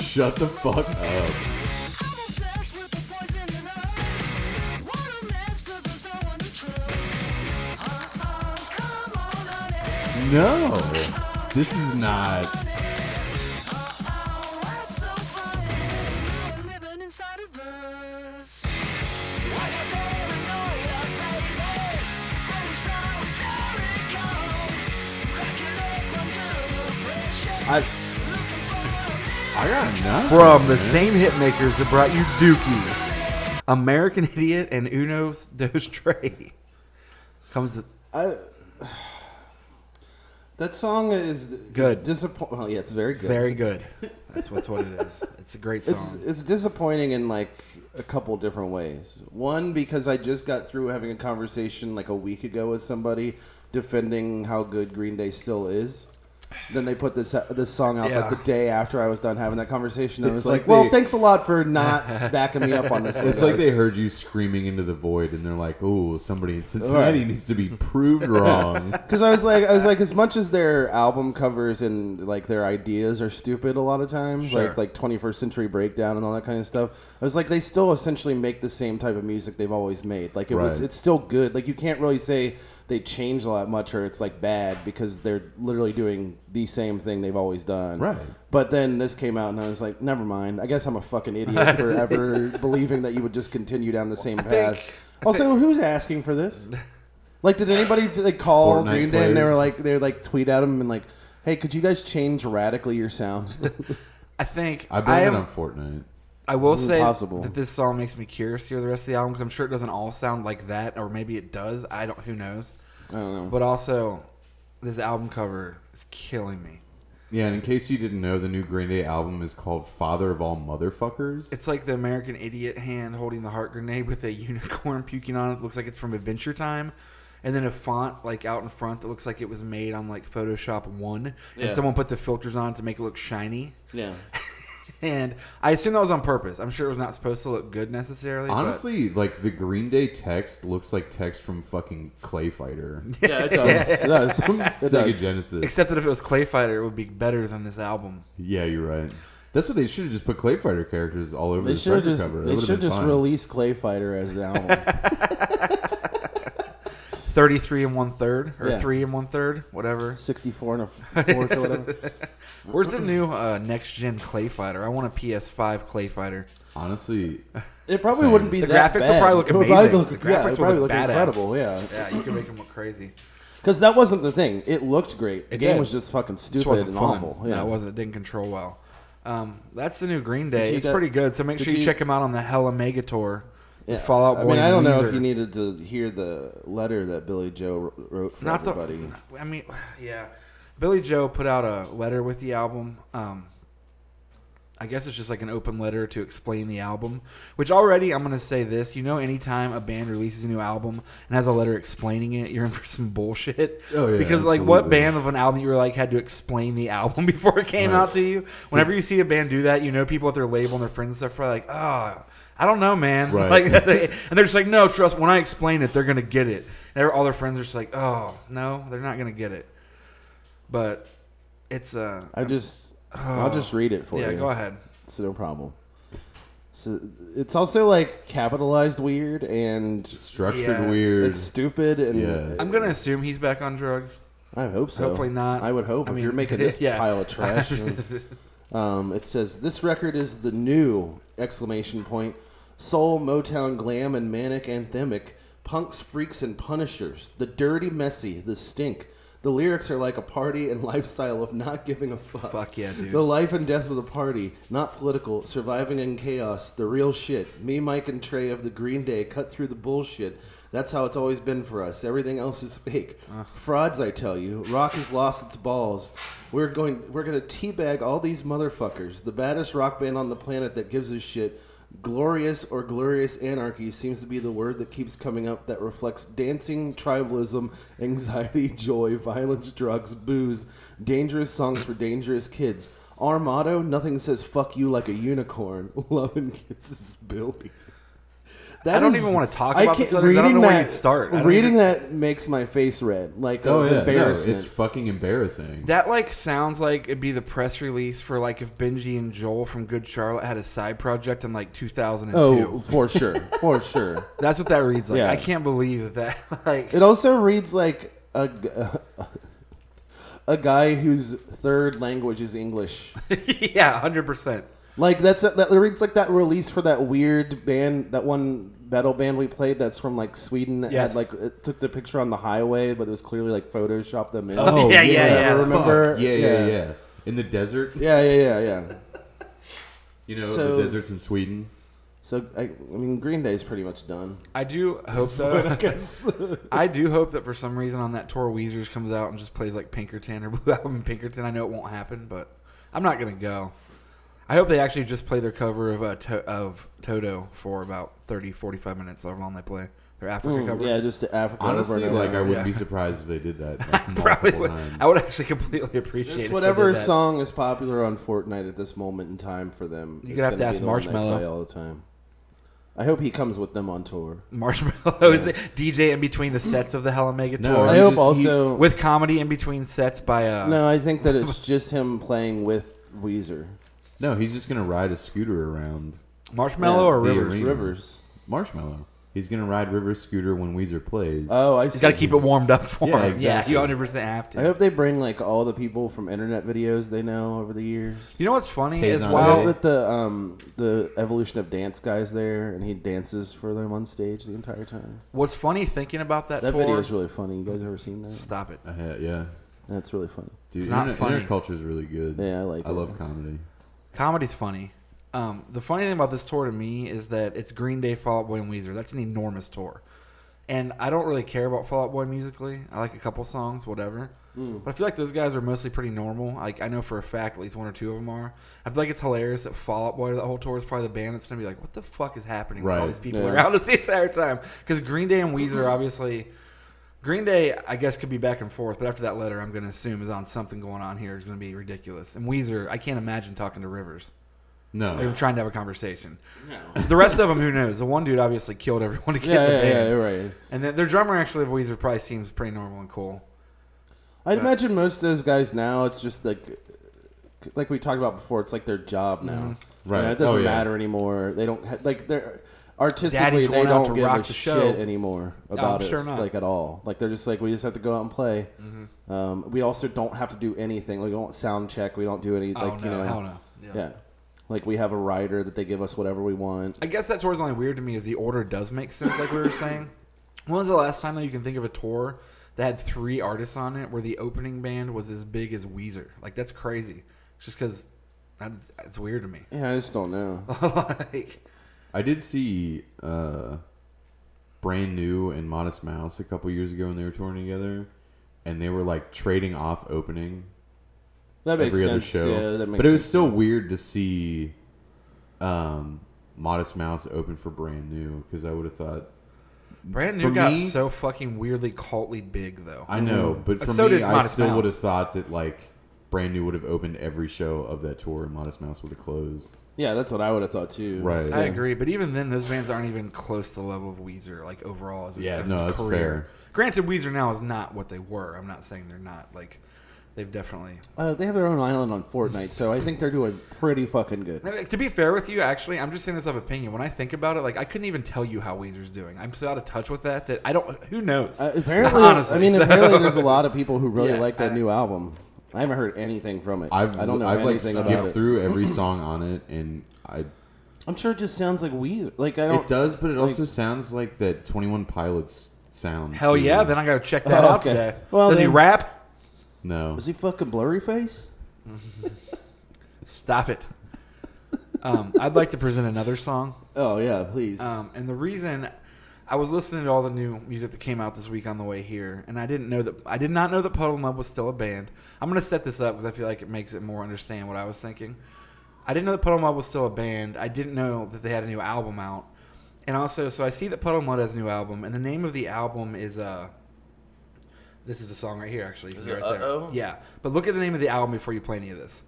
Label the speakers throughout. Speaker 1: Shut the fuck up. No, this is not. I. I got nothing.
Speaker 2: From the
Speaker 1: man.
Speaker 2: same hit makers that brought you Dookie, American Idiot, and Uno Dos Tres comes. The,
Speaker 1: I, that song is is
Speaker 2: Good.
Speaker 1: disapp- well, oh, yeah, it's very good.
Speaker 2: Very good. That's what's what it is. It's a great song.
Speaker 1: It's it's disappointing in like a couple different ways. One because I just got through having a conversation like a week ago with somebody defending how good Green Day still is. Then they put this this song out
Speaker 2: Yeah.
Speaker 1: like the day after I was done having that conversation. And I
Speaker 3: It's
Speaker 1: was like,
Speaker 3: like
Speaker 1: "Well,
Speaker 3: they-
Speaker 1: thanks a lot for not backing me up on this." one,
Speaker 3: It's like
Speaker 1: guys."
Speaker 3: they heard you screaming into the void, and they're like, "Oh, somebody in Cincinnati needs to be proved wrong."
Speaker 1: Because I was like, I was like, as much as their album covers and like their ideas are stupid a lot of times,
Speaker 2: Sure.
Speaker 1: like like 21st Century Breakdown and all that kind of stuff. I was like, they still essentially make the same type of music they've always made. Like it was,
Speaker 3: Right.
Speaker 1: it's still good. Like you can't really say they changed a lot much or it's like bad because they're literally doing the same thing they've always done.
Speaker 3: Right.
Speaker 1: But then this came out and I was like, never mind. I guess I'm a fucking idiot for ever believing that you would just continue down the same path. also, who's asking for this? Like, did anybody like call
Speaker 3: Fortnite
Speaker 1: Green Day and they were
Speaker 3: players.
Speaker 1: like they were like tweet at him and like, hey, could you guys change radically your sound?
Speaker 2: I think
Speaker 3: I
Speaker 2: I,
Speaker 3: blame it
Speaker 2: am-
Speaker 3: on Fortnite.
Speaker 2: I will
Speaker 1: It's
Speaker 2: say
Speaker 1: impossible.
Speaker 2: that this song makes me curious to hear the rest of the album because I'm sure it doesn't all sound like that, or maybe it does. I don't. Who knows?
Speaker 1: I don't know.
Speaker 2: But also, this album cover is killing me.
Speaker 3: Yeah, and in case you didn't know, the new Green Day album is called "Father of All Motherfuckers."
Speaker 2: It's like the American idiot hand holding the heart grenade with a unicorn puking on it. It looks like it's from Adventure Time. And then a font like out in front that looks like it was made on like Photoshop one,
Speaker 1: Yeah.
Speaker 2: and someone put the filters on to make it look shiny.
Speaker 1: yeah.
Speaker 2: And I assume that was on purpose. I'm sure it was not supposed to look good necessarily. but-
Speaker 3: Honestly, like the Green Day text looks like text from fucking Clay Fighter,
Speaker 1: Yeah, it does. It does. It
Speaker 3: Sega
Speaker 1: does.
Speaker 3: Genesis.
Speaker 2: except that if it was Clay Fighter, it would be better than this album.
Speaker 3: yeah, you're right. That's what they should have just put Clay Fighter characters all over
Speaker 1: They
Speaker 3: this
Speaker 1: should have
Speaker 3: record
Speaker 1: just
Speaker 3: cover. That
Speaker 1: they
Speaker 3: would've
Speaker 1: should
Speaker 3: been
Speaker 1: just
Speaker 3: fine.
Speaker 1: release Clay Fighter as an album.
Speaker 2: Thirty-three and one third, or
Speaker 1: Yeah.
Speaker 2: three and one third, whatever.
Speaker 1: Sixty four and a fourth or whatever.
Speaker 2: Where's the new uh, next gen Clay Fighter? I want a PS5 Clay Fighter.
Speaker 3: honestly.
Speaker 1: It probably
Speaker 3: Same.
Speaker 1: wouldn't be
Speaker 2: The
Speaker 1: that
Speaker 2: graphics will
Speaker 1: bad.
Speaker 2: probably look
Speaker 1: It would
Speaker 2: amazing.
Speaker 1: look-
Speaker 2: The
Speaker 1: yeah,
Speaker 2: graphics
Speaker 1: it would
Speaker 2: will
Speaker 1: probably
Speaker 2: look
Speaker 1: look
Speaker 2: badass.
Speaker 1: incredible. Yeah.
Speaker 2: Yeah, you can make them look crazy.
Speaker 1: Because that wasn't the thing. It looked great. The
Speaker 2: It
Speaker 1: game
Speaker 2: did.
Speaker 1: was just fucking
Speaker 2: It just
Speaker 1: stupid
Speaker 2: wasn't
Speaker 1: and
Speaker 2: fun.
Speaker 1: awful.
Speaker 2: No,
Speaker 1: Yeah,
Speaker 2: it wasn't. It didn't control well. Um, that's the new Green Day.
Speaker 1: you
Speaker 2: It's
Speaker 1: get-
Speaker 2: pretty good. So make
Speaker 1: did
Speaker 2: sure you,
Speaker 1: you-
Speaker 2: check them out on the Hella Mega Tour.
Speaker 1: Yeah.
Speaker 2: with Fallout Boy.
Speaker 1: I mean, I don't
Speaker 2: and
Speaker 1: know
Speaker 2: Weezer.
Speaker 1: if you needed to hear the letter that Billy Joe wrote for
Speaker 2: not
Speaker 1: everybody.
Speaker 2: the. I mean, yeah. Billy Joe put out a letter with the album. Um, I guess it's just like an open letter to explain the album. Which already, I'm gonna say this. You know, anytime a band releases a new album and has a letter explaining it, you're in for some bullshit.
Speaker 3: Oh, yeah,
Speaker 2: Because like, what
Speaker 3: absolutely.
Speaker 2: band of an album you were like had to explain the album before it came out to you? Whenever you see a band do that, you know people at their label and their friends and stuff are probably like, oh. I don't know, man.
Speaker 3: Right.
Speaker 2: Like, and they're just like, no, trust. When I explain it, they're gonna get it. And all their friends are just like, oh no, they're not gonna get it. But it's uh,
Speaker 1: I just, I'll just read it for
Speaker 2: Oh. yeah.
Speaker 1: you.
Speaker 2: Go ahead.
Speaker 1: It's no problem. So it's also like capitalized weird and
Speaker 3: Structured
Speaker 2: Yeah.
Speaker 3: weird.
Speaker 1: it's stupid and
Speaker 3: Yeah.
Speaker 2: I'm gonna assume he's back on drugs.
Speaker 1: I hope so.
Speaker 2: Hopefully not.
Speaker 1: I would hope
Speaker 2: I
Speaker 1: if
Speaker 2: mean,
Speaker 1: you're making this
Speaker 2: yeah.
Speaker 1: pile of trash. um, it says this record is the new exclamation point soul, Motown, glam, and manic anthemic. Punks, freaks, and punishers. The dirty, messy, the stink. The lyrics are like a party and lifestyle of not giving a fuck.
Speaker 2: Fuck yeah, dude.
Speaker 1: The life and death of the party, not political. Surviving in chaos, the real shit. Me, Mike, and Trey of the Green Day cut through the bullshit. That's how it's always been for us. Everything else is fake. Frauds, I tell you. Rock has lost its balls. We're going. We're gonna teabag all these motherfuckers. The baddest rock band on the planet that gives a shit. Glorious or glorious anarchy seems to be the word that keeps coming up that reflects dancing, tribalism, anxiety, joy, violence, drugs, booze, dangerous songs for dangerous kids. Our motto nothing says fuck you like a unicorn. Love and kisses Billy. That
Speaker 2: I don't
Speaker 1: is-
Speaker 2: even want to talk
Speaker 1: I
Speaker 2: about
Speaker 1: can't-
Speaker 2: this letter. 'cause I don't know
Speaker 1: reading
Speaker 2: where
Speaker 1: that-
Speaker 2: you'd start. I don't
Speaker 1: Reading
Speaker 2: even-
Speaker 1: that makes my face red, like
Speaker 3: Oh
Speaker 1: uh,
Speaker 3: yeah, no,
Speaker 1: embarrassment.
Speaker 3: it's fucking embarrassing.
Speaker 2: That like sounds like it'd be the press release for like if Benji and Joel from Good Charlotte had a side project in like 2002.
Speaker 1: oh, for sure, for sure.
Speaker 2: That's what that reads like.
Speaker 1: Yeah.
Speaker 2: I can't believe that. Like
Speaker 1: It also reads like a g- a guy whose third language is English.
Speaker 2: yeah, hundred percent.
Speaker 1: Like that's that reads like that release for that weird band, that one metal band we played that's from like Sweden that
Speaker 2: Yes.
Speaker 1: had like it took the picture on the highway, but it was clearly like photoshopped them in.
Speaker 3: Oh
Speaker 2: Yeah, yeah, yeah.
Speaker 1: Remember-
Speaker 3: Fuck. Yeah, yeah,
Speaker 1: yeah.
Speaker 3: yeah. In the desert,
Speaker 1: Yeah, yeah, yeah, yeah.
Speaker 3: you know,
Speaker 1: So-
Speaker 3: the deserts in Sweden.
Speaker 1: So I, I mean, Green Day's pretty much done. Hmm.
Speaker 2: I do hope
Speaker 1: I
Speaker 2: though.
Speaker 1: guess.
Speaker 2: I do hope that for some reason on that tour, Weezer's comes out and just plays like Pinkerton or Blue Album Pinkerton. I know it won't happen, but I'm not gonna go. I hope they actually just play their cover of uh, to- of Toto for about 30, 45 minutes, however long they play their Africa cover.
Speaker 1: Mm, yeah, just to Africa.
Speaker 3: Honestly,
Speaker 1: over and over.
Speaker 3: like I wouldn't
Speaker 2: Yeah.
Speaker 3: be surprised if they did that like, multiple
Speaker 2: Probably would.
Speaker 3: times.
Speaker 2: I would actually completely appreciate it. if
Speaker 1: It's
Speaker 2: they
Speaker 1: whatever
Speaker 2: did that.
Speaker 1: song is popular on Fortnite at this moment in time for them.
Speaker 2: You're
Speaker 1: is
Speaker 2: gonna have to
Speaker 1: be
Speaker 2: ask
Speaker 1: the one they
Speaker 2: Marshmello.
Speaker 1: play all the time. I hope he comes with them on tour.
Speaker 2: Marshmallow is DJ in between the sets of the Hell Omega
Speaker 3: No,
Speaker 2: tour
Speaker 1: I
Speaker 3: he
Speaker 1: hope
Speaker 3: just- he-
Speaker 1: also.
Speaker 2: with comedy in between sets by uh
Speaker 1: no, I think that it's just him playing with Weezer.
Speaker 3: No, he's just gonna ride a scooter around
Speaker 2: Marshmallow
Speaker 1: Yeah,
Speaker 2: or
Speaker 3: the
Speaker 2: Rivers.
Speaker 3: arena.
Speaker 1: Rivers.
Speaker 3: Marshmallow. He's gonna ride River's scooter when Weezer plays.
Speaker 1: Oh, I see.
Speaker 2: You got to keep it warmed up for
Speaker 3: Yeah,
Speaker 2: him.
Speaker 3: exactly.
Speaker 2: Yeah, you 100 percent have to.
Speaker 1: I hope they bring like all the people from internet videos they know over the years.
Speaker 2: you know what's funny is
Speaker 3: Tazan.
Speaker 1: I
Speaker 2: while
Speaker 1: hope that the um the evolution of dance guys there and he dances for them on stage the entire time.
Speaker 2: what's funny thinking about that,
Speaker 1: That
Speaker 2: tour.
Speaker 1: video is really funny. You guys ever seen that?
Speaker 2: Stop it.
Speaker 3: Uh, yeah,
Speaker 1: That's really funny.
Speaker 3: dude.
Speaker 2: It's not
Speaker 3: internet,
Speaker 2: funny.
Speaker 3: internet culture is really good.
Speaker 1: Yeah, I like
Speaker 3: I
Speaker 1: it.
Speaker 3: love comedy.
Speaker 2: Comedy's funny. Um, the funny thing about this tour to me is that it's Green Day, Fall Out Boy, and Weezer. That's an enormous tour, and I don't really care about Fall Out Boy musically. I like a couple songs, whatever.
Speaker 1: Hmm.
Speaker 2: But I feel like those guys are mostly pretty normal. Like I know for a fact, at least one or two of them are. I feel like it's hilarious that Fall Out Boy, the whole tour, is probably the band that's gonna be like, "What the fuck is happening?" With all
Speaker 3: Right.
Speaker 2: these people
Speaker 1: Yeah.
Speaker 2: around us the entire time because Green Day and Weezer, obviously. Green Day, I guess, could be back and forth, but after that letter, I'm going to assume is on something going on here. It's going to be ridiculous. And Weezer, I can't imagine talking to Rivers. They were
Speaker 3: No,
Speaker 2: trying to have a conversation.
Speaker 1: No.
Speaker 2: The rest of them, who knows? The one dude obviously killed everyone to get
Speaker 1: Yeah,
Speaker 2: the
Speaker 1: yeah,
Speaker 2: band.
Speaker 1: yeah, you're right.
Speaker 2: And then their drummer actually of Weezer probably seems pretty normal and cool.
Speaker 1: I'd
Speaker 2: But-
Speaker 1: imagine most of those guys now, it's just like, like we talked about before, it's like their job
Speaker 2: Mm-hmm.
Speaker 1: now. You know,
Speaker 3: Right.
Speaker 1: it doesn't
Speaker 3: Oh, yeah.
Speaker 1: matter anymore. They don't ha- like they're
Speaker 2: Daddy's
Speaker 1: artistically they
Speaker 2: going out to
Speaker 1: don't give
Speaker 2: rock
Speaker 1: a
Speaker 2: the show.
Speaker 1: shit anymore about
Speaker 2: I'm
Speaker 1: us
Speaker 2: sure not.
Speaker 1: like at all. Like they're just like we just have to go out and play.
Speaker 2: Mm-hmm.
Speaker 1: Um, we also don't have to do anything. We don't sound check. We don't do any
Speaker 2: Oh
Speaker 1: like
Speaker 2: no,
Speaker 1: you know
Speaker 2: hell no. Yeah.
Speaker 1: yeah. Like we have a rider that they give us whatever we want.
Speaker 2: I guess that tour's only weird to me is the order does make sense, like we were saying. When was the last time that you can think of a tour that had three artists on it where the opening band was as big as Weezer? Like that's crazy. It's just because that's it's weird to me.
Speaker 1: Yeah, I just don't know.
Speaker 2: like
Speaker 3: I did see uh, Brand New and Modest Mouse a couple years ago when they were touring together, and they were like trading off opening
Speaker 1: That makes
Speaker 3: every
Speaker 1: sense.
Speaker 3: other show.
Speaker 1: Yeah, that makes
Speaker 3: but it was
Speaker 1: sense.
Speaker 3: still weird to see um, Modest Mouse open for Brand New because I would have thought
Speaker 2: brand
Speaker 3: For
Speaker 2: new got
Speaker 3: me-
Speaker 2: so fucking weirdly cultly big though.
Speaker 1: Mm-hmm.
Speaker 3: I know, but for
Speaker 2: So
Speaker 3: me,
Speaker 2: did
Speaker 3: I
Speaker 2: Modest
Speaker 3: still
Speaker 2: Mouse.
Speaker 3: would have thought that like Brand New would have opened every show of that tour, and Modest Mouse would have closed.
Speaker 1: yeah, that's what I would have thought too.
Speaker 3: Right.
Speaker 2: I agree, but even then, those bands aren't even close to the level of Weezer, like overall. As a,
Speaker 3: Yeah,
Speaker 2: as
Speaker 3: no,
Speaker 2: a
Speaker 3: that's
Speaker 2: career.
Speaker 3: fair.
Speaker 2: Granted, Weezer now is not what they were. I'm not saying they're not. Like, they've definitely.
Speaker 1: Uh, they have their own island on Fortnite, so I think they're doing pretty fucking good.
Speaker 2: I mean, To be fair with you, actually, I'm just saying this of opinion. When I think about it, like, I couldn't even tell you how Weezer's doing. I'm so out of touch with that that I don't. Who knows?
Speaker 1: Uh, apparently,
Speaker 2: Honestly,
Speaker 1: I mean,
Speaker 2: so-
Speaker 1: apparently, there's a lot of people who really
Speaker 2: Yeah,
Speaker 1: like that
Speaker 2: I-
Speaker 1: new album. I haven't heard anything from it.
Speaker 3: I've
Speaker 1: I don't know
Speaker 3: I've like
Speaker 1: anything about
Speaker 3: skipped
Speaker 1: it.
Speaker 3: through every song on it, and I
Speaker 1: I'm sure it just sounds like Weezer. Like I don't.
Speaker 3: it does, but it also sounds like that Twenty One Pilots sound.
Speaker 2: Hell
Speaker 3: too.
Speaker 2: yeah! Then I gotta check that
Speaker 1: Oh,
Speaker 2: out
Speaker 1: okay.
Speaker 2: today.
Speaker 1: Well,
Speaker 2: Does he
Speaker 1: then-
Speaker 2: rap?
Speaker 3: no.
Speaker 1: Was he fucking blurry face?
Speaker 2: Stop it. Um, I'd like to present another song.
Speaker 1: Oh yeah, please.
Speaker 2: Um, and the reason I was listening to all the new music that came out this week on the way here, and I didn't know that I did not know that Puddle 'Em Up was still a band. I'm gonna set this up because I feel like it makes it more understand what I was thinking. I didn't know that Puddle 'Em Up was still a band. I didn't know that they had a new album out, and also so I see that Puddle 'Em Up has a new album, and the name of the album is uh. This is the song right here, actually. You can
Speaker 1: Is
Speaker 2: hear
Speaker 1: it
Speaker 2: right there.
Speaker 1: Uh-Oh?
Speaker 2: Yeah, but look at the name of the album before you play any of this.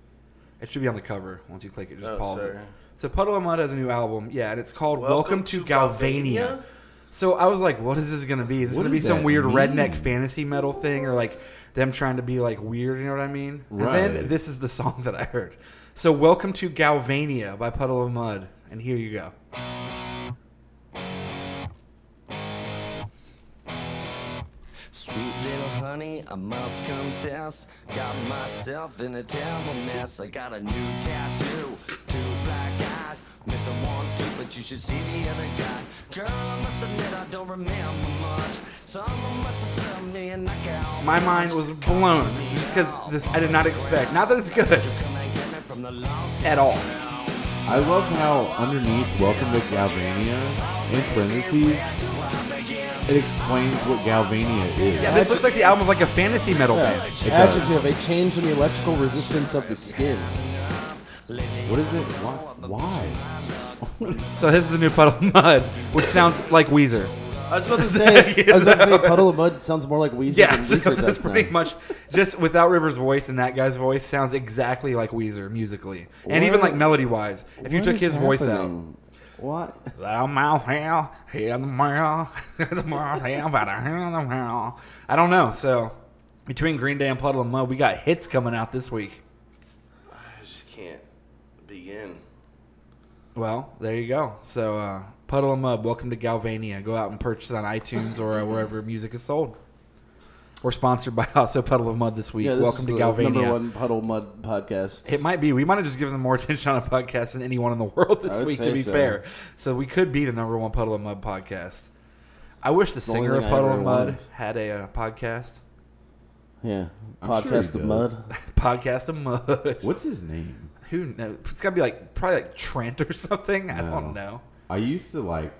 Speaker 2: It should be on the cover once you click it. Just
Speaker 1: Oh,
Speaker 2: pause it.
Speaker 1: sorry.
Speaker 2: So Puddle of Mud has a new album, yeah, and it's called Welcome, to, Galvania.
Speaker 1: Galvania?
Speaker 2: So I was like, what is this gonna be? Is this
Speaker 3: What
Speaker 2: gonna be
Speaker 3: does
Speaker 2: some
Speaker 3: that
Speaker 2: weird
Speaker 3: mean?
Speaker 2: redneck fantasy metal thing, or like them trying to be like weird? You know what I mean? And then
Speaker 3: Right.
Speaker 2: this is the song that I heard. So Welcome to Galvania by Puddle of Mud, and here you go.
Speaker 4: Sweet little honey, I must confess, got myself in a terrible mess. I got a new tattoo, two black eyes, missing one tooth, but you should see the other guy. Girl, I must admit I don't remember much. Someone must have sent me a knockout.
Speaker 2: My mind was blown just because this I did not expect. Not that it's good
Speaker 4: Come and get me from the lost
Speaker 2: at all.
Speaker 3: I love how underneath Welcome to Galvania, in parentheses, it explains what Galvania is.
Speaker 2: Yeah, this looks like the album of like a fantasy metal
Speaker 1: Yeah.
Speaker 2: band.
Speaker 3: It does.
Speaker 1: Adjective: a change in the electrical resistance of the skin.
Speaker 3: What is it? Why? Why?
Speaker 2: So this is a new puddle of mud, which sounds like Weezer.
Speaker 1: I was about to say, I was about to say, puddle of mud sounds more like Weezer
Speaker 2: Yeah,
Speaker 1: than
Speaker 2: so
Speaker 1: Weezer
Speaker 2: that's
Speaker 1: does
Speaker 2: pretty
Speaker 1: now.
Speaker 2: much just without River's voice and that guy's voice sounds exactly like Weezer musically, and even
Speaker 1: What-
Speaker 2: like melody wise. If you
Speaker 1: What
Speaker 2: took
Speaker 1: is
Speaker 2: his voice out,
Speaker 1: happening? What?
Speaker 2: Thou mouth hell, hear the mouth, hear the mouth hell, but I hear the mouth. I don't know. So between Green Day and Puddle of Mud, we got hits coming out this week.
Speaker 1: I just can't begin.
Speaker 2: Well, there you go. So uh, Puddle of Mud, welcome to Galvania. Go out and purchase it on iTunes or uh, wherever music is sold. We're sponsored by also Puddle of Mud this week.
Speaker 1: Yeah, this
Speaker 2: welcome
Speaker 1: is
Speaker 2: to
Speaker 1: the
Speaker 2: Galvania.
Speaker 1: Number one puddle mud podcast.
Speaker 2: It might be. We might have just given them more attention on a podcast than anyone in the world
Speaker 1: I
Speaker 2: this
Speaker 1: would
Speaker 2: week, to
Speaker 1: say
Speaker 2: be
Speaker 1: so.
Speaker 2: fair. So we could be the number one Puddle of Mud podcast. I wish the
Speaker 1: the only
Speaker 2: singer of
Speaker 1: thing I
Speaker 2: Puddle
Speaker 1: ever
Speaker 2: of Mud
Speaker 1: wanted.
Speaker 2: had a uh, podcast.
Speaker 1: yeah,
Speaker 3: I'm sure he
Speaker 1: podcast of
Speaker 3: does.
Speaker 1: mud.
Speaker 2: Podcast of Mud.
Speaker 3: What's his name?
Speaker 2: Who knows? It's got to be like, probably like Trent or something. I
Speaker 3: No.
Speaker 2: don't know.
Speaker 3: I used to like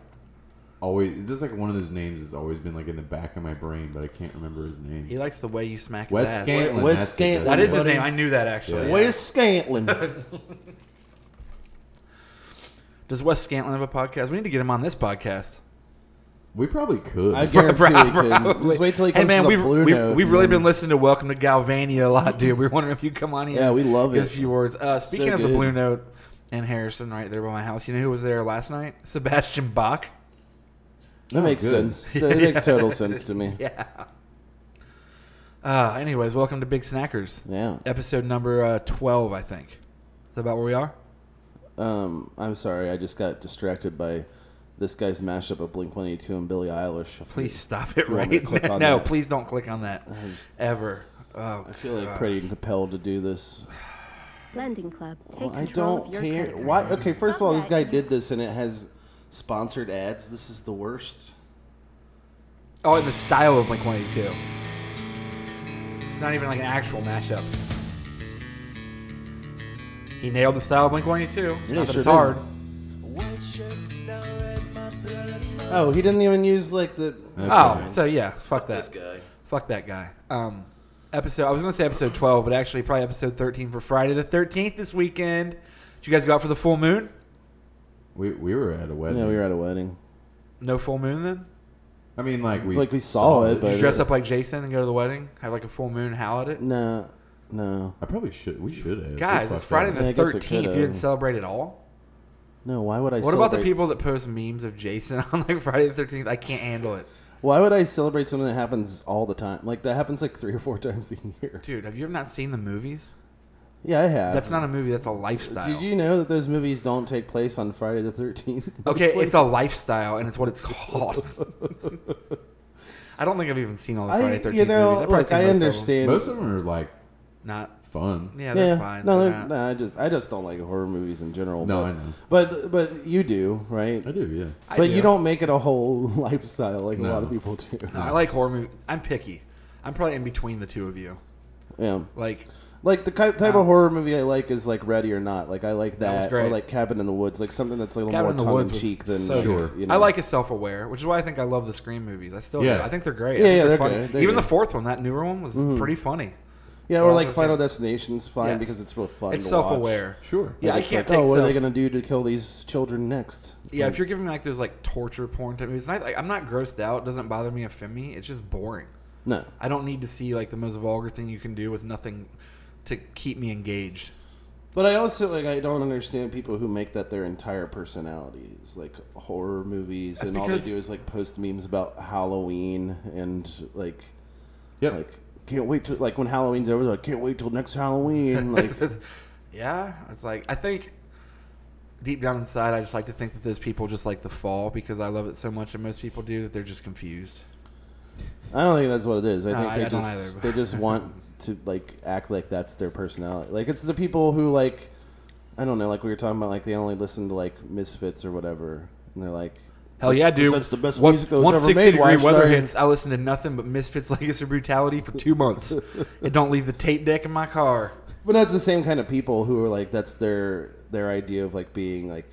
Speaker 3: always. This is like one of those names that's always been like in the back of my brain, but I can't remember his
Speaker 2: He
Speaker 3: name.
Speaker 2: likes the way you smack his
Speaker 3: Wes
Speaker 2: ass.
Speaker 3: Scantlin.
Speaker 1: Wes
Speaker 3: that's the guy.
Speaker 1: Scantlin.
Speaker 2: That is his
Speaker 1: Buddy.
Speaker 2: name. I knew that actually.
Speaker 3: Yeah.
Speaker 1: Where's Scantlin?
Speaker 2: Does Wes Scantlin have a podcast? We need to get him on this podcast.
Speaker 3: We probably could.
Speaker 1: I guarantee he could.
Speaker 2: Probably.
Speaker 1: Just wait till he comes
Speaker 2: hey man,
Speaker 1: to the
Speaker 2: we've,
Speaker 1: blue
Speaker 2: we've,
Speaker 1: note
Speaker 2: we've
Speaker 1: and
Speaker 2: really
Speaker 1: then-
Speaker 2: been listening to Welcome to Galvania a lot, dude. We're wondering if you come on here.
Speaker 1: Yeah, we love
Speaker 2: give
Speaker 1: it.
Speaker 2: us a few words. Uh, speaking of the
Speaker 1: good.
Speaker 2: blue note and Harrison, right there by my house. You know who was there last night? Sebastian Bach.
Speaker 1: That
Speaker 3: Oh,
Speaker 1: makes
Speaker 3: good.
Speaker 1: sense. That makes total sense to me.
Speaker 2: Yeah. Uh, anyways, welcome to Big Snackers,
Speaker 1: Yeah.
Speaker 2: episode number uh, twelve, I think. Is that about where we are?
Speaker 1: Um, I'm sorry, I just got distracted by this guy's mashup of Blink 182 and Billie Eilish.
Speaker 2: Please stop it
Speaker 1: you want
Speaker 2: right
Speaker 1: me to click
Speaker 2: now.
Speaker 1: on
Speaker 2: No,
Speaker 1: that?
Speaker 2: please don't click on that
Speaker 1: I, just,
Speaker 2: ever. Oh,
Speaker 1: I feel like
Speaker 2: God.
Speaker 1: pretty compelled to do this.
Speaker 5: Blending Club. Take
Speaker 1: Well, I
Speaker 5: control of
Speaker 1: don't
Speaker 5: your
Speaker 1: care.
Speaker 5: career.
Speaker 1: Why? Okay, first of all, this guy
Speaker 5: Sunlight.
Speaker 1: did this and it has sponsored ads. This is the worst.
Speaker 2: Oh, in the style of Blink 182. It's not even like an actual mashup. He nailed the style of Blink 182.
Speaker 1: Yeah,
Speaker 2: not that
Speaker 1: sure
Speaker 2: it's
Speaker 1: did.
Speaker 2: hard.
Speaker 1: Oh, he didn't even use like the.
Speaker 3: Okay.
Speaker 2: Oh, so yeah, fuck
Speaker 1: This
Speaker 2: that.
Speaker 1: guy.
Speaker 2: Fuck that guy. Um, episode. I was gonna say episode 12, but actually probably episode 13 for Friday the 13th this weekend. Did you guys go out for the full moon?
Speaker 3: we we were at a wedding.
Speaker 1: Yeah, we were at a wedding.
Speaker 2: No full moon then.
Speaker 3: I mean, like we
Speaker 1: Like, we saw it,
Speaker 2: Did
Speaker 1: but-
Speaker 2: you dress up like Jason and go to the wedding? Have like a full moon howl at it.
Speaker 1: No, no,
Speaker 3: I probably should. We should have. We
Speaker 2: Guys, it's
Speaker 3: fucked
Speaker 2: Friday
Speaker 3: up.
Speaker 1: Yeah, I
Speaker 2: the
Speaker 1: guess we
Speaker 2: 13th. You
Speaker 1: could've.
Speaker 2: didn't celebrate at all.
Speaker 1: no. Why would I?
Speaker 2: What about the
Speaker 1: celebrate-
Speaker 2: people that post memes of Jason on like Friday the Thirteenth? I can't handle it,
Speaker 1: Why would I celebrate something that happens all the time? Like that happens like three or four times a year.
Speaker 2: dude. Have you ever not seen the movies?
Speaker 1: Yeah, I have.
Speaker 2: That's not a movie. That's a lifestyle.
Speaker 1: Did you know that those movies don't take place on Friday the Thirteenth?
Speaker 2: Okay, it's a lifestyle, and it's what it's called. I don't think I've even seen all the Friday
Speaker 1: I,
Speaker 2: the Thirteenth
Speaker 1: you know,
Speaker 2: movies. I've probably
Speaker 1: look,
Speaker 2: seen
Speaker 1: I
Speaker 2: most of them.
Speaker 1: understand.
Speaker 3: Most of them are like
Speaker 2: Not.
Speaker 3: fun.
Speaker 2: Yeah, they're
Speaker 1: yeah,
Speaker 2: fine.
Speaker 1: No,
Speaker 2: they're
Speaker 1: they're-
Speaker 2: not-
Speaker 1: no, I just, I just don't like horror movies in general.
Speaker 3: No,
Speaker 1: but,
Speaker 3: I know.
Speaker 1: But, but you do, right?
Speaker 3: I do. Yeah.
Speaker 2: I
Speaker 1: but
Speaker 2: do.
Speaker 1: you don't make it a whole lifestyle like a lot
Speaker 3: No.
Speaker 1: of people do.
Speaker 2: No, I like horror movies. I'm picky. I'm probably in between the two of you.
Speaker 1: Yeah,
Speaker 2: Like,
Speaker 1: like the type, type
Speaker 2: No.
Speaker 1: of horror movie I like is like Ready or Not. Like I like
Speaker 2: That was
Speaker 1: that, or
Speaker 2: great.
Speaker 1: like Cabin in the Woods, like something that's a little
Speaker 2: Cabin in the
Speaker 1: more
Speaker 2: Woods
Speaker 1: tongue in
Speaker 2: was
Speaker 1: cheek than
Speaker 2: so
Speaker 3: Sure.
Speaker 1: you know.
Speaker 2: I like a self-aware, which is why I think I love the Scream movies. I still,
Speaker 3: Yeah.
Speaker 2: I think they're great. I
Speaker 1: Yeah,
Speaker 2: think
Speaker 1: yeah,
Speaker 2: they're
Speaker 1: they're
Speaker 2: funny.
Speaker 1: good. They're
Speaker 2: Even the
Speaker 1: good.
Speaker 2: fourth one, that newer one, was
Speaker 1: Mm-hmm.
Speaker 2: pretty funny.
Speaker 1: yeah, or
Speaker 2: Yeah,
Speaker 1: like
Speaker 2: okay.
Speaker 1: Final Destination's fine
Speaker 2: Yes.
Speaker 1: because it's real fun.
Speaker 2: It's
Speaker 1: to
Speaker 2: self-aware.
Speaker 1: Watch.
Speaker 3: Sure.
Speaker 2: Yeah, I
Speaker 1: It's
Speaker 2: can't
Speaker 1: like,
Speaker 2: take
Speaker 1: Oh, what are
Speaker 2: self-
Speaker 1: they gonna Mm. do to kill these children next?
Speaker 2: Yeah, if you're giving me like those like torture porn type movies, and I, like, I'm not grossed out. It doesn't bother me, offend me. It's just boring.
Speaker 1: No,
Speaker 2: I don't need to see like the most vulgar thing you can do with nothing to keep me engaged.
Speaker 1: But I also like I don't understand people who make that their entire personality. It's like horror movies,
Speaker 2: That's
Speaker 1: and all they
Speaker 2: because-
Speaker 1: do is like post memes about Halloween and like,
Speaker 3: Yep.
Speaker 1: like can't wait till like when Halloween's over, they're like can't wait till next Halloween. Like
Speaker 2: yeah, it's like I think deep down inside, I just like to think that those people just like the fall because I love it so much, and most people do that they're just confused.
Speaker 1: I don't think that's what it is. I
Speaker 2: No,
Speaker 1: think
Speaker 2: I-
Speaker 1: they
Speaker 2: I don't
Speaker 1: just
Speaker 2: either.
Speaker 1: they just want to like act like that's their personality. Like it's the people who like I don't know, like we were talking about, like they only listen to like Misfits or whatever, and they're like,
Speaker 2: Hell yeah,
Speaker 1: "That's-
Speaker 2: dude!
Speaker 1: That's the best
Speaker 2: once,
Speaker 1: music that was
Speaker 2: once
Speaker 1: ever
Speaker 2: 60
Speaker 1: made.
Speaker 2: degree
Speaker 1: Why should
Speaker 2: weather
Speaker 1: I-"
Speaker 2: hits, I listen to nothing but Misfits Legacy of Brutality for two months. it don't leave the tape deck in my car.
Speaker 1: But that's the same kind of people who are like that's their their idea of like being like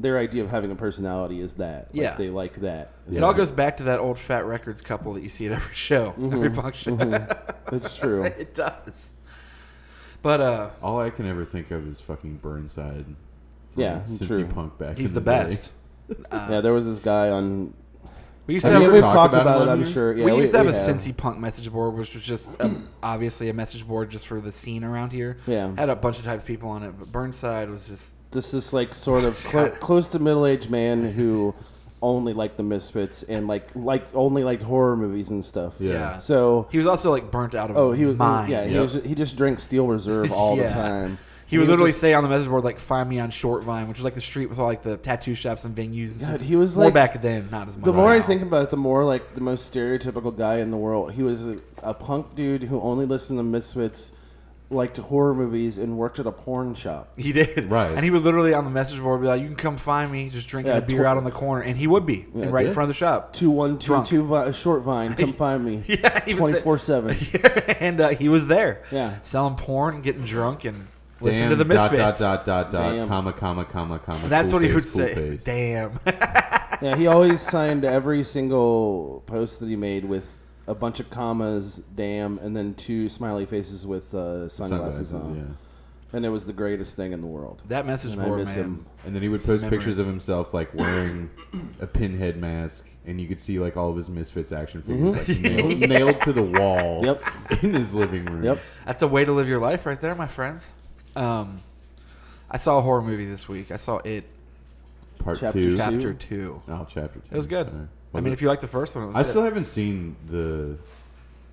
Speaker 1: their idea of having a personality is that. Like,
Speaker 2: Yeah.
Speaker 1: they like that.
Speaker 2: It all goes back to that old Fat Records couple that you see at every show, every function.
Speaker 1: That's true.
Speaker 2: it does. But uh,
Speaker 3: All I can ever think of is fucking Burnside. from
Speaker 1: Yeah,
Speaker 3: Cincy
Speaker 1: true.
Speaker 3: Punk back.
Speaker 2: he's
Speaker 3: in
Speaker 2: the
Speaker 3: the,
Speaker 2: best.
Speaker 1: yeah, there was this guy on.
Speaker 2: We used to
Speaker 1: I
Speaker 2: have
Speaker 1: mean,
Speaker 3: ever
Speaker 1: we've
Speaker 3: talked
Speaker 1: talked
Speaker 3: about
Speaker 1: about
Speaker 3: him
Speaker 1: it.
Speaker 3: on
Speaker 1: I'm
Speaker 3: here?
Speaker 1: sure. Yeah,
Speaker 2: we used to have a
Speaker 1: have.
Speaker 2: Cincy Punk message board, which was just um, obviously a message board just for the scene around here.
Speaker 1: Yeah.
Speaker 2: had a bunch of types of people on it, but Burnside was just
Speaker 1: This is like sort of cl- close to middle aged man who only liked the Misfits and like like only liked horror movies and stuff.
Speaker 3: Yeah.
Speaker 2: yeah.
Speaker 1: So
Speaker 2: he was also like burnt out of
Speaker 1: oh
Speaker 2: his
Speaker 1: he was
Speaker 2: mind.
Speaker 1: yeah he
Speaker 3: Yep.
Speaker 1: was he just drank Steel Reserve all the
Speaker 2: Yeah.
Speaker 1: time.
Speaker 2: He
Speaker 1: And
Speaker 2: would literally
Speaker 1: just-
Speaker 2: say on the message board like "Find me on Short Vine," which was like the street with all like the tattoo shops and venues. And
Speaker 1: God,
Speaker 2: stuff.
Speaker 1: he was,
Speaker 2: more
Speaker 1: like-
Speaker 2: back then, not as much.
Speaker 1: The more I
Speaker 2: now.
Speaker 1: think about it, the more like the most stereotypical guy in the world. He was a, a punk dude who only listened to Misfits, liked horror movies, and worked at a porn shop.
Speaker 2: he did
Speaker 3: Right.
Speaker 2: and he would literally on the message board be like, "You can come find me, just drinking
Speaker 1: Yeah,
Speaker 2: a beer
Speaker 1: tw-
Speaker 2: out on the corner," and he would be and right in
Speaker 1: yeah.
Speaker 2: front of the shop.
Speaker 1: Two one two
Speaker 2: Drunk.
Speaker 1: two vi- short vine. Come find me.
Speaker 2: Yeah, he was-
Speaker 1: twenty four seven.
Speaker 2: and uh, he was there.
Speaker 1: Yeah.
Speaker 2: Selling porn, getting drunk, and listening
Speaker 3: Damn,
Speaker 2: to the Misfits.
Speaker 3: Dot, dot, dot, dot,
Speaker 1: Damn.
Speaker 3: dot, comma, comma, comma, comma.
Speaker 2: That's
Speaker 3: cool
Speaker 2: what he
Speaker 3: face,
Speaker 2: would
Speaker 3: cool
Speaker 2: say.
Speaker 3: face.
Speaker 2: Damn.
Speaker 1: Yeah, he always signed every single post that he made with a bunch of commas, damn, and then two smiley faces with uh, sunglasses,
Speaker 3: Sunglasses,
Speaker 1: on.
Speaker 3: yeah.
Speaker 1: And it was the greatest thing in the world.
Speaker 2: that message
Speaker 1: And I
Speaker 2: board,
Speaker 1: miss
Speaker 2: man.
Speaker 1: him.
Speaker 3: And then he would
Speaker 2: Some
Speaker 3: post pictures
Speaker 2: memories.
Speaker 3: of himself like wearing a pinhead mask, and you could see like all of his Misfits action figures like, nailed, nailed to the wall
Speaker 1: Mm-hmm. Yep.
Speaker 3: in his living room.
Speaker 1: Yep.
Speaker 2: That's a way to live your life right there, my friends. Um, I saw a horror movie this week. I saw it
Speaker 3: Part
Speaker 1: Chapter
Speaker 3: two.
Speaker 1: chap-
Speaker 2: chapter two.
Speaker 3: Oh, chapter two.
Speaker 2: It was good.
Speaker 3: Sorry.
Speaker 2: I
Speaker 3: Was
Speaker 2: mean,
Speaker 3: it?
Speaker 2: if you like the first one, it was
Speaker 3: I
Speaker 2: good.
Speaker 3: still haven't seen the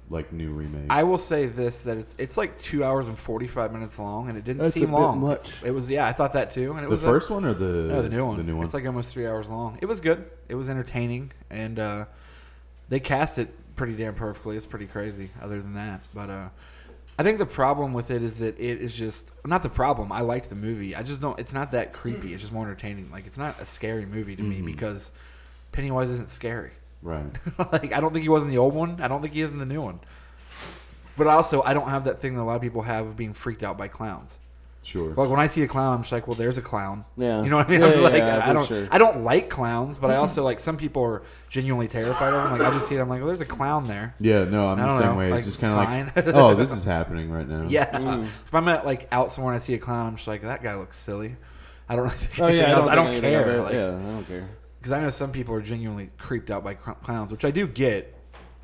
Speaker 3: like new remake.
Speaker 2: I will say this that it's it's like two hours and forty five minutes long, and it didn't
Speaker 1: That's a
Speaker 2: seem
Speaker 1: bit
Speaker 2: long.
Speaker 1: much.
Speaker 2: It was yeah, I thought that too. And it
Speaker 3: the
Speaker 2: was a-
Speaker 3: first one or the
Speaker 2: No, Oh, the new one.
Speaker 3: The new one.
Speaker 2: It's like almost three hours long. It was good. It was entertaining, and uh, they cast it pretty damn perfectly. It's pretty crazy. Other than that, but uh, I think the problem with it is that it is just not the problem. I liked the movie. I just don't. It's not that creepy. It's just more entertaining. Like it's not a scary movie to
Speaker 3: Mm-hmm.
Speaker 2: me because Pennywise isn't scary.
Speaker 3: right.
Speaker 2: like I don't think he was in the old one. I don't think he is in the new one. But also, I don't have that thing that a lot of people have of being freaked out by clowns.
Speaker 3: Sure.
Speaker 2: Like when I see a clown, I'm just like, well, there's a clown.
Speaker 1: Yeah.
Speaker 2: You know what I mean?
Speaker 1: Yeah,
Speaker 2: I'm
Speaker 1: yeah,
Speaker 2: like,
Speaker 1: yeah,
Speaker 2: I,
Speaker 1: for
Speaker 2: don't,
Speaker 1: sure.
Speaker 2: I don't like clowns, but I also like some people are genuinely terrified of them. Like I just see it, I'm like, well, there's a clown there.
Speaker 3: Yeah, no, I'm
Speaker 2: I
Speaker 3: the
Speaker 2: don't
Speaker 3: same
Speaker 2: know,
Speaker 3: way.
Speaker 2: like,
Speaker 3: it's just kind of
Speaker 2: fine.
Speaker 3: like, oh, this is happening right now.
Speaker 2: Yeah.
Speaker 1: Mm.
Speaker 2: If I'm at like out somewhere and I see a clown, I'm just like, that guy looks silly. I don't really think
Speaker 1: Oh yeah, I
Speaker 2: anything else.
Speaker 1: don't,
Speaker 2: I don't,
Speaker 1: think anything of
Speaker 2: care.
Speaker 1: it.
Speaker 2: Like,
Speaker 1: yeah, I don't care.
Speaker 2: because I know some people are genuinely creeped out by cr- clowns, which I do get.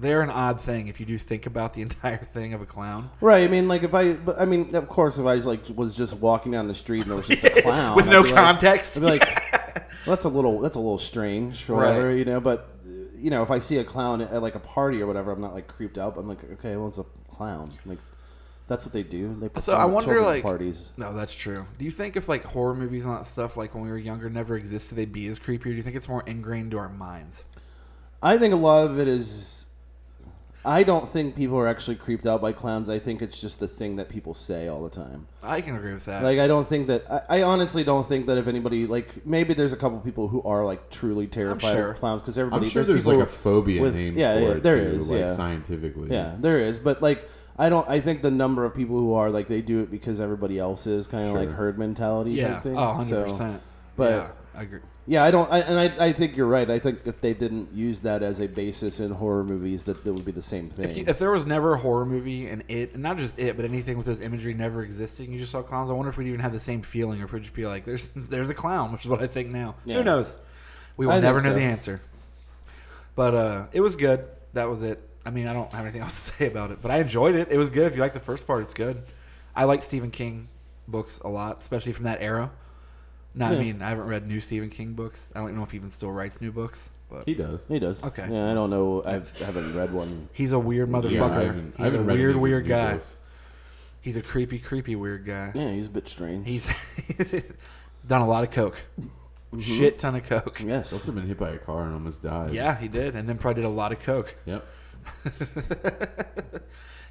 Speaker 2: They're an odd thing if you do think about the entire thing of a clown
Speaker 1: Right. I mean, like if I, but, I mean, of course, if I just, like was just walking down the street and there was just a clown
Speaker 2: with
Speaker 1: I'd
Speaker 2: no
Speaker 1: be like-
Speaker 2: context.
Speaker 1: I'd be like, well, that's a little, that's a little strange, or
Speaker 2: Right.
Speaker 1: whatever, you know. But uh, you know, if I see a clown at like a party or whatever, I'm not like creeped out. but I'm like, okay, well, it's a clown. Like that's what they do. They
Speaker 2: So
Speaker 1: perform
Speaker 2: I
Speaker 1: at
Speaker 2: wonder,
Speaker 1: children's
Speaker 2: like-
Speaker 1: parties.
Speaker 2: No, that's true. Do you think if like horror movies and all that stuff, like when we were younger, never existed, they'd be as creepy? Or do you think it's more ingrained to our minds?
Speaker 1: I think a lot of it is. I don't think people are actually creeped out by clowns. I think it's just the thing that people say all the time.
Speaker 2: I can agree with that.
Speaker 1: Like I don't think that I, I honestly don't think that if anybody like maybe there's a couple people who are like truly terrified
Speaker 2: sure.
Speaker 1: of clowns because everybody
Speaker 3: I'm sure
Speaker 1: there's,
Speaker 3: there's, like a
Speaker 1: people-
Speaker 3: phobia
Speaker 1: with-
Speaker 3: name
Speaker 1: yeah,
Speaker 3: for
Speaker 1: yeah,
Speaker 3: it
Speaker 1: there
Speaker 3: too,
Speaker 1: is,
Speaker 3: like
Speaker 1: yeah.
Speaker 3: scientifically.
Speaker 1: yeah there is but like I don't I think the number of people who are like they do it because everybody else is kind of
Speaker 3: Sure.
Speaker 1: like herd mentality
Speaker 2: yeah,
Speaker 1: type thing.
Speaker 2: oh, 100
Speaker 1: So,
Speaker 2: percent.
Speaker 1: but-
Speaker 2: yeah, I agree.
Speaker 1: yeah, I don't I, and I, I think you're right. I think if they didn't use that as a basis in horror movies that that would be the same thing.
Speaker 2: If, you- if there was never a horror movie and it, and not just it, but anything with those imagery never existing, you just saw clowns. I wonder if we'd even have the same feeling, or if we'd just be like, "There's, there's a clown," which is what I think now.
Speaker 1: Yeah.
Speaker 2: Who knows? We will
Speaker 1: I think
Speaker 2: never know
Speaker 1: so.
Speaker 2: the answer. But uh, it was good. That was it. I mean, I don't have anything else to say about it, but I enjoyed it. It was good. If you like the first part, it's good. I like Stephen King books a lot, especially from that era. Now, I
Speaker 1: Yeah.
Speaker 2: mean, I haven't read new Stephen King books. I don't even know if he even still writes new books, but
Speaker 3: He does.
Speaker 1: He does.
Speaker 2: Okay.
Speaker 1: Yeah, I don't know. I've, I haven't read one.
Speaker 2: he's a weird motherfucker.
Speaker 3: Yeah, I haven't, I
Speaker 2: he's a
Speaker 3: haven't read any
Speaker 2: weird,
Speaker 3: of his
Speaker 2: weird
Speaker 3: new
Speaker 2: guy.
Speaker 3: books.
Speaker 2: He's a creepy, creepy weird guy.
Speaker 1: Yeah, he's a bit strange.
Speaker 2: He's done a lot of coke,
Speaker 1: Mm-hmm.
Speaker 2: shit ton of coke.
Speaker 1: yes.
Speaker 3: He's also been hit by a car and almost died.
Speaker 2: Yeah, he did, and then probably did a lot of coke.
Speaker 3: Yep.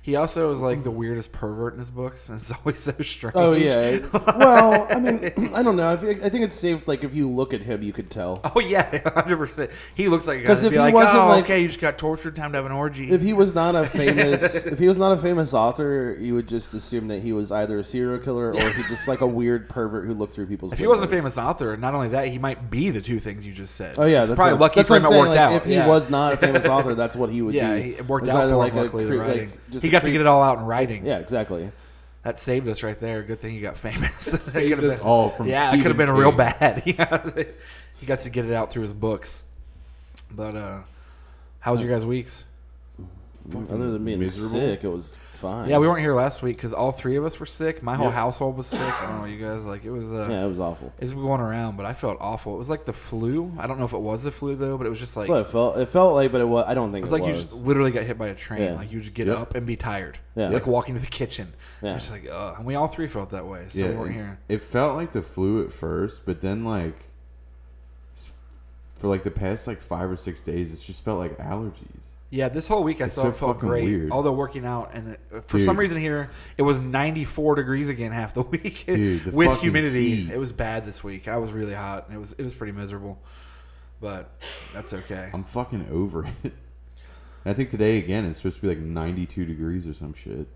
Speaker 2: He also is like the weirdest pervert in his books, and it's always so strange.
Speaker 1: Oh yeah. well, I mean, I don't know. I think I think it's safe. Like if you look at him, you could tell.
Speaker 2: Oh yeah, hundred percent. He looks like a guy
Speaker 1: 'Cause
Speaker 2: that'd be
Speaker 1: if he
Speaker 2: like,
Speaker 1: wasn't,
Speaker 2: oh,
Speaker 1: like-
Speaker 2: okay, you just got tortured, time to have an orgy.
Speaker 1: If he was not a famous, if he was not a famous author, you would just assume that he was either a serial killer or he's just like a weird pervert who looked through people's.
Speaker 2: If he wasn't a
Speaker 1: windows.
Speaker 2: famous author, not only that, he might be the two things you just said.
Speaker 1: Oh yeah,
Speaker 2: it's
Speaker 1: that's
Speaker 2: probably
Speaker 1: what-
Speaker 2: lucky
Speaker 1: that's
Speaker 2: for
Speaker 1: what
Speaker 2: him
Speaker 1: I'm
Speaker 2: it
Speaker 1: saying,
Speaker 2: worked
Speaker 1: like,
Speaker 2: out.
Speaker 1: If he
Speaker 2: yeah.
Speaker 1: was not a famous author, that's what he would
Speaker 2: yeah,
Speaker 1: be.
Speaker 2: he, it worked
Speaker 1: Was
Speaker 2: out
Speaker 1: either
Speaker 2: for
Speaker 1: like
Speaker 2: him.
Speaker 1: a
Speaker 2: Luckily, the
Speaker 1: cre- like,
Speaker 2: writing.
Speaker 1: just
Speaker 2: he
Speaker 1: a
Speaker 2: got to
Speaker 1: creep-
Speaker 2: get it all out in writing.
Speaker 1: Yeah, exactly.
Speaker 2: that saved us right there. Good thing he got famous. That
Speaker 3: Saved
Speaker 2: could've
Speaker 3: us
Speaker 2: been-
Speaker 3: all from
Speaker 2: yeah, it could have
Speaker 3: Stephen
Speaker 2: been real
Speaker 3: King.
Speaker 2: bad. yeah, he got to get it out through his books. But uh, how was your guys' weeks?
Speaker 1: Other than being
Speaker 3: miserable.
Speaker 1: sick, it was fine.
Speaker 2: Yeah, we weren't here last week because all three of us were sick. My whole
Speaker 1: Yeah.
Speaker 2: household was sick. I don't know, you guys like it was. Uh,
Speaker 1: Yeah, it was awful.
Speaker 2: It's been going around, but I felt awful. It was like the flu. I don't know if it was the flu though, but it was just like
Speaker 1: That's what it felt. It felt like, but it was. I don't think
Speaker 2: it was
Speaker 1: it
Speaker 2: like
Speaker 1: was.
Speaker 2: you just literally got hit by a train.
Speaker 1: Yeah.
Speaker 2: Like you just get
Speaker 3: Yep.
Speaker 2: up and be tired.
Speaker 1: Yeah.
Speaker 2: Like walking to the kitchen.
Speaker 1: Yeah.
Speaker 2: It's just like ugh. And we all three felt that way. So
Speaker 3: yeah.
Speaker 2: we weren't
Speaker 3: it,
Speaker 2: here.
Speaker 3: it felt like the flu at first, but then like s- for like the past like five or six days, it's just felt like allergies.
Speaker 2: Yeah, this whole week I
Speaker 3: It's so
Speaker 2: still felt
Speaker 3: fucking
Speaker 2: great.
Speaker 3: weird.
Speaker 2: Although working out and it, for
Speaker 3: Dude.
Speaker 2: some reason here it was 94 degrees again half the week
Speaker 3: Dude, the
Speaker 2: with
Speaker 3: fucking
Speaker 2: humidity.
Speaker 3: heat.
Speaker 2: It was bad this week. I was really hot and it was it was pretty miserable. But that's okay.
Speaker 3: I'm fucking over it. And I think today again it's supposed to be like 92 degrees or some shit.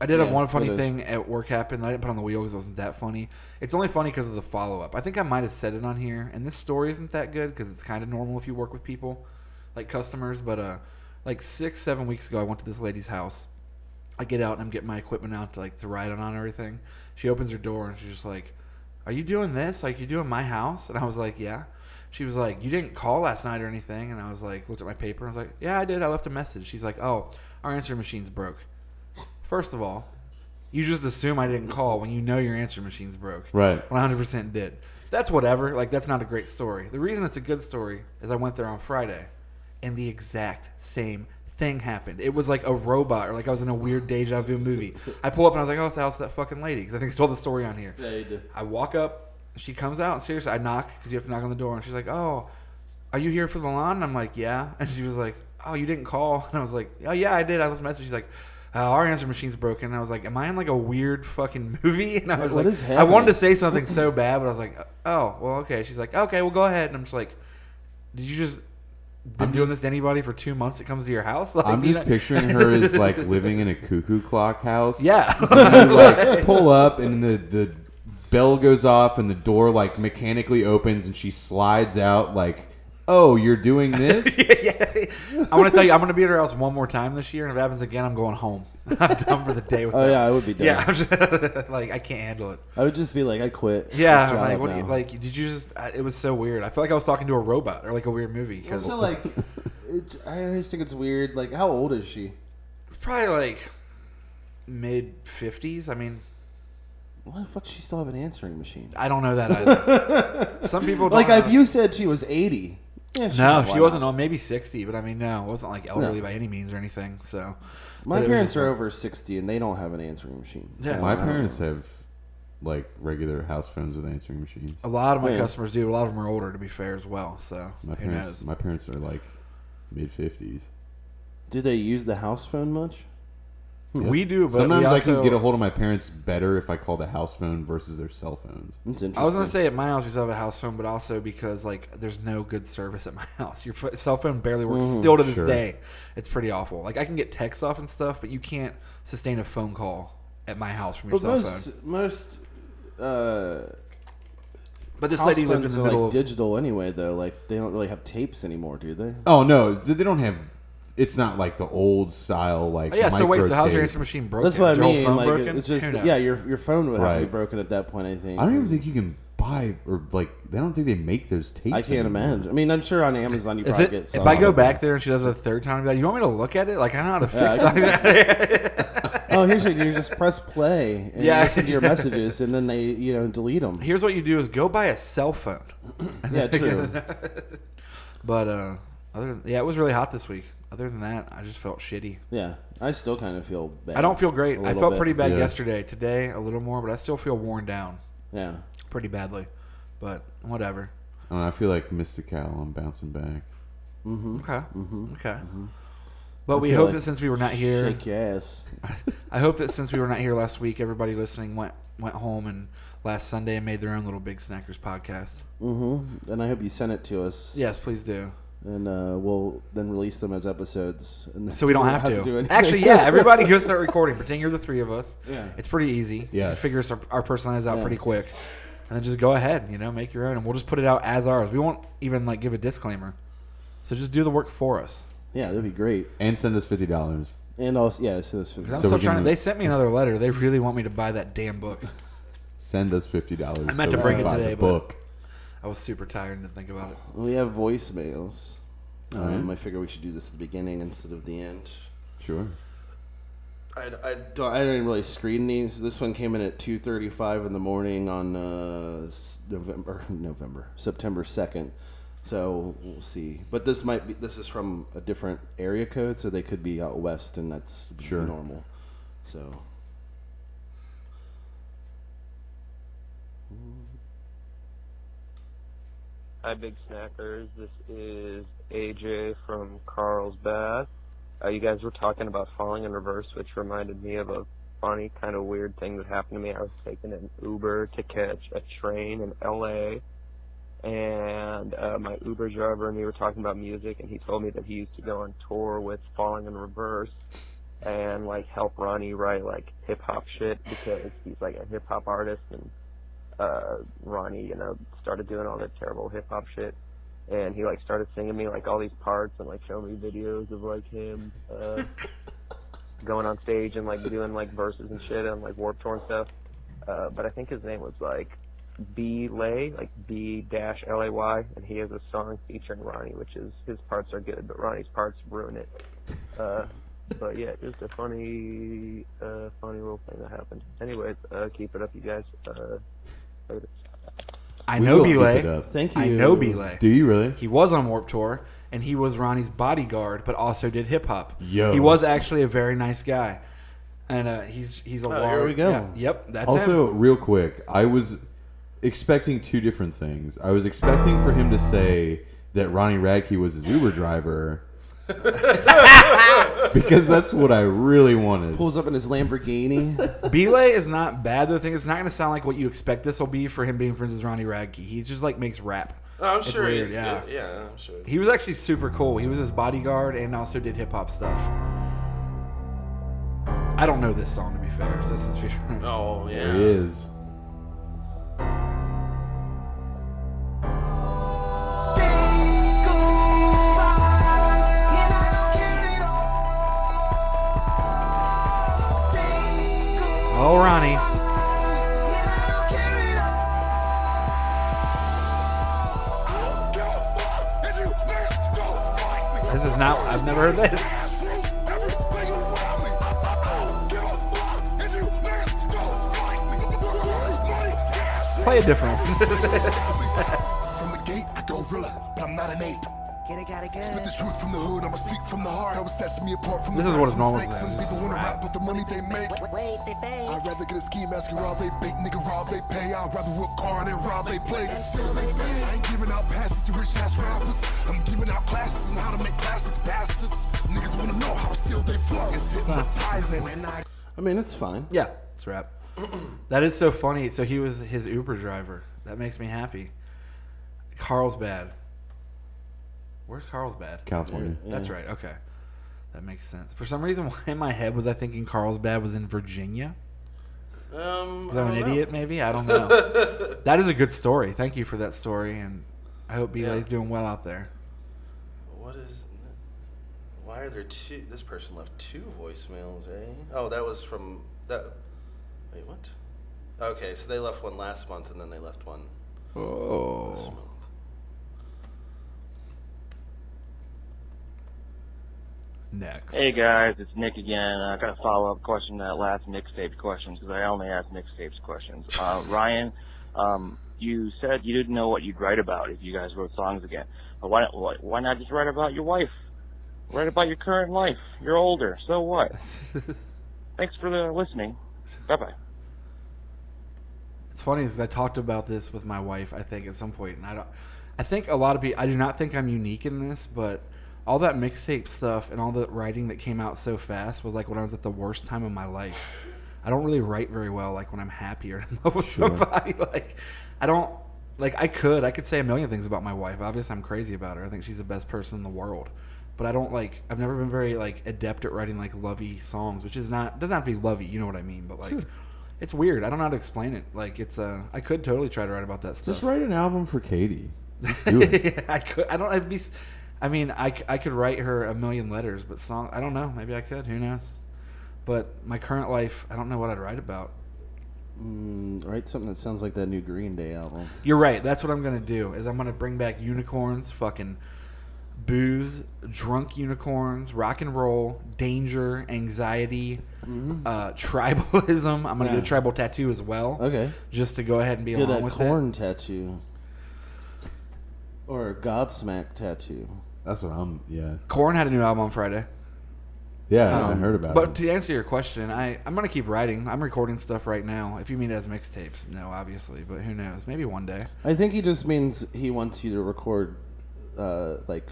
Speaker 2: I did have
Speaker 1: Yeah,
Speaker 2: one funny
Speaker 1: but, uh,
Speaker 2: thing at work happen. that I didn't put on the wheel because it wasn't that funny. It's only funny because of the follow up. I think I might have said it on here, and this story isn't that good because it's kind of normal if you work with people, like customers. But uh, like six, seven weeks ago, I went to this lady's house. I get out and I'm getting my equipment out to like to ride it on and everything. She opens her door and she's just like, "Are you doing this? Like you doing my house?" And I was like, "Yeah." She was like, "You didn't call last night or anything?" And I was like, looked at my paper. and I was like, "Yeah, I did. I left a message." She's like, "Oh, our answering machine's broke." First of all, you just assume I didn't call when you know your answer machine's broke.
Speaker 3: Right.
Speaker 2: 100% did. That's whatever. Like, that's not a great story. The reason it's a good story is I went there on Friday and the exact same thing happened. It was like a robot or like I was in a weird deja vu movie. I pull up and I was like, oh, it's the house of that fucking lady because I think I told the story on here.
Speaker 1: Yeah, you did.
Speaker 2: I walk up. She comes out. And seriously, I knock because you have to knock on the door. And she's like, "Oh, are you here for the lawn?" And I'm like, "Yeah." And she was like, "Oh, you didn't call?" And I was like, "Oh yeah, I did. I left a message." She's like, uh, "Our answer machine's broken." And I was like, "Am I in like a weird fucking movie?" And I was
Speaker 1: What
Speaker 2: like,
Speaker 1: is
Speaker 2: "I wanted to
Speaker 1: happening?
Speaker 2: say something so bad, but I was like, oh well, okay." She's like, "Okay, well, go ahead." And I'm just like, "Did you just?" Been doing this to anybody for two months. It comes to your house. Like,
Speaker 3: I'm
Speaker 2: you
Speaker 3: just
Speaker 2: know-
Speaker 3: picturing her as like living in a cuckoo clock house.
Speaker 2: yeah.
Speaker 3: You, like pull up and the the bell goes off and the door like mechanically opens and she slides out like, "Oh, you're doing this?"
Speaker 2: yeah. I'm gonna tell you, I'm gonna be at her house one more time this year, and if it happens again, I'm going home. I'm done for the day with
Speaker 1: Oh
Speaker 2: that.
Speaker 1: yeah, I would be done.
Speaker 2: Yeah, I'm just- like I can't handle it.
Speaker 1: I would just be like, I quit.
Speaker 2: Yeah,
Speaker 1: this job
Speaker 2: like what? Do you,
Speaker 1: now.
Speaker 2: like did you just? I, it was so weird. I feel like I was talking to a robot or like a weird movie. 'cause-
Speaker 1: Also, like, it, I always think it's weird. Like, how old is she?
Speaker 2: it's probably like mid fifties. I mean,
Speaker 1: Why the fuck does she still have an answering machine?
Speaker 2: I don't know that either. Some people don't
Speaker 1: Like,
Speaker 2: know.
Speaker 1: if you said she was eighty,
Speaker 2: No,
Speaker 1: yeah, why
Speaker 2: she
Speaker 1: not?
Speaker 2: wasn't on maybe sixty, but I mean, no, it wasn't like elderly by any means or anything. So But
Speaker 1: My
Speaker 2: it was
Speaker 1: parents
Speaker 2: just-
Speaker 1: are over sixty, and they don't have an answering machine. so
Speaker 2: Yeah.
Speaker 1: I don't
Speaker 3: My
Speaker 1: know.
Speaker 3: parents have like regular house phones with answering machines.
Speaker 2: A lot of my
Speaker 1: Yeah.
Speaker 2: customers do. A lot of them are older, to be fair, as well. So
Speaker 3: My
Speaker 2: who knows?
Speaker 3: parents, my parents are like mid fifties.
Speaker 1: Do they use the house phone much?
Speaker 2: We do, but
Speaker 3: Sometimes
Speaker 2: we
Speaker 3: I can
Speaker 2: also-
Speaker 3: get a hold of my parents better if I call the house phone versus their cell phones.
Speaker 1: That's interesting.
Speaker 2: I was gonna say at my house we still have a house phone, but also because like there's no good service at my house. Your ph- cell phone barely works
Speaker 1: Mm-hmm,
Speaker 2: still to this
Speaker 3: sure.
Speaker 2: day. It's pretty awful. Like I can get texts off and stuff, but you can't sustain a phone call at my house from your
Speaker 1: but
Speaker 2: cell
Speaker 1: most
Speaker 2: phone.
Speaker 1: most uh,
Speaker 2: But this
Speaker 1: house
Speaker 2: lady lived in
Speaker 1: phones
Speaker 2: the
Speaker 1: are
Speaker 2: middle
Speaker 1: like
Speaker 2: of
Speaker 1: digital anyway, though. Like, they don't really have tapes anymore, do they?
Speaker 3: Oh no, th- they don't have. It's not like the old style like.
Speaker 2: Oh, yeah. So wait, so how's your
Speaker 3: microtape.
Speaker 2: answer machine broken?
Speaker 1: That's what I
Speaker 2: Is your whole
Speaker 1: mean.
Speaker 2: phone
Speaker 1: Like,
Speaker 2: broken?
Speaker 1: it's just
Speaker 2: Who knows?
Speaker 1: yeah, your your phone would have to
Speaker 3: Right.
Speaker 1: be broken at that point. I think.
Speaker 3: I don't even think you can buy or like. They don't think they make those tapes.
Speaker 1: I can't
Speaker 3: anymore.
Speaker 1: imagine. I mean, I'm sure on Amazon you
Speaker 2: If,
Speaker 1: probably
Speaker 2: it-
Speaker 1: get.
Speaker 2: if
Speaker 1: Some
Speaker 2: I go back there and she does it a third time, I'd be like, you want me to look at it? Like I know how to fix
Speaker 1: I
Speaker 2: something.
Speaker 1: can-
Speaker 2: that.
Speaker 1: oh, oh, here's what you just press play and
Speaker 2: Yeah.
Speaker 1: listen to your messages, and then they you know delete them.
Speaker 2: Here's what you do: is go buy a cell phone.
Speaker 1: Yeah, true.
Speaker 2: But uh, other than, yeah, it was really hot this week. Other than that, I just felt shitty.
Speaker 1: yeah, I still kind of feel bad.
Speaker 2: I don't feel great.
Speaker 1: A
Speaker 2: I
Speaker 1: little
Speaker 2: felt
Speaker 1: bit.
Speaker 2: pretty bad
Speaker 3: Yeah.
Speaker 2: yesterday. Today, a little more, but I still feel worn down
Speaker 1: Yeah,
Speaker 2: pretty badly. But whatever.
Speaker 3: I, don't know, I feel like Mystical. I'm bouncing back.
Speaker 1: Mm-hmm.
Speaker 2: Okay. Okay. But we
Speaker 1: feel
Speaker 2: hope
Speaker 1: like
Speaker 2: that since we were not here,
Speaker 1: shake your ass.
Speaker 2: I hope that since we were not here last week, everybody listening went went home and last Sunday and made their own little Big Snackers podcast.
Speaker 1: Mm-hmm. And I hope you send it to us.
Speaker 2: Yes, please do.
Speaker 1: and uh, we'll then release them as episodes. And
Speaker 2: So we don't
Speaker 1: we'll
Speaker 2: have, to.
Speaker 1: anything.
Speaker 2: Actually, yeah, everybody go start recording. Pretend you're the three of us.
Speaker 1: Yeah.
Speaker 2: It's pretty easy.
Speaker 3: Yeah.
Speaker 2: You figure our, our personalities out
Speaker 1: Yeah.
Speaker 2: pretty quick. And then just go ahead, you know, make your own. And we'll just put it out as ours. We won't even, like, give a disclaimer. So just do the work for us.
Speaker 1: yeah, that'd be great.
Speaker 3: And send us fifty dollars.
Speaker 1: And also, yeah, send us for
Speaker 2: 'Cause I'm
Speaker 3: So
Speaker 2: still
Speaker 3: we
Speaker 2: trying
Speaker 3: can-
Speaker 2: to. They sent me another letter. They really want me to buy that damn book.
Speaker 3: Send us fifty dollars. I
Speaker 2: meant to bring it today,
Speaker 3: The
Speaker 2: but-
Speaker 3: book.
Speaker 2: I was super tired and didn't think about it.
Speaker 1: We have voicemails. Um,
Speaker 3: Alright.
Speaker 1: I figure we should do this at the beginning instead of the end.
Speaker 3: Sure.
Speaker 1: I, I don't. I didn't really screen these. This one came in at two thirty-five in the morning on uh, s- November, November, September second. So we'll see. But this might be. This is from a different area code, so they could be out west, and that's
Speaker 3: Sure.
Speaker 1: normal. So
Speaker 6: Hi, Big Snackers. This is AJ from Carlsbad. Uh, you guys were talking about falling in reverse, which reminded me of a funny, kind of weird thing that happened to me. I was taking an Uber to catch a train in LA, and uh, my Uber driver and me were talking about music, and he told me that he used to go on tour with Falling in Reverse and like help Ronnie write like hip hop shit because he's like a hip hop artist and uh Ronnie, you know, started doing all that terrible hip hop shit. And he like started singing me like all these parts and like showing me videos of like him uh going on stage and like doing like verses and shit on like warp tour and stuff. Uh but I think his name was like B Lay, like B dash L A Y and he has a song featuring Ronnie which is his parts are good, but Ronnie's parts ruin it. Uh but yeah, just a funny uh funny little thing that happened. Anyways, uh keep it up you guys. Uh later.
Speaker 2: I
Speaker 3: We
Speaker 2: know
Speaker 3: will keep it
Speaker 2: Belay.
Speaker 3: up.
Speaker 1: thank you.
Speaker 2: I know Belay.
Speaker 3: Do you really?
Speaker 2: He was on Warp Tour, and he was Ronnie's bodyguard, but also did hip hop.
Speaker 3: Yo.
Speaker 2: he was actually a very nice guy, and uh, he's he's a.
Speaker 1: Oh,
Speaker 2: large,
Speaker 1: here we go.
Speaker 2: yeah, yep, that's him.
Speaker 3: also, real quick, I was expecting two different things. I was expecting for him to say that Ronnie Radke was his Uber driver. because that's what I really wanted.
Speaker 1: Pulls up in his Lamborghini.
Speaker 2: Belay is not bad. The thing it's not going to sound like what you expect this will be for him being friends with Ronnie Radke. He just like makes rap.
Speaker 7: Oh, I'm
Speaker 2: It's
Speaker 7: sure.
Speaker 2: weird,
Speaker 7: he's,
Speaker 2: yeah.
Speaker 7: yeah. yeah, I'm sure.
Speaker 2: He was actually super cool. He was his bodyguard and also did hip hop stuff. I don't know this song to be fair. So this is
Speaker 7: Oh
Speaker 3: There
Speaker 7: yeah.
Speaker 3: he is.
Speaker 2: oh Ronnie. This is not. I've never heard this. Play a different one.
Speaker 8: From the gate, I go gorilla, but I'm not an ape.
Speaker 9: Get it, got it,
Speaker 8: Spit
Speaker 9: good.
Speaker 8: the truth from the hood, I'ma speak from the heart. How it sets me apart from
Speaker 2: This
Speaker 8: the
Speaker 2: is what
Speaker 8: rest of
Speaker 2: his
Speaker 8: the
Speaker 2: normal
Speaker 8: snakes.
Speaker 2: sound
Speaker 8: Some
Speaker 2: is.
Speaker 8: people wanna rap with the money they make.
Speaker 9: Wait, they fake.
Speaker 8: I'd rather get a ski mask and rob they bake, nigga rob they pay. I'd rather work hard and rob they place. I ain't giving out passes to rich ass rappers. I'm giving out classes on how to make classics, bastards. Niggas wanna know how sealed they flow. It's hypnotizing and I
Speaker 1: I mean, it's fine.
Speaker 2: Yeah, it's rap. that is so funny. So he was his Uber driver. That makes me happy. Carlsbad. Where's Carlsbad?
Speaker 3: California.
Speaker 2: That's right. Okay. That makes sense. For some reason, why in my head was I thinking Carlsbad was in Virginia?
Speaker 7: Um,
Speaker 2: Was I
Speaker 7: I
Speaker 2: an
Speaker 7: don't know.
Speaker 2: idiot? Maybe I don't know. that is a good story. Thank you for that story, and I hope Belay's doing well out there.
Speaker 7: What is? Why are there two? This person left two voicemails, eh? Oh, that was from that. Wait, what? Okay, so they left one last month, and then they left one this
Speaker 2: Oh,
Speaker 7: month.
Speaker 2: next.
Speaker 9: Hey guys, it's Nick again. I got a follow up question to that last mixtape question because I only ask mixtapes questions. Uh, Ryan, um, you said you didn't know what you'd write about if you guys wrote songs again. But why, why, why not just write about your wife? Write about your current life. You're older, so what? Thanks for the listening. Bye bye.
Speaker 2: It's funny because I talked about this with my wife. I think at some point, and I don't. I think a lot of people. I do not think I'm unique in this, but all that mixtape stuff and all the writing that came out so fast was like when I was at the worst time of my life. I don't really write very well, like when I'm happy or in love with somebody. Like I don't. Like I could, I could say a million things about my wife. Obviously, I'm crazy about her. I think she's the best person in the world. But I don't like. I've never been very like adept at writing like lovey songs, which is not doesn't have to be lovey. You know what I mean? But like, it's weird. I don't know how to explain it. Like it's uh, I could totally try to write about that stuff.
Speaker 3: Just write an album for Katie. Just do it.
Speaker 2: I could. I don't. I'd be. s- I mean, I, c- I could write her a million letters, but song. I don't know. Maybe I could. Who knows? But my current life, I don't know what I'd write about.
Speaker 1: Mm, write something that sounds like that new Green Day album.
Speaker 2: You're right. That's what I'm gonna do. Is I'm gonna bring back unicorns, fucking booze, drunk unicorns, rock and roll, danger, anxiety, uh, tribalism. I'm gonna do
Speaker 1: Mm-hmm. Yeah.
Speaker 2: a tribal tattoo as well.
Speaker 1: Okay.
Speaker 2: Just to go ahead and be
Speaker 1: Get
Speaker 2: along
Speaker 1: that
Speaker 2: with
Speaker 1: corn tattoo. Or a Godsmack tattoo.
Speaker 3: That's what I'm. Yeah,
Speaker 2: it. Corn had a new album on Friday.
Speaker 3: yeah. I
Speaker 2: Um,
Speaker 3: heard about
Speaker 2: But
Speaker 3: it.
Speaker 2: to answer your question, I I'm gonna keep writing. I'm recording stuff right now. If you mean it as mixtapes, no, obviously, but who knows? Maybe one day.
Speaker 1: I think he just means he wants you to record, uh, like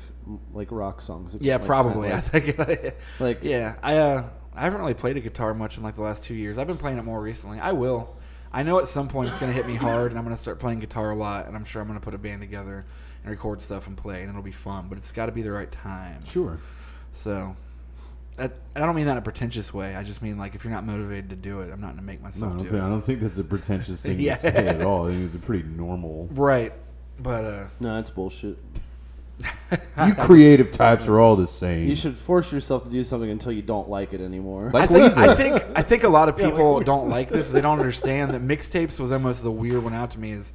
Speaker 1: like rock songs. again,
Speaker 2: Yeah,
Speaker 1: like,
Speaker 2: probably. I
Speaker 1: kind of
Speaker 2: think.
Speaker 1: Like-
Speaker 2: yeah, I uh, I haven't really played a guitar much in like the last two years. I've been playing it more recently. I will. I know at some point it's gonna hit me hard, and I'm gonna start playing guitar a lot, and I'm sure I'm gonna put a band together and record stuff and play, and it'll be fun. But it's got to be the right time.
Speaker 3: sure.
Speaker 2: So. That, I don't mean that in a pretentious way. I just mean like if you're not motivated to do it, I'm not gonna make
Speaker 3: No, I
Speaker 2: myself
Speaker 3: don't,
Speaker 2: do
Speaker 3: think,
Speaker 2: it.
Speaker 3: I don't think that's a pretentious thing
Speaker 2: Yeah.
Speaker 3: to say at all. I think it's a pretty normal.
Speaker 2: Right, but uh,
Speaker 1: like- no, it's bullshit.
Speaker 3: You creative types are all the same.
Speaker 1: You should force yourself to do something until you don't like it anymore.
Speaker 3: like
Speaker 2: I think,
Speaker 3: Weezer.
Speaker 2: I think I think a lot of people don't like this, but they don't understand that mixtapes was almost the weird one out to me. Is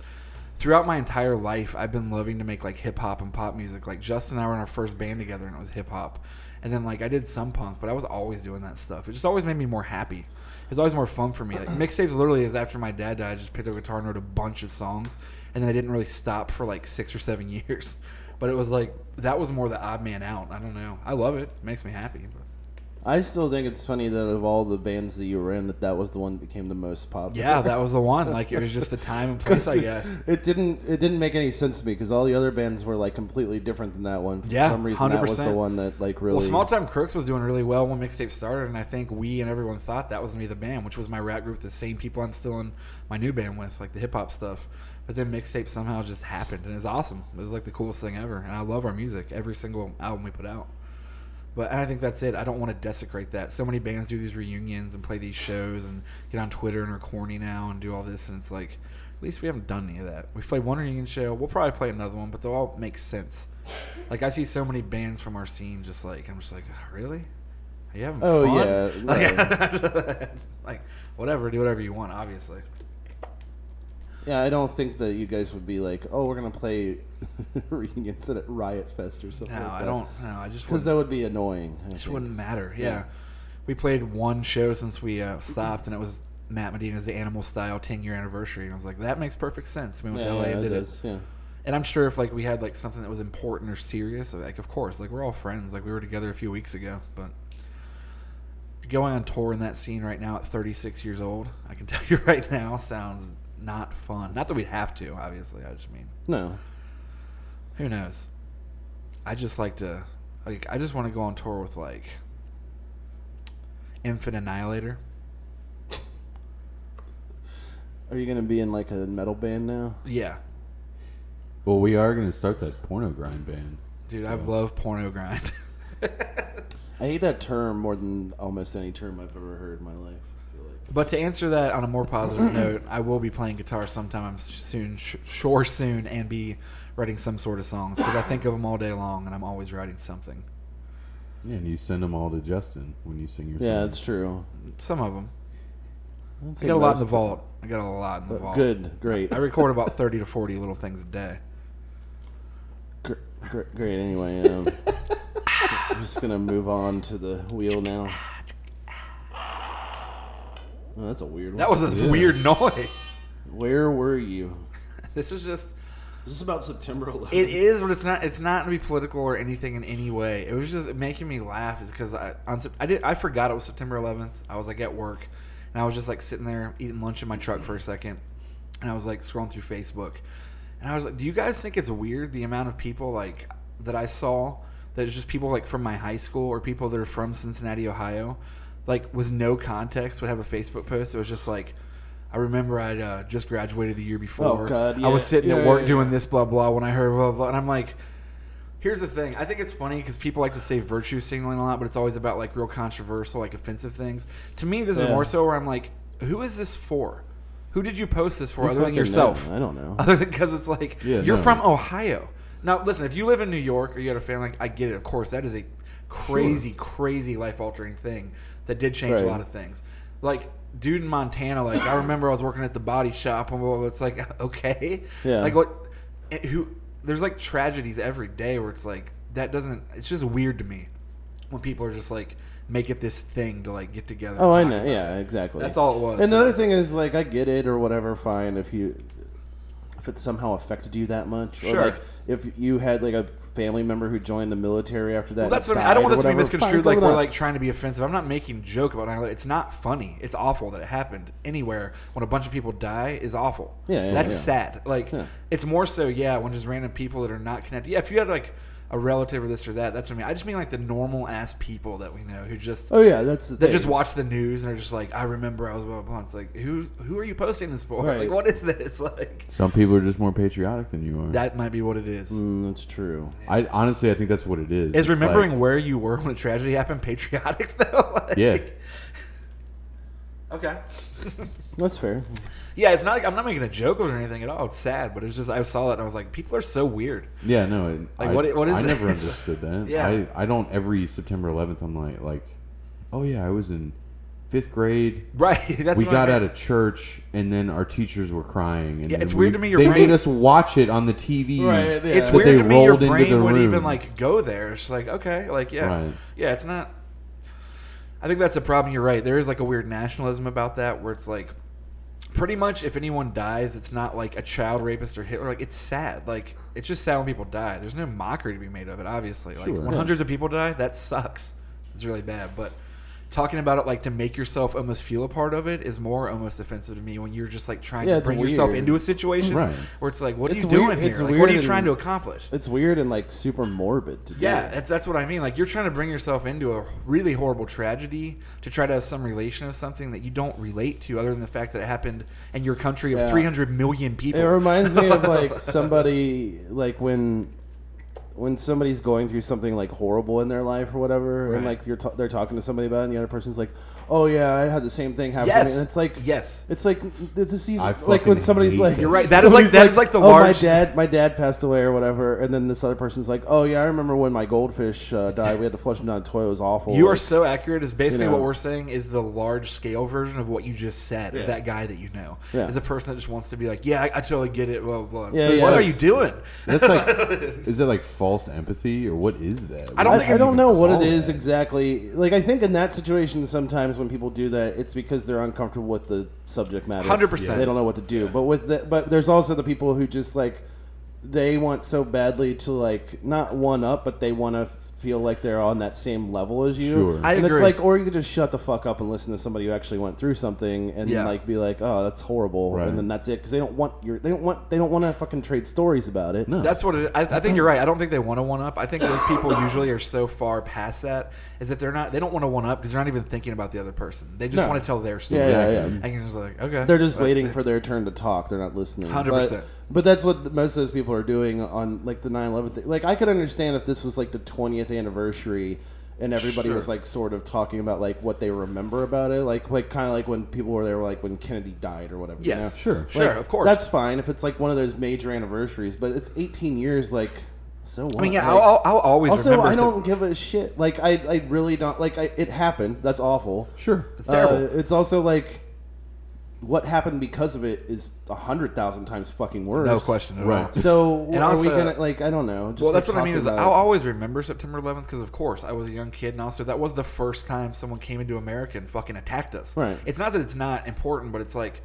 Speaker 2: throughout my entire life, I've been loving to make like hip hop and pop music. Like Justin and I were in our first band together, and it was hip hop. And then like I did some punk, but I was always doing that stuff. It just always made me more happy. It was always more fun for me. Like mixtapes literally is after my dad died, I just picked up a guitar and wrote a bunch of songs, and then I didn't really stop for like six or seven years. But it was like that was more the odd man out. I don't know. I love it. It makes me happy. But.
Speaker 1: I still think it's funny that of all the bands that you were in, that that was the one that became the most popular.
Speaker 2: Yeah, that was the one. Like it was just the time and place,
Speaker 1: 'Cause
Speaker 2: I guess.
Speaker 1: It didn't. It didn't make any sense to me because all the other bands were like completely different than that one. For
Speaker 2: Yeah,
Speaker 1: some reason that was the
Speaker 2: 100%.
Speaker 1: one that like really.
Speaker 2: Well, Small Time Crooks was doing really well when mixtape started, and I think we and everyone thought that was gonna be the band, which was my rap group, the same people I'm still in my new band with, like the hip hop stuff. But then mixtape somehow just happened, and it was awesome. It was like the coolest thing ever, and I love our music, every single album we put out. But I think that's it. I don't want to desecrate that. So many bands do these reunions and play these shows and get on Twitter and are corny now and do all this, and it's like, at least we haven't done any of that. We've played one reunion show. We'll probably play another one, but they'll all make sense. Like I see so many bands from our scene, just like I'm just like, "Ugh, really? Are you having
Speaker 1: Oh,
Speaker 2: fun?
Speaker 1: yeah,
Speaker 2: like, like, whatever, do whatever you want, obviously.
Speaker 1: Yeah, I don't think that you guys would be like, oh, we're gonna play reunions at Riot Fest or something.
Speaker 2: No,
Speaker 1: like
Speaker 2: I don't. No, I just wouldn't,
Speaker 1: Because that would be annoying. I
Speaker 2: just
Speaker 1: think.
Speaker 2: wouldn't matter. Yeah.
Speaker 1: Yeah.
Speaker 2: we played one show since we uh, stopped, and it was Matt Medina's The Animal Style 10 year anniversary, and I was like, that makes perfect sense. We went to
Speaker 1: Yeah,
Speaker 2: LA
Speaker 1: yeah,
Speaker 2: and
Speaker 1: it
Speaker 2: did it.
Speaker 1: does. Yeah.
Speaker 2: And I'm sure if like we had like something that was important or serious, like of course, like we're all friends. Like we were together a few weeks ago, but going on tour in that scene right now at 36 years old, I can tell you right now sounds not fun. Not that we'd have to, obviously. I just mean,
Speaker 1: No.
Speaker 2: who knows? I just like to like I just want to go on tour with like Infant Annihilator.
Speaker 1: Are you gonna be in like a metal band now?
Speaker 2: Yeah.
Speaker 3: well, we are going to start that porno grind band.
Speaker 2: Dude, I
Speaker 3: So-
Speaker 2: love porno grind.
Speaker 1: I hate that term more than almost any term I've ever heard in my life. I feel like.
Speaker 2: But to answer that on a more positive note, I will be playing guitar sometime I'm soon, sh- sure soon, and be writing some sort of songs because I think of them all day long, and I'm always writing something.
Speaker 3: Yeah, and you send them all to Justin when you sing your
Speaker 1: Yeah,
Speaker 3: song.
Speaker 1: that's true.
Speaker 2: Some of them.
Speaker 1: I'd
Speaker 2: I
Speaker 1: say
Speaker 2: got a lot in the
Speaker 1: most-
Speaker 2: vault. I got a lot in the vault.
Speaker 1: Good, great,
Speaker 2: I record about thirty to forty little things a day.
Speaker 1: Gr- gr- great. Anyway, um, I'm just gonna move on to the wheel now. Oh, that's a weird one.
Speaker 2: That was a
Speaker 3: Yeah.
Speaker 2: weird noise.
Speaker 1: Where were you?
Speaker 2: This is just.
Speaker 1: This is about September 11th.
Speaker 2: It is, but it's not. It's not to be political or anything in any way. It was just making me laugh, is because I on, Sep- I did I forgot it was September 11th. I was like at work, and I was just like sitting there eating lunch in my truck for a second, and I was like scrolling through Facebook, and I was like, "Do you guys think it's weird the amount of people like that I saw that is just people like from my high school or people that are from Cincinnati, Ohio, like with no context would have a Facebook post? It was just like." I remember I'd uh, just graduated the year before.
Speaker 1: Oh, God,
Speaker 2: I was
Speaker 1: yeah,
Speaker 2: sitting
Speaker 1: yeah,
Speaker 2: at work
Speaker 1: yeah,
Speaker 2: doing
Speaker 1: yeah.
Speaker 2: doing this blah blah when I heard blah blah, and I'm like, here's the thing. I think it's funny because people like to say virtue signaling a lot, but it's always about like real controversial, like offensive things. To me, this is
Speaker 1: Yeah.
Speaker 2: more so where I'm like, who is this for? Who did you post this for
Speaker 1: Who
Speaker 2: other than
Speaker 1: fucking
Speaker 2: yourself?
Speaker 1: knows? I don't know.
Speaker 2: Other than because it's like
Speaker 3: Yeah,
Speaker 2: you're
Speaker 3: no.
Speaker 2: from Ohio. Now listen, if you live in New York or you had a family, I get it. Of course, that is a crazy, crazy life altering thing that did change a
Speaker 1: Right.
Speaker 2: lot of things. Like dude in Montana, like I remember I was working at the body shop and blah, blah, blah. it's like okay,
Speaker 1: Yeah.
Speaker 2: like what? it- Who? There's like tragedies every day where it's like that doesn't. It's just weird to me when people are just like make it this thing to like get together. and
Speaker 1: Oh, I
Speaker 2: talk
Speaker 1: know.
Speaker 2: about it.
Speaker 1: Yeah, exactly.
Speaker 2: That's all it was.
Speaker 1: And the other thing is, like, I get it or whatever. Fine, if you if it somehow affected you that much,
Speaker 2: Sure.
Speaker 1: Or like if you had like a family member who joined the military after that.
Speaker 2: Well, that's what I, mean. I don't want this to be misconstrued. Like we're like trying to be offensive. I'm not making a joke about 9/11. It's not funny. It's awful that it happened anywhere when a bunch of people die is awful.
Speaker 1: Yeah, yeah,
Speaker 2: that's
Speaker 1: yeah.
Speaker 2: sad. Like
Speaker 1: Yeah.
Speaker 2: it's more so yeah when just random people that are not connected. Yeah, if you had like a relative or this or that, that's what I mean. I just mean like the normal ass people that we know who just
Speaker 1: Oh yeah, that's the
Speaker 2: that
Speaker 1: thing.
Speaker 2: just watch the news and are just like I remember I was blah blah. blah. It's like who who are you posting this for?
Speaker 1: Right.
Speaker 2: Like what is this? Like
Speaker 3: Some people are just more patriotic than you are.
Speaker 2: that might be what it is.
Speaker 1: Mm, that's true.
Speaker 3: I honestly, I think that's what it is.
Speaker 2: Is
Speaker 3: It's
Speaker 2: remembering
Speaker 3: like-
Speaker 2: where you were when a tragedy happened patriotic though? Like-
Speaker 3: Yeah.
Speaker 2: Okay.
Speaker 1: That's fair.
Speaker 2: yeah, it's not like I'm not making a joke or anything at all. It's sad, but it's just I saw that and I was like, people are so weird.
Speaker 3: yeah, no. It,
Speaker 2: Like,
Speaker 3: I,
Speaker 2: what- what is
Speaker 3: I never
Speaker 2: this?
Speaker 3: understood that.
Speaker 2: Yeah.
Speaker 3: I, I don't every September 11th. I'm like like, oh yeah, I was in fifth grade.
Speaker 2: Right. That's
Speaker 3: we
Speaker 2: what
Speaker 3: got
Speaker 2: I
Speaker 3: out of church, and then our teachers were crying. And
Speaker 2: Yeah,
Speaker 3: then
Speaker 2: it's
Speaker 3: we-
Speaker 2: weird to me your
Speaker 3: They
Speaker 2: brain-
Speaker 3: made us watch it on the TV.
Speaker 1: Right, yeah.
Speaker 2: It's
Speaker 1: But
Speaker 2: weird
Speaker 3: they
Speaker 2: to me your
Speaker 3: rolled into
Speaker 2: brain
Speaker 3: the
Speaker 2: wouldn't even
Speaker 3: rooms.
Speaker 2: like go there. It's like okay, like yeah,
Speaker 3: Right.
Speaker 2: yeah. It's not. I think that's a problem. You're right. There is like a weird nationalism about that, where it's like, pretty much if anyone dies, it's not like a child rapist or Hitler. Like it's sad. Like it's just sad when people die. There's no mockery to be made of it. Obviously, like
Speaker 3: Sure.
Speaker 2: when
Speaker 3: Yeah.
Speaker 2: hundreds of people die, that sucks. It's really bad, but. Talking about it like to make yourself almost feel a part of it is more almost offensive to me when you're just like trying
Speaker 1: Yeah,
Speaker 2: to
Speaker 1: it's
Speaker 2: bring yourself
Speaker 1: weird.
Speaker 2: into a situation
Speaker 3: Right.
Speaker 2: where it's like, what are
Speaker 1: It's
Speaker 2: you
Speaker 1: weird-
Speaker 2: doing here?
Speaker 1: it's
Speaker 2: Like, what are you
Speaker 1: weird
Speaker 2: trying
Speaker 1: and-
Speaker 2: to accomplish?
Speaker 1: It's weird and like super morbid to do.
Speaker 2: Yeah, that's that's what I mean. Like you're trying to bring yourself into a really horrible tragedy to try to have some relation of something that you don't relate to, other than the fact that it happened in your country of
Speaker 1: Yeah.
Speaker 2: 300 million people.
Speaker 1: It reminds me of like somebody like when when somebody's going through something like horrible in their life or whatever, and
Speaker 2: Right.
Speaker 1: like you're ta- they're talking to somebody about, it, and the other person's like, "Oh yeah, I had the same thing happen." to me."
Speaker 2: yes,
Speaker 1: and it's like
Speaker 2: yes,
Speaker 1: It's like th- this season,
Speaker 3: I
Speaker 1: like when
Speaker 3: fucking
Speaker 1: somebody's
Speaker 3: hate
Speaker 1: like,
Speaker 3: that. You're right.
Speaker 2: That is like-
Speaker 1: somebody's
Speaker 2: that is like the
Speaker 1: oh,
Speaker 2: large-
Speaker 1: my dad, my dad passed away or whatever, and then this other person's like, oh yeah, I remember when my goldfish uh, died. We had to flush them down the toilet. It was awful.
Speaker 2: you are
Speaker 1: Like,
Speaker 2: so accurate. Is basically
Speaker 1: know.
Speaker 2: what we're saying is the large scale version of what you just said. Of
Speaker 1: Yeah.
Speaker 2: that guy that you know
Speaker 1: Yeah.
Speaker 2: is a person that just wants to be like, yeah, I, I totally get it. Blah blah. blah.
Speaker 1: Yeah,
Speaker 2: so
Speaker 1: yeah.
Speaker 2: what are you
Speaker 1: Yes.
Speaker 2: doing?
Speaker 3: That's like, is that like false empathy or what is that?
Speaker 2: I don't
Speaker 1: I,
Speaker 2: think
Speaker 1: I don't know what it
Speaker 3: call
Speaker 1: is
Speaker 3: that.
Speaker 1: exactly. Like I think in that situation, sometimes when people do that, it's because they're uncomfortable with the subject matter.
Speaker 2: 100%.
Speaker 1: They don't know what to do. But with the, but there's also the people who just like they want so badly to like not one up, but they want to feel like they're on that same level as you.
Speaker 3: Sure.
Speaker 2: I
Speaker 1: and
Speaker 2: agree.
Speaker 1: it's like, or you could just shut the fuck up and listen to somebody who actually went through something, and
Speaker 2: Yeah.
Speaker 1: like be like, oh, that's horrible,
Speaker 3: Right.
Speaker 1: and then that's it because they don't want your they don't want they don't want to fucking trade stories about it.
Speaker 3: No.
Speaker 2: That's what it, I, I think you're right. I don't think they want to one up. I think those people usually are so far past that is that they're not. They don't want to one up because they're not even thinking about the other person. They just
Speaker 1: No.
Speaker 2: want to tell their story.
Speaker 1: Yeah, yeah,
Speaker 3: Exactly.
Speaker 1: yeah.
Speaker 2: And you're just like, okay,
Speaker 1: They're just
Speaker 2: But-
Speaker 1: waiting for their turn to talk. They're not listening.
Speaker 2: 100%.
Speaker 1: But, but that's what the- most of those people are doing on like the 9/11 thing. Like I could understand if this was like the 20th anniversary and everybody was
Speaker 2: Sure.
Speaker 1: like sort of talking about like what they remember about it, like like kind of like when people were there like when Kennedy died or whatever. you
Speaker 2: Yes.
Speaker 1: know?
Speaker 2: Sure.
Speaker 1: Like,
Speaker 2: Sure, of course.
Speaker 1: That's fine if it's like one of those major anniversaries, but it's 18 years like so what?
Speaker 2: I mean, yeah,
Speaker 1: Like,
Speaker 2: I'll, I'll, I'll always
Speaker 1: also,
Speaker 2: remember.
Speaker 1: I
Speaker 2: Sep-
Speaker 1: don't give a shit. Like, I, I really don't. Like, I, it happened. That's awful.
Speaker 3: Sure.
Speaker 2: It's terrible.
Speaker 1: Uh, it's also Uh, like what happened because of it is a hundred thousand times fucking worse.
Speaker 2: No question at
Speaker 3: Right.
Speaker 2: all.
Speaker 1: So
Speaker 2: And
Speaker 1: are we
Speaker 2: also-
Speaker 1: gonna like? I don't know. Just
Speaker 2: well,
Speaker 1: like,
Speaker 2: that's what I mean.
Speaker 1: talking
Speaker 2: Is
Speaker 1: about
Speaker 2: I'll
Speaker 1: it.
Speaker 2: always remember September 11th because, of course, I was a young kid, and also that was the first time someone came into America and fucking attacked us.
Speaker 1: Right.
Speaker 2: It's not that it's not important, but it's like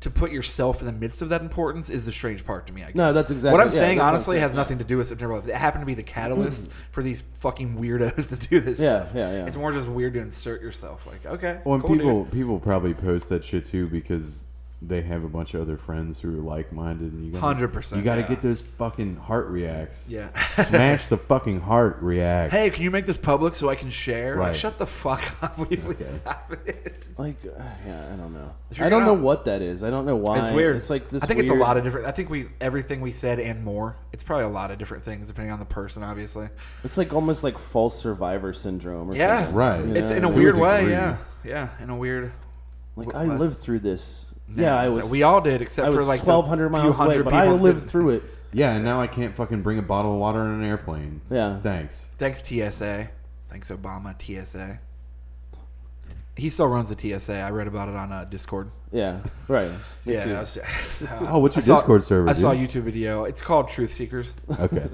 Speaker 2: to put yourself in the midst of that importance is the strange part to me. I guess.
Speaker 1: No, that's exactly-
Speaker 2: what I'm
Speaker 1: yeah,
Speaker 2: saying.
Speaker 1: that's what I'm
Speaker 2: Honestly,
Speaker 1: saying.
Speaker 2: has nothing to do with September 11th. It happened to be the catalyst for these fucking weirdos to do this.
Speaker 1: Mm. Yeah,
Speaker 2: stuff.
Speaker 1: yeah, yeah.
Speaker 2: It's more just weird to insert yourself. Like, okay,
Speaker 3: Well, and
Speaker 2: cool, dude.
Speaker 3: people people probably post that shit too because they have a bunch of other friends who are like minded, and you gotta,
Speaker 2: 100%,
Speaker 3: You got to
Speaker 2: yeah.
Speaker 3: get those fucking heart reacts.
Speaker 2: Yeah.
Speaker 3: smash the fucking heart react.
Speaker 2: Hey, can you make this public so I can share? Like,
Speaker 3: Right.
Speaker 2: shut the fuck up. Will you please
Speaker 3: Okay.
Speaker 2: stop it?
Speaker 1: like, uh, yeah, I don't know.
Speaker 2: If you're
Speaker 1: I don't
Speaker 2: gonna-
Speaker 1: know what that is. I don't know why.
Speaker 2: It's weird.
Speaker 1: It's like this.
Speaker 2: I think
Speaker 1: weird,
Speaker 2: it's a lot of different. I think we everything we said and more. It's probably a lot of different things depending on the person, obviously.
Speaker 1: It's like almost like false survivor syndrome. Or
Speaker 2: Yeah,
Speaker 1: something.
Speaker 3: Right.
Speaker 1: You
Speaker 2: It's
Speaker 1: know,
Speaker 2: in a
Speaker 3: to a
Speaker 2: weird way.
Speaker 3: degree.
Speaker 2: Yeah, yeah, in a weird.
Speaker 1: Like
Speaker 2: w-
Speaker 1: I
Speaker 2: less-
Speaker 1: lived through this. Yeah, I
Speaker 2: So
Speaker 1: was.
Speaker 2: We all did, except
Speaker 1: I was
Speaker 2: for like the
Speaker 1: twelve hundred
Speaker 2: few
Speaker 1: miles away,
Speaker 2: hundred
Speaker 1: but I
Speaker 2: people who
Speaker 1: lived
Speaker 2: didn't.
Speaker 1: through it.
Speaker 3: Yeah, and now I can't fucking bring a bottle of water on an airplane.
Speaker 1: Yeah.
Speaker 3: Thanks.
Speaker 2: Thanks TSA. Thanks Obama TSA. He still runs the TSA. I read about it on uh, Discord.
Speaker 1: Yeah, right. Me
Speaker 2: yeah.
Speaker 1: too.
Speaker 2: I was-
Speaker 3: Oh, what's your
Speaker 2: Uh, I saw-
Speaker 3: Discord server?
Speaker 2: I saw a
Speaker 3: dude?
Speaker 2: YouTube video. It's called Truth Seekers.
Speaker 3: Okay.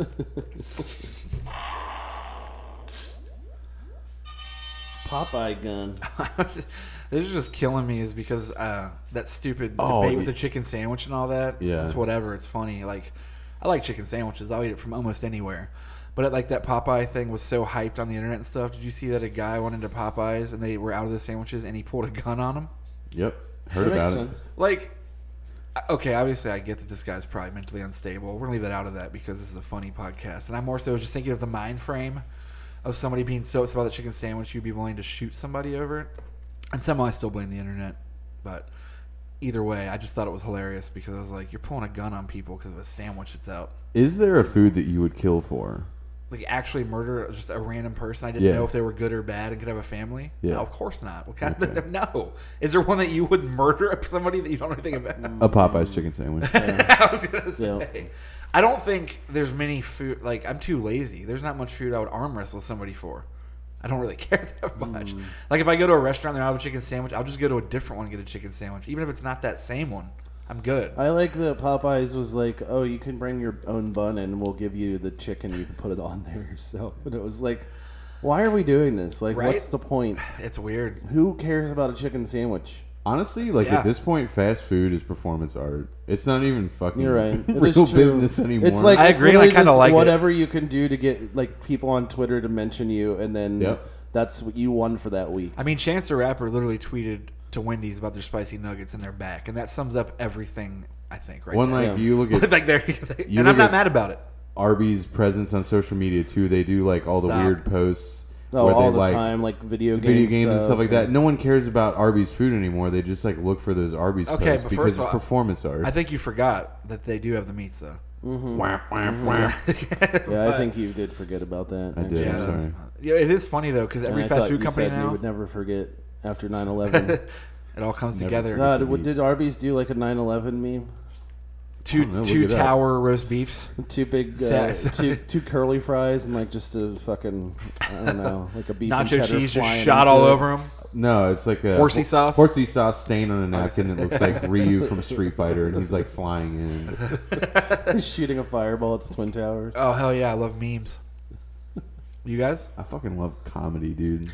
Speaker 1: Popeye gun.
Speaker 2: this is just killing me is because uh, that stupid
Speaker 3: Oh,
Speaker 2: debate
Speaker 3: y-
Speaker 2: with the chicken sandwich and all that.
Speaker 3: Yeah.
Speaker 2: It's whatever. It's funny. Like, I like chicken sandwiches. I'll eat it from almost anywhere. But like that Popeye thing was so hyped on the internet and stuff. Did you see that a guy went into Popeyes and they were out of the sandwiches and he pulled a gun on him?
Speaker 3: Yep. Heard
Speaker 1: That
Speaker 3: about
Speaker 1: makes
Speaker 3: it.
Speaker 1: sense.
Speaker 2: Like, I- okay, obviously I get that this guy's probably mentally unstable. We're gonna leave that out of that because this is a funny podcast, and I'm more so just thinking of the mind frame of somebody being so upset about the chicken sandwich you'd be willing to shoot somebody over it. And somehow I still blame the internet, but either way, I just thought it was hilarious because I was like, you're pulling a gun on people because of a sandwich that's out.
Speaker 3: Is there a food that you would kill for?
Speaker 2: Like actually murder just a random person. I didn't
Speaker 3: Yeah.
Speaker 2: know if they were good or bad and could have a family.
Speaker 3: Yeah.
Speaker 2: No, of course not. What kind of, no? Is there one that you would murder somebody that you don't know anything about?
Speaker 3: A Popeye's chicken sandwich.
Speaker 2: I was gonna say.
Speaker 1: Yeah.
Speaker 2: I don't think there's many food. Like I'm too lazy. There's not much food I would arm wrestle somebody for. I don't really care that much. Like if I go to a restaurant and they're out of a chicken sandwich, I'll just go to a different one and get a chicken sandwich, even if it's not that same one. I'm good.
Speaker 1: I like that Popeyes was like, "Oh, you can bring your own bun, and we'll give you the chicken. You can put it on there yourself." And it was like, "Why are we doing this? Like,
Speaker 2: Right?
Speaker 1: what's the point?
Speaker 2: It's weird.
Speaker 1: Who cares about a chicken sandwich?"
Speaker 3: Honestly, like
Speaker 2: Yeah.
Speaker 3: at this point, fast food is performance art. It's not even fucking
Speaker 1: You're right. It is
Speaker 3: real
Speaker 1: true.
Speaker 3: business anymore.
Speaker 1: It's like
Speaker 2: I
Speaker 1: it's
Speaker 2: agree, and I
Speaker 1: literally
Speaker 2: kinda
Speaker 1: just
Speaker 2: like it.
Speaker 1: whatever you can do to get like people on Twitter to mention you, and then
Speaker 3: Yep.
Speaker 1: that's what you won for that week.
Speaker 2: I mean, Chance the Rapper literally tweeted to Wendy's about their spicy nuggets and their back, and that sums up everything I think. Right.
Speaker 3: one
Speaker 2: there.
Speaker 3: like
Speaker 1: Yeah.
Speaker 3: you look at
Speaker 2: like there,
Speaker 3: You
Speaker 2: and I'm
Speaker 3: look
Speaker 2: not
Speaker 3: at-
Speaker 2: mad about it.
Speaker 3: Arby's presence on social media too. They do like all the
Speaker 2: Stop.
Speaker 3: weird posts
Speaker 1: Oh,
Speaker 3: where
Speaker 1: all
Speaker 3: they
Speaker 1: the
Speaker 3: like
Speaker 1: time, like video games,
Speaker 3: video games and stuff like that. No one cares about Arby's food anymore. They just like look for those Arby's
Speaker 2: Okay,
Speaker 3: posts
Speaker 2: but
Speaker 3: because
Speaker 2: first of
Speaker 3: it's
Speaker 2: all,
Speaker 3: performance art.
Speaker 2: I think you forgot that they do have the meats though.
Speaker 3: Wah,
Speaker 2: Mm-hmm.
Speaker 3: wah, wah.
Speaker 1: Yeah, I think you did forget about that.
Speaker 3: I did.
Speaker 1: actually.
Speaker 3: I'm
Speaker 2: Yeah, that's-
Speaker 3: sorry.
Speaker 2: yeah, it is funny though because
Speaker 1: And
Speaker 2: every
Speaker 1: I
Speaker 2: fast
Speaker 1: thought
Speaker 2: food
Speaker 1: you
Speaker 2: company
Speaker 1: said
Speaker 2: now
Speaker 1: you would never forget after 9-11.
Speaker 2: it all comes
Speaker 3: Never
Speaker 2: together.
Speaker 3: forget.
Speaker 1: God, what- did
Speaker 3: Beats.
Speaker 1: Arby's do like a 9/11 meme?
Speaker 2: two
Speaker 3: don't know,
Speaker 2: two
Speaker 3: look it up.
Speaker 2: tower roast beefs.
Speaker 1: Two big, uh,
Speaker 2: Sad-
Speaker 1: two two curly fries, and like just a fucking I don't know, like a beef and
Speaker 2: Nacho
Speaker 1: cheddar
Speaker 2: cheese just
Speaker 1: flying
Speaker 2: shot
Speaker 1: into
Speaker 2: all
Speaker 1: it.
Speaker 2: over them.
Speaker 3: No, it's like a
Speaker 2: Horsey sauce?
Speaker 3: Horsey sauce stain on a napkin that looks like Ryu from Street Fighter, and he's like flying in.
Speaker 1: shooting a fireball at the twin towers.
Speaker 2: Oh hell yeah, I love memes. You guys,
Speaker 3: I fucking love comedy, dude.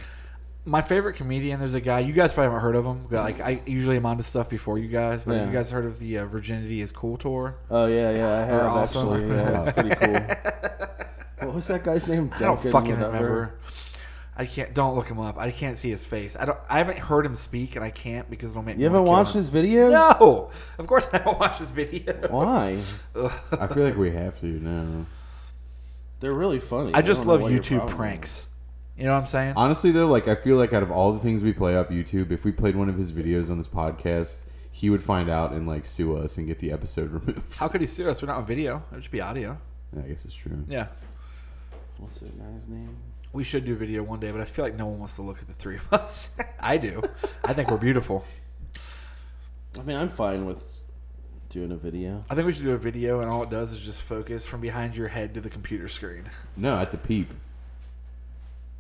Speaker 2: my favorite comedian. There's a guy you guys probably haven't heard of him. Like I usually am onto stuff before you guys, but have
Speaker 1: Yeah.
Speaker 2: you guys heard of the uh, Virginity is Cool tour?
Speaker 1: Oh yeah, yeah, I have
Speaker 2: awesome.
Speaker 1: actually. Yeah, that's pretty cool. What was that guy's name?
Speaker 2: I don't
Speaker 1: Duncan,
Speaker 2: fucking
Speaker 1: whatever.
Speaker 2: remember. I can't. Don't look him up. I can't see his face. I don't. I haven't heard him speak, and I can't because it'll make.
Speaker 1: You
Speaker 2: me wanna
Speaker 1: haven't
Speaker 2: kill
Speaker 1: watched
Speaker 2: him.
Speaker 1: his videos?
Speaker 2: Oh No, of course I don't watch his video.
Speaker 1: Why?
Speaker 3: I feel like we have to now.
Speaker 1: They're really funny.
Speaker 2: I just
Speaker 1: don't know
Speaker 2: love
Speaker 1: what your
Speaker 2: YouTube
Speaker 1: problem is.
Speaker 2: pranks. You know what I'm saying?
Speaker 3: Honestly, though, like I feel like out of all the things we play off YouTube, if we played one of his videos on this podcast, he would find out and like sue us and get the episode removed.
Speaker 2: How could he sue us? We're not on video. It should be audio.
Speaker 3: I guess it's true.
Speaker 2: Yeah.
Speaker 1: What's that guy's name?
Speaker 2: We should do video one day, but I feel like no one wants to look at the three of us. I do. I think we're beautiful.
Speaker 1: I mean, I'm fine with doing a video.
Speaker 2: I think we should do a video, and all it does is just focus from behind your head to the computer screen.
Speaker 3: No, at the peep.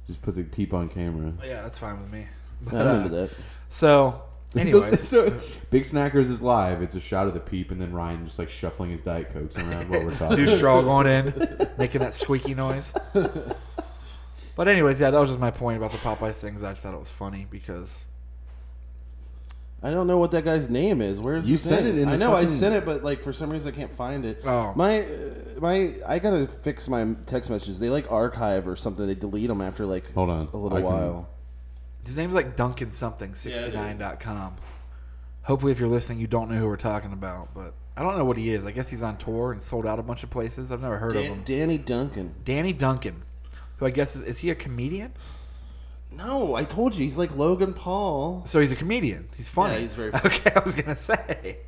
Speaker 3: Just put the peep on camera.
Speaker 2: Yeah, that's fine with me. But,
Speaker 1: I
Speaker 2: uh,
Speaker 1: remember that.
Speaker 2: So Anyways.
Speaker 3: so Big Snackers is live. It's a shot of the peep, and then Ryan just like shuffling his diet cokes around while we're talking.
Speaker 2: New straw going in, making that squeaky noise. But anyways, yeah, that was just my point about the Popeyes things. I just thought it was funny because
Speaker 1: I don't know what that guy's name is. Where's
Speaker 3: You
Speaker 1: the
Speaker 3: sent
Speaker 1: thing?
Speaker 3: it in
Speaker 1: I
Speaker 3: the
Speaker 1: know I
Speaker 3: fucking-
Speaker 1: sent it, but like for some reason I can't find it.
Speaker 2: Oh.
Speaker 1: my, uh, my, I gotta fix my text messages. They like archive or something. They delete them after like
Speaker 3: Hold on.
Speaker 1: a little
Speaker 3: I can-
Speaker 1: while.
Speaker 2: his name's like Duncan something sixty nine dot com. Hopefully, if you're listening, you don't know who we're talking about. But I don't know what he is. I guess he's on tour and sold out a bunch of places. I've never heard of
Speaker 1: Dan-
Speaker 2: him.
Speaker 1: Danny Duncan.
Speaker 2: Danny Duncan, who I guess is, is he a comedian?
Speaker 1: No, I told you he's like Logan Paul.
Speaker 2: So he's a comedian. He's funny.
Speaker 1: Yeah, he's very funny.
Speaker 2: Okay, I was gonna say.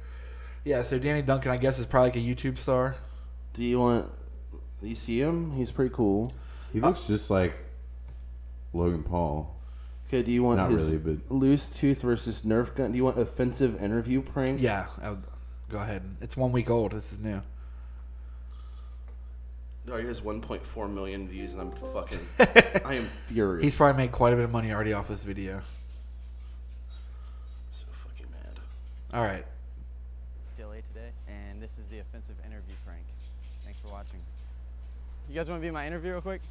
Speaker 2: Yeah, so Danny Duncan, I guess, is probably like a YouTube star.
Speaker 1: Do you want? You see him? He's pretty cool.
Speaker 3: He looks just like Logan Paul.
Speaker 1: Okay, do you want
Speaker 3: Not
Speaker 1: his
Speaker 3: really, but-
Speaker 1: loose tooth versus Nerf gun? Do you want offensive interview prank?
Speaker 2: Yeah, I would, go ahead. It's one week old. This is new.
Speaker 1: Oh, he has 1.4 million views, and I'm fucking, I am furious.
Speaker 2: He's probably made quite a bit of money already off this video.
Speaker 1: so fucking mad.
Speaker 2: All right.
Speaker 10: DLA today, and this is the offensive interview prank. Thanks for watching. You guys want to be my interview real quick?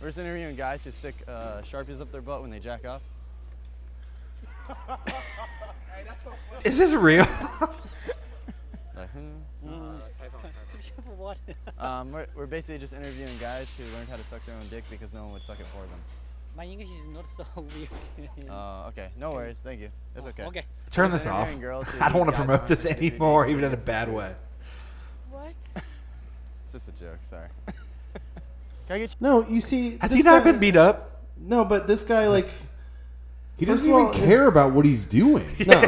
Speaker 10: We're just interviewing guys who stick uh, sharpies up their butt when they jack off.
Speaker 2: Is this real?
Speaker 10: Like, hmm. um, we're, we're basically just interviewing guys who learned how to suck their own dick because no one would suck it for them.
Speaker 11: My English is not so weird.
Speaker 10: Uh, okay, no worries. Thank you. That's okay.
Speaker 11: okay.
Speaker 2: Turn
Speaker 10: Just
Speaker 2: this off.
Speaker 10: interviewing girls who
Speaker 2: I don't want to
Speaker 10: guys
Speaker 2: promote
Speaker 10: on
Speaker 2: this
Speaker 10: for three days
Speaker 2: anymore,
Speaker 10: and
Speaker 2: even
Speaker 10: they
Speaker 2: in a
Speaker 10: get
Speaker 2: bad
Speaker 10: fired.
Speaker 2: way.
Speaker 11: What?
Speaker 10: It's just a joke. Sorry. Can I get
Speaker 1: No, you see,
Speaker 2: Has
Speaker 1: this
Speaker 2: he not
Speaker 1: guy-
Speaker 2: been beat up?
Speaker 1: No, but this guy, like,
Speaker 3: He
Speaker 1: First
Speaker 3: doesn't
Speaker 1: of
Speaker 3: even
Speaker 1: all,
Speaker 3: care about what he's doing.
Speaker 1: no.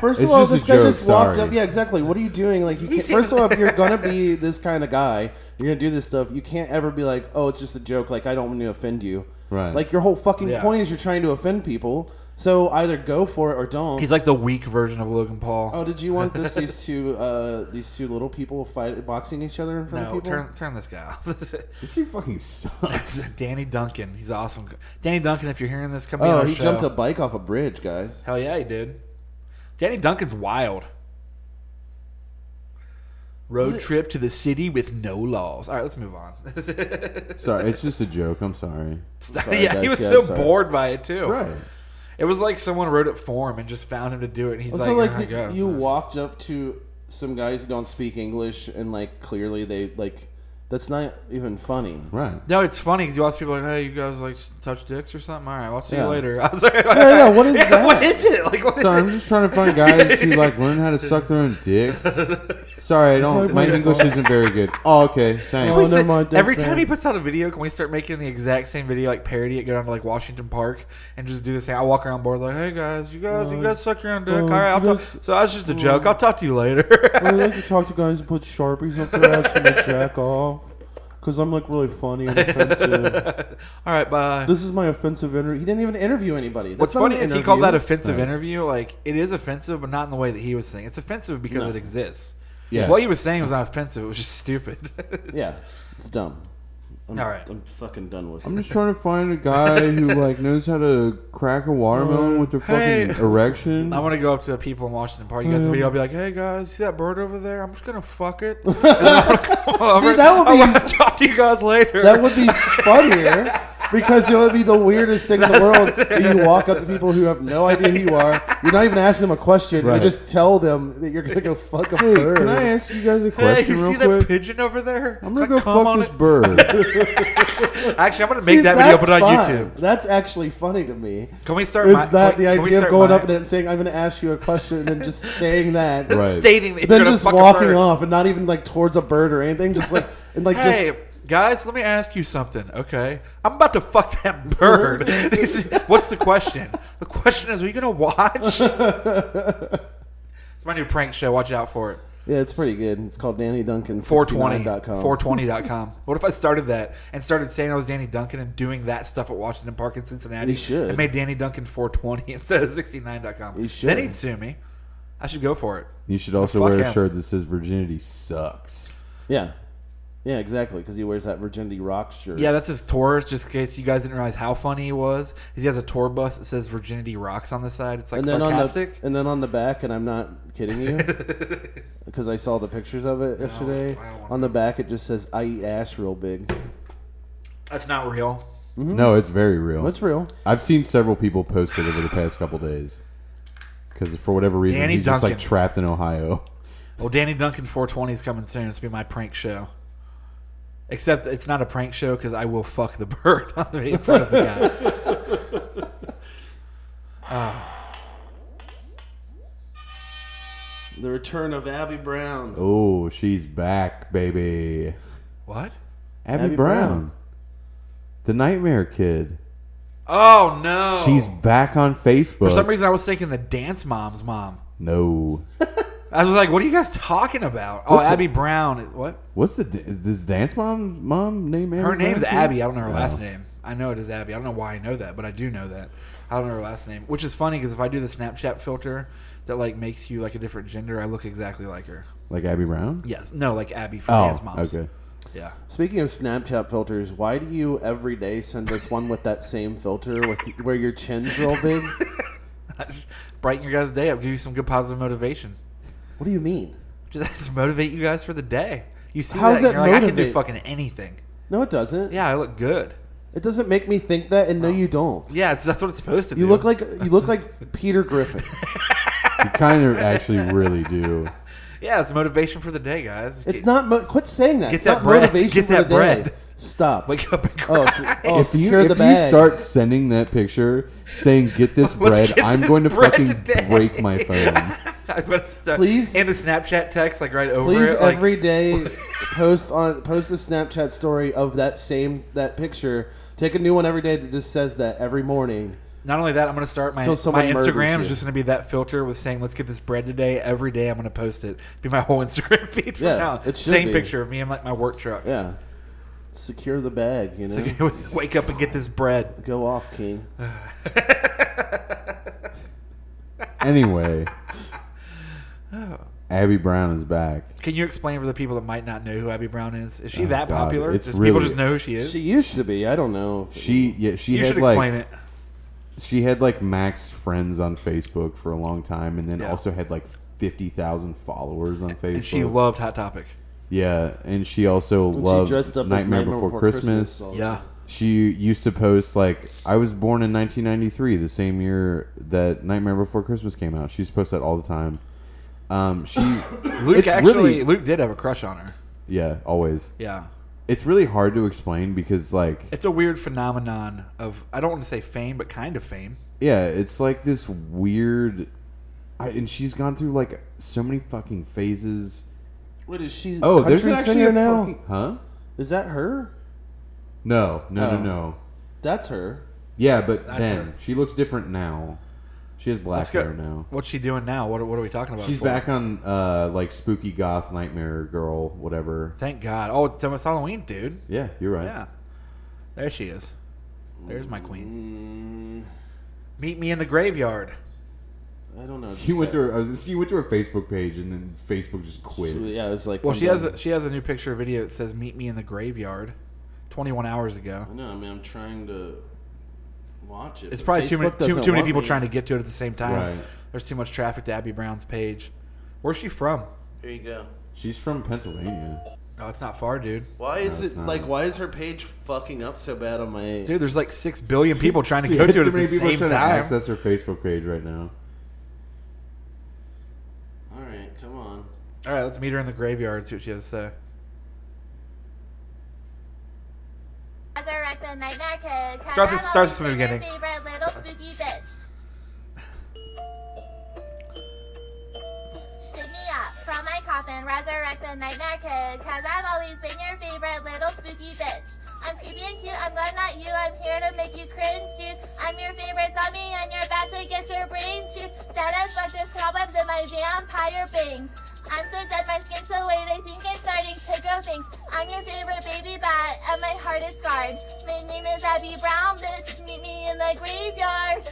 Speaker 1: First of
Speaker 3: It's
Speaker 1: all,
Speaker 3: just a
Speaker 1: this guy
Speaker 3: joke,
Speaker 1: just walked
Speaker 3: sorry.
Speaker 1: up. Yeah, exactly. What are you doing? Like, you can't,
Speaker 2: He's
Speaker 1: first of
Speaker 2: even-
Speaker 1: all, if you're gonna be this kind of guy, you're gonna do this stuff. You can't ever be like, oh, it's just a joke. Like, I don't want to offend you.
Speaker 3: Right.
Speaker 1: Like, your whole fucking
Speaker 2: Yeah.
Speaker 1: point is you're trying to offend people. So either go for it or don't.
Speaker 2: He's like the weak version of Logan Paul.
Speaker 1: Oh, did you want this? These two, uh, these two little people fight boxing each other in front
Speaker 2: no,
Speaker 1: of people.
Speaker 2: turn turn this guy off. This is-
Speaker 3: This dude fucking sucks.
Speaker 2: Danny Duncan, he's awesome. Danny Duncan, if you're hearing this, come be on
Speaker 1: oh,
Speaker 2: our
Speaker 1: he
Speaker 2: show.
Speaker 1: jumped a bike off a bridge, guys.
Speaker 2: Hell yeah, he did. Danny Duncan's wild. Road trip to the city with no laws. All right, let's move on.
Speaker 3: sorry, it's just a joke. I'm sorry.
Speaker 2: yeah,
Speaker 1: guys.
Speaker 2: he was
Speaker 1: Yeah,
Speaker 2: so
Speaker 1: I'm sorry.
Speaker 2: bored by it too.
Speaker 3: Right.
Speaker 2: It was like someone wrote it for him and just found him to do it. And he's
Speaker 1: Also,
Speaker 2: like,
Speaker 1: like,
Speaker 2: "Oh,
Speaker 1: the-
Speaker 2: God."
Speaker 1: you walked up to some guys who don't speak English, and like clearly they like that's not even funny.
Speaker 3: Right.
Speaker 2: No, it's funny because you watch people like, hey, you guys like touch dicks or something. All right, I'll see
Speaker 1: Yeah.
Speaker 2: you later. I was like,
Speaker 1: yeah, what is
Speaker 2: Yeah,
Speaker 1: that?
Speaker 2: What is it? Like, what is
Speaker 3: Sorry,
Speaker 2: it?
Speaker 3: I'm just trying to find guys who like learn how to suck their own dicks. Sorry, I don't. My English isn't very good. Oh, okay, thanks.
Speaker 2: Can we
Speaker 1: never
Speaker 2: start-
Speaker 1: mind, thanks,
Speaker 2: every time
Speaker 1: man.
Speaker 2: he puts out a video, can we start making the exact same video, like parody it, go down to like Washington Park and just do the same? I walk around board like, hey guys, you guys,
Speaker 1: Uh,
Speaker 2: you guys suck your own dick. All right, I'll talk.
Speaker 1: just-
Speaker 2: So that's just a joke. I'll talk to you later.
Speaker 1: I like to talk to guys who put sharpies up their ass when they jack off, because I'm like really funny and offensive.
Speaker 2: All right, bye.
Speaker 1: this is my offensive interview. He didn't even interview anybody. That's
Speaker 2: What's
Speaker 1: not
Speaker 2: funny
Speaker 1: an
Speaker 2: is he
Speaker 1: interview.
Speaker 2: called that offensive interview. Like it is offensive, but not in the way that he was saying. It's offensive because it exists.
Speaker 3: Yeah.
Speaker 2: What he was saying was not offensive. It was just stupid.
Speaker 1: Yeah, it's dumb. I'm,
Speaker 2: All right.
Speaker 1: I'm fucking done with it.
Speaker 3: I'm just trying to find a guy who like knows how to crack a watermelon with their
Speaker 2: Hey.
Speaker 3: fucking erection.
Speaker 2: I want to go up to people in Washington Park. You guys, the video. I'll be like, "Hey guys, see that bird over there? I'm just gonna fuck it." And then I'll come over.
Speaker 1: See, that would
Speaker 2: I
Speaker 1: be-
Speaker 2: want to talk to you guys later.
Speaker 1: That would be funnier because it would be the weirdest thing in the world. if You walk up to people who have no idea who you are. You're not even asking them a question.
Speaker 3: Right.
Speaker 1: You just tell them that you're gonna go fuck a
Speaker 3: hey,
Speaker 1: bird.
Speaker 3: can I ask you guys a
Speaker 2: Hey,
Speaker 3: question
Speaker 2: you see
Speaker 3: real
Speaker 2: that
Speaker 3: quick?
Speaker 2: pigeon over there?
Speaker 3: I'm gonna
Speaker 2: Can I
Speaker 3: go
Speaker 2: come
Speaker 3: fuck
Speaker 2: on
Speaker 3: this
Speaker 2: it?
Speaker 3: bird.
Speaker 2: Actually, I'm gonna
Speaker 1: See,
Speaker 2: make that video.
Speaker 1: that's
Speaker 2: Put it on
Speaker 1: fine.
Speaker 2: YouTube.
Speaker 1: That's actually funny to me.
Speaker 2: Can we start?
Speaker 1: Is
Speaker 2: my-
Speaker 1: that
Speaker 2: can we-
Speaker 1: the
Speaker 2: can we
Speaker 1: idea of
Speaker 2: start
Speaker 1: going
Speaker 2: my-
Speaker 1: up and then saying, "I'm gonna ask you a question," and then just saying that,
Speaker 3: Right.
Speaker 2: stating that you're
Speaker 1: then
Speaker 2: gonna
Speaker 1: just
Speaker 2: fuck a
Speaker 1: walking
Speaker 2: bird.
Speaker 1: off and not even like towards a bird or anything, just like and like
Speaker 2: Hey,
Speaker 1: just
Speaker 2: guys, let me ask you something, okay? I'm about to fuck that bird. He said, What's the question? The question is, are you going to watch? it's my new prank show. Watch out for it.
Speaker 1: yeah, it's pretty good. It's called Danny Duncan
Speaker 2: 420.
Speaker 1: 420.
Speaker 2: 420.com. What if I started that and started saying I was Danny Duncan and doing that stuff at Washington Park in Cincinnati?
Speaker 1: You should.
Speaker 2: I made Danny Duncan 420 instead of 69.com.
Speaker 1: You should.
Speaker 2: Then he'd sue me. I should go for it.
Speaker 3: you should also
Speaker 2: Fuck
Speaker 3: wear a
Speaker 2: him.
Speaker 3: shirt that says virginity sucks.
Speaker 1: Yeah, Yeah, exactly, because he wears that Virginity Rock shirt.
Speaker 2: Yeah, that's his tour. Just in case you guys didn't realize how funny he was, is he has a tour bus that says "Virginity Rocks" on the side. It's like
Speaker 1: and then
Speaker 2: sarcastic.
Speaker 1: on the and then on the back, and I'm not kidding you, because I saw the pictures of it yesterday. on the back, it just says "I eat ass real big."
Speaker 2: That's not real.
Speaker 3: No, it's very real.
Speaker 1: Oh, It's real.
Speaker 3: I've seen several people post it over the past couple days because for whatever reason
Speaker 2: Danny
Speaker 3: he's just like
Speaker 2: Duncan.
Speaker 3: trapped in Ohio.
Speaker 2: Well, Danny Duncan 420 is coming soon. It's gonna be my prank show. Except it's not a prank show because I will fuck the bird on the- in front of the guy. Uh,
Speaker 1: The return of Abby Brown.
Speaker 3: Oh, she's back, baby.
Speaker 2: What?
Speaker 3: Abby,
Speaker 1: Abby
Speaker 3: Brown.
Speaker 1: Brown.
Speaker 3: the Nightmare Kid.
Speaker 2: oh no!
Speaker 3: She's back on Facebook.
Speaker 2: for some reason I was thinking the dance mom's mom.
Speaker 3: no.
Speaker 2: I was like, "What are you guys talking about?" Oh,
Speaker 3: What's
Speaker 2: Abby
Speaker 3: it-
Speaker 2: Brown. is- What?
Speaker 3: What's the this dance mom mom name? Abby
Speaker 2: Her name's
Speaker 3: Brown, too?
Speaker 2: Abby. I don't know her last
Speaker 3: Oh.
Speaker 2: name. I know it is Abby. I don't know why I know that, but I do know that. I don't know her last name, which is funny because if I do the Snapchat filter that like makes you like a different gender, I look exactly like her.
Speaker 3: Like Abby Brown?
Speaker 2: Yes. No, like Abby from
Speaker 3: Oh,
Speaker 2: Dance Moms.
Speaker 3: okay.
Speaker 2: Yeah.
Speaker 1: Speaking of Snapchat filters, why do you every day send us one with that same filter with where your chin's real big?
Speaker 2: Brighten your guys' day up. Give you some good positive motivation.
Speaker 1: What do you mean?
Speaker 2: Just motivate you guys for the day. You see
Speaker 1: How's
Speaker 2: that, and
Speaker 1: that
Speaker 2: you're like, I can do
Speaker 1: motivate?
Speaker 2: fucking anything.
Speaker 1: No, it doesn't.
Speaker 2: Yeah, I look good.
Speaker 1: It doesn't make me think that, and no, you don't.
Speaker 2: Yeah, it's, that's what it's supposed to
Speaker 1: You
Speaker 2: do.
Speaker 1: look like you look like Peter Griffin.
Speaker 3: You kind of actually really do.
Speaker 2: Yeah, it's motivation for the day, guys.
Speaker 1: It's not. Mo- quit saying that.
Speaker 2: Get
Speaker 1: It's
Speaker 2: that
Speaker 1: not
Speaker 2: bread.
Speaker 1: motivation
Speaker 2: Get
Speaker 1: for
Speaker 2: that
Speaker 1: the day.
Speaker 2: bread.
Speaker 1: Stop.
Speaker 2: Wake up and
Speaker 1: Oh, so- oh,
Speaker 3: if you,
Speaker 1: secure
Speaker 3: if
Speaker 1: the
Speaker 3: you
Speaker 1: bag.
Speaker 3: start sending that picture saying get this bread,
Speaker 2: get
Speaker 3: I'm
Speaker 2: this
Speaker 3: going to
Speaker 2: bread
Speaker 3: fucking
Speaker 2: today.
Speaker 3: break my phone.
Speaker 2: I better start.
Speaker 1: Please-
Speaker 2: and the Snapchat text like right over
Speaker 1: Please
Speaker 2: it. Like,
Speaker 1: every day post on post a Snapchat story of that same that picture. Take a new one every day that just says that every morning.
Speaker 2: not only that, I'm gonna start my
Speaker 1: So
Speaker 2: my
Speaker 1: someone murders
Speaker 2: Instagram is
Speaker 1: you.
Speaker 2: just gonna be that filter with saying "Let's get this bread today." Every day, I'm gonna post it. Be my whole Instagram feed from
Speaker 1: Yeah,
Speaker 2: now.
Speaker 1: it should
Speaker 2: Same
Speaker 1: be.
Speaker 2: picture of me in like my work truck.
Speaker 1: Yeah. Secure the bag, you know.
Speaker 2: So wake up and get this bread.
Speaker 1: Go off, King.
Speaker 3: Anyway,
Speaker 2: Oh.
Speaker 3: Abby Brown is back.
Speaker 2: Can you explain for the people that might not know who Abby Brown is? Is she
Speaker 3: Oh,
Speaker 2: that
Speaker 3: God,
Speaker 2: popular?
Speaker 3: it's
Speaker 2: Does people
Speaker 3: really-
Speaker 2: just know who she is?
Speaker 1: She used to be. I don't know.
Speaker 3: She yeah she
Speaker 2: you
Speaker 3: had
Speaker 2: should
Speaker 3: like
Speaker 2: explain it.
Speaker 3: she had like max friends on Facebook for a long time, and then also had like fifty thousand followers on Facebook.
Speaker 2: And she loved Hot Topic.
Speaker 3: yeah, and she also
Speaker 1: she
Speaker 3: loved
Speaker 1: dressed up as
Speaker 3: Nightmare, Before, Christmas.
Speaker 1: so-
Speaker 2: Yeah.
Speaker 3: She used to post like I was born in 1993, the same year that Nightmare Before Christmas came out. She used to post that all the time. Um, she
Speaker 2: Luke
Speaker 3: it's
Speaker 2: actually
Speaker 3: really
Speaker 2: Luke did have a crush on her.
Speaker 3: yeah, always.
Speaker 2: Yeah.
Speaker 3: It's really hard to explain because like
Speaker 2: It's a weird phenomenon of I don't want to say fame, but kind of fame.
Speaker 3: yeah, it's like this weird. I, and she's gone through like so many fucking phases.
Speaker 1: What is she?
Speaker 3: Oh, there's
Speaker 1: country
Speaker 3: actually
Speaker 1: singer
Speaker 3: a
Speaker 1: now.
Speaker 3: fucking- huh?
Speaker 1: Is that her?
Speaker 3: No, no,
Speaker 1: Oh.
Speaker 3: no, no.
Speaker 1: That's her.
Speaker 3: Yeah, but
Speaker 2: That's
Speaker 3: then
Speaker 2: her.
Speaker 3: she looks different now. She has black
Speaker 2: Let's go.
Speaker 3: hair now.
Speaker 2: What's she doing now? What, what are we talking about?
Speaker 3: She's
Speaker 2: for?
Speaker 3: back on uh like spooky goth nightmare girl whatever.
Speaker 2: Thank God. Oh, it's it's Halloween, dude.
Speaker 3: Yeah, you're right.
Speaker 2: Yeah. There she is. There's my queen.
Speaker 1: Hmm,
Speaker 2: Meet me in the graveyard.
Speaker 1: I don't know.
Speaker 3: She went to her. I was, she went to her Facebook page and then Facebook just quit.
Speaker 1: Yeah, it was like.
Speaker 2: Well,
Speaker 1: I'm
Speaker 2: she has
Speaker 1: done.
Speaker 2: a, she has a new picture or video that says "Meet me in the graveyard," 21 hours ago.
Speaker 1: I know. I mean, I'm trying to watch it.
Speaker 2: It's
Speaker 1: but
Speaker 2: probably too many
Speaker 1: Facebook
Speaker 2: too,
Speaker 1: doesn't
Speaker 2: too many
Speaker 1: want
Speaker 2: people
Speaker 1: me.
Speaker 2: trying to get to it at the same time.
Speaker 3: Right.
Speaker 2: There's too much traffic to Abby Brown's page. Where's she from?
Speaker 1: Here you go.
Speaker 3: She's from Pennsylvania.
Speaker 2: Oh, it's not far, dude.
Speaker 1: Why is
Speaker 3: it's
Speaker 1: it
Speaker 3: not.
Speaker 1: like? Why is her page fucking up so bad on my?
Speaker 2: Dude, there's like six billion people trying to go to it
Speaker 3: too
Speaker 2: at
Speaker 3: many
Speaker 2: the
Speaker 3: people
Speaker 2: same
Speaker 3: trying
Speaker 2: time.
Speaker 3: to access her Facebook page right now.
Speaker 1: All right, come on.
Speaker 2: All right, let's meet her in the graveyard and see what she has to say.
Speaker 12: Resurrect the Nightmare Kid. 'cause
Speaker 2: Start this-
Speaker 12: I've
Speaker 2: start this
Speaker 12: always
Speaker 2: from
Speaker 12: been
Speaker 2: the
Speaker 12: your Favorite little spooky bitch. Dig me up from my coffin, resurrect the Nightmare Kid. Cause I've always been your favorite little spooky bitch. I'm creepy and cute, I'm glad not you. I'm here to make you cringe, dude. I'm your favorite zombie and you're about to get your brains chewed. Dead as fuck, there's problems in my vampire bangs. I'm so dead, my skin's so white, I think I'm starting to grow things. I'm your favorite baby bat, and my heart is scarred. My name is Abby Brown, bitch. Meet me in the graveyard.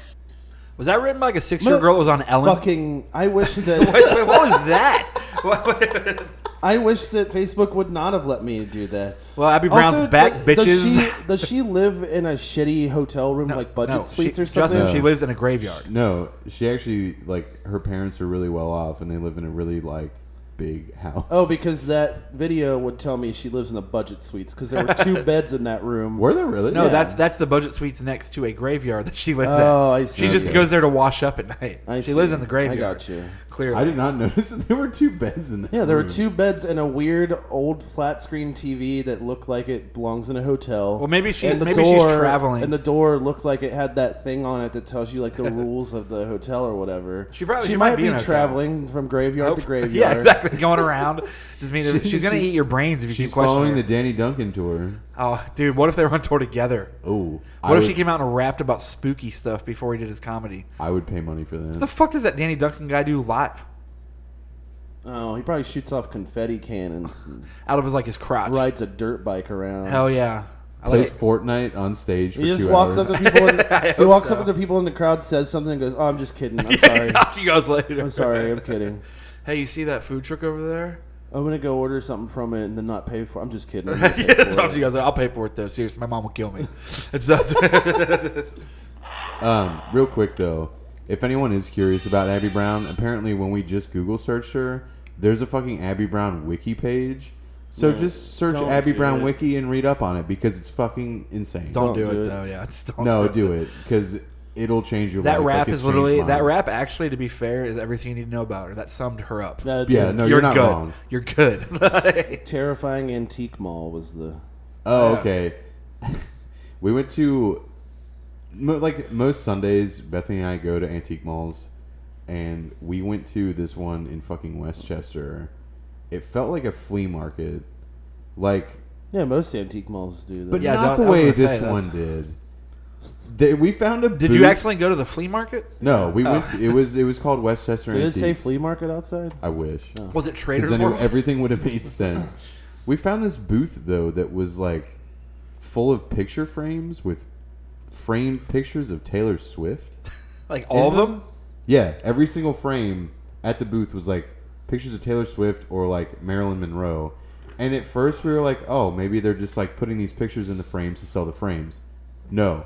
Speaker 2: Was that written by like a six year old girl that was on Ellen?
Speaker 1: Fucking. I wish that.
Speaker 2: Wait, wait, what was that? What- what-
Speaker 1: I wish that Facebook would not have let me do that.
Speaker 2: Well, Abby Brown's back,
Speaker 1: d- Does she,
Speaker 2: bitches.
Speaker 1: does she live in a shitty hotel room, like budget
Speaker 2: no, she-
Speaker 1: suites or
Speaker 2: Justin,
Speaker 1: something?
Speaker 2: she lives in a graveyard.
Speaker 3: No, she actually like her parents are really well off, and they live in a really like big house.
Speaker 1: Oh, because that video would tell me she lives in a budget suites because there were two beds in that room.
Speaker 3: Were there really?
Speaker 2: No,
Speaker 1: Yeah.
Speaker 2: that's that's the budget suites next to a graveyard that she lives
Speaker 1: Oh,
Speaker 2: at.
Speaker 1: I see.
Speaker 2: She just
Speaker 1: Okay.
Speaker 2: goes there to wash up at night.
Speaker 1: I
Speaker 2: she lives
Speaker 1: see.
Speaker 2: in the graveyard.
Speaker 1: I got you.
Speaker 2: Clearly,
Speaker 3: I did not notice that there were two beds in there.
Speaker 1: Yeah, there were two beds and a weird old flat screen TV that looked like it belongs in a hotel.
Speaker 2: Well, maybe she's-
Speaker 1: And the
Speaker 2: maybe she's traveling.
Speaker 1: And the door looked like it had that thing on it that tells you like the rules of the hotel or whatever.
Speaker 2: She probably-
Speaker 1: she
Speaker 2: she
Speaker 1: might,
Speaker 2: might be
Speaker 1: be,
Speaker 2: in a hotel.
Speaker 1: traveling from graveyard to graveyard.
Speaker 2: Yeah, exactly. Going around, just means she's, gonna eat your brains if you
Speaker 3: she's
Speaker 2: keep questioning.
Speaker 3: following the
Speaker 2: her.
Speaker 3: Danny Duncan tour.
Speaker 2: Oh, dude, what if they were on tour together?
Speaker 3: Oh,
Speaker 2: What
Speaker 3: I
Speaker 2: if
Speaker 3: would-
Speaker 2: she came out and rapped about spooky stuff before he did his comedy?
Speaker 3: I would pay money for that.
Speaker 2: What the fuck does that Danny Duncan guy do live
Speaker 1: Oh, he probably shoots off confetti cannons. and
Speaker 2: out of his like his crotch?
Speaker 1: rides a dirt bike around.
Speaker 2: Hell yeah! I
Speaker 3: Plays
Speaker 2: like-
Speaker 3: Fortnite on stage. For
Speaker 1: He just
Speaker 3: two
Speaker 1: walks
Speaker 3: hours.
Speaker 1: up to people. In, he
Speaker 2: hope
Speaker 1: walks
Speaker 2: so.
Speaker 1: up to people in the crowd, says something, and goes, "Oh, I'm just kidding. I'm
Speaker 2: Yeah,
Speaker 1: sorry.
Speaker 2: talk to you guys later.
Speaker 1: I'm sorry. I'm kidding.
Speaker 2: Hey, you see that food truck over there?
Speaker 1: I'm gonna go order something from it and then not pay for. it. I'm just kidding. I'm gonna pay
Speaker 2: yeah,
Speaker 1: for
Speaker 2: talk
Speaker 1: it."
Speaker 2: to you guys. Later. I'll pay for it though. Seriously, my mom will kill me. It's not-
Speaker 3: Um, real quick though, if anyone is curious about Abby Brown, apparently when we just Google searched her, there's a fucking Abby Brown wiki page. So
Speaker 1: No,
Speaker 3: just search
Speaker 1: don't
Speaker 3: Abby
Speaker 1: do
Speaker 3: Brown
Speaker 1: it.
Speaker 3: wiki and read up on it because it's fucking insane.
Speaker 2: don't, do, it, though. Yeah, just don't.
Speaker 3: no, do it because it'll change your
Speaker 2: That
Speaker 3: life.
Speaker 2: rap
Speaker 3: like it's
Speaker 2: is literally
Speaker 3: changed mine.
Speaker 2: that rap. Actually, to be fair, is everything you need to know about her. That summed her up.
Speaker 1: That-
Speaker 3: Yeah, no, you're,
Speaker 2: You're
Speaker 3: not
Speaker 2: good.
Speaker 3: wrong.
Speaker 2: You're good.
Speaker 1: Terrifying Antique Mall was the.
Speaker 3: Oh,
Speaker 2: Yeah.
Speaker 3: okay. we went to mo- like most Sundays. Bethany and I go to antique malls, and we went to this one in fucking Westchester. It felt like a flea market, like,
Speaker 1: Yeah, most antique malls do that.
Speaker 3: but
Speaker 2: Yeah,
Speaker 3: not
Speaker 2: that-
Speaker 3: the
Speaker 2: I was
Speaker 3: way
Speaker 2: gonna
Speaker 3: this
Speaker 2: say, that's-
Speaker 3: one did. They, we found a.
Speaker 2: Did you actually go to the flea market?
Speaker 3: No, we
Speaker 2: Oh.
Speaker 3: went. To, it was it was called Westchester.
Speaker 1: did it say
Speaker 3: Antiques.
Speaker 1: flea Oh. market outside?
Speaker 3: I wish.
Speaker 2: Was
Speaker 3: Because
Speaker 2: it Trader
Speaker 3: then
Speaker 2: Joe's?
Speaker 3: it- everything would have made sense. we found this booth though that was like full of picture frames with framed pictures of Taylor Swift.
Speaker 2: like all of
Speaker 3: in the-
Speaker 2: them?
Speaker 3: Yeah, every single frame at the booth was like pictures of Taylor Swift or like Marilyn Monroe. And at first we were like, oh, maybe they're just like putting these pictures in the frames to sell the frames. No.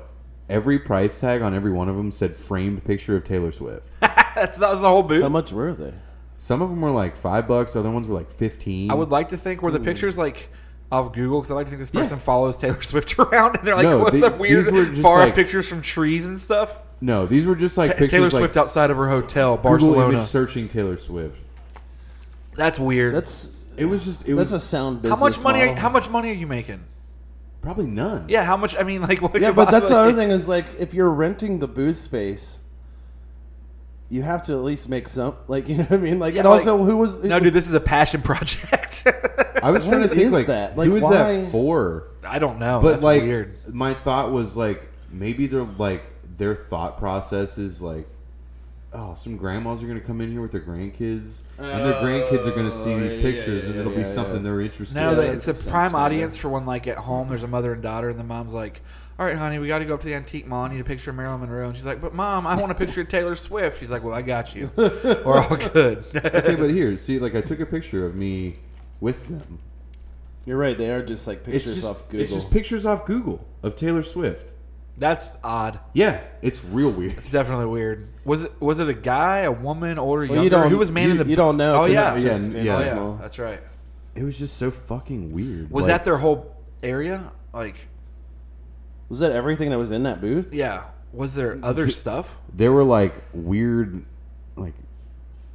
Speaker 3: Every price tag on every one of them said framed picture of Taylor Swift.
Speaker 2: That's, that was the whole booth.
Speaker 1: How much were they?
Speaker 3: Some of them were like five bucks, other ones were like 15.
Speaker 2: I would like to think were
Speaker 3: Hmm.
Speaker 2: the pictures like of Google because I like to think this person follows Taylor Swift around and they're like,
Speaker 3: No,
Speaker 2: what's
Speaker 3: the-
Speaker 2: up weird
Speaker 3: these were just
Speaker 2: far
Speaker 3: like-
Speaker 2: pictures from trees and stuff?
Speaker 3: No, these were just like
Speaker 2: Ta-
Speaker 3: pictures
Speaker 2: Taylor
Speaker 3: like
Speaker 2: Swift outside of her hotel,
Speaker 3: Google
Speaker 2: Barcelona.
Speaker 3: image searching Taylor Swift.
Speaker 2: That's weird.
Speaker 1: That's
Speaker 3: It was just it
Speaker 1: that's
Speaker 3: was
Speaker 1: a sound
Speaker 2: how
Speaker 1: business.
Speaker 2: much money? Are,
Speaker 1: model.
Speaker 2: how much money are you making?
Speaker 3: probably none.
Speaker 2: Yeah, how much? I mean, like, what
Speaker 1: yeah,
Speaker 2: could
Speaker 1: but that's the
Speaker 2: possibly-
Speaker 1: other thing is like if you're renting the booth space, you have to at least make some. Like you know what I mean? Like
Speaker 2: Yeah,
Speaker 1: and also
Speaker 2: like-
Speaker 1: who was
Speaker 2: No, dude, this is a passion project.
Speaker 3: I was
Speaker 1: What
Speaker 3: trying to think
Speaker 1: is
Speaker 3: like,
Speaker 1: that?
Speaker 3: who
Speaker 1: Like,
Speaker 3: is
Speaker 1: why-
Speaker 3: that for?
Speaker 2: I don't know.
Speaker 3: but
Speaker 2: that's
Speaker 3: like
Speaker 2: weird.
Speaker 3: my thought was like maybe they're like their thought process is like oh some grandmas are gonna come in here with their grandkids and their grandkids are gonna see
Speaker 1: Oh,
Speaker 3: these
Speaker 1: yeah,
Speaker 3: pictures
Speaker 1: yeah,
Speaker 3: and
Speaker 1: yeah,
Speaker 3: it'll
Speaker 1: yeah,
Speaker 3: be something
Speaker 1: yeah.
Speaker 3: they're interested
Speaker 2: No,
Speaker 3: in.
Speaker 2: they-
Speaker 1: that
Speaker 2: it's a
Speaker 1: makes sense
Speaker 2: prime
Speaker 1: to me.
Speaker 2: audience for when, like, at home there's a mother and daughter, and the mom's like, "All right, honey, we got to go up to the antique mall. I need a picture of Marilyn Monroe." And she's like, "But mom, I want a picture of Taylor Swift." She's like, "Well, I got you. We're all good."
Speaker 3: okay, but here, see, like I took a picture of me with them.
Speaker 1: You're right. They are just like
Speaker 3: It's
Speaker 1: pictures
Speaker 3: just
Speaker 1: off Google.
Speaker 3: it's just pictures off Google of Taylor Swift.
Speaker 2: That's odd.
Speaker 3: Yeah, it's real weird.
Speaker 2: It's definitely weird. Was it was it a guy, a woman, older,
Speaker 1: Well, you
Speaker 2: younger?
Speaker 1: don't-
Speaker 2: Who was man in
Speaker 1: you-
Speaker 2: the?
Speaker 1: you don't
Speaker 2: Oh
Speaker 1: know 'cause
Speaker 2: yeah,
Speaker 1: it's
Speaker 3: Yeah,
Speaker 1: just
Speaker 3: yeah.
Speaker 2: oh
Speaker 1: antique
Speaker 2: yeah,
Speaker 1: mall.
Speaker 2: that's right.
Speaker 3: It was just so fucking weird.
Speaker 2: Was
Speaker 3: Like,
Speaker 2: that their whole area? Like,
Speaker 1: Was that everything that was in that booth?
Speaker 2: yeah. Was there other stuff?
Speaker 3: There were like weird, like,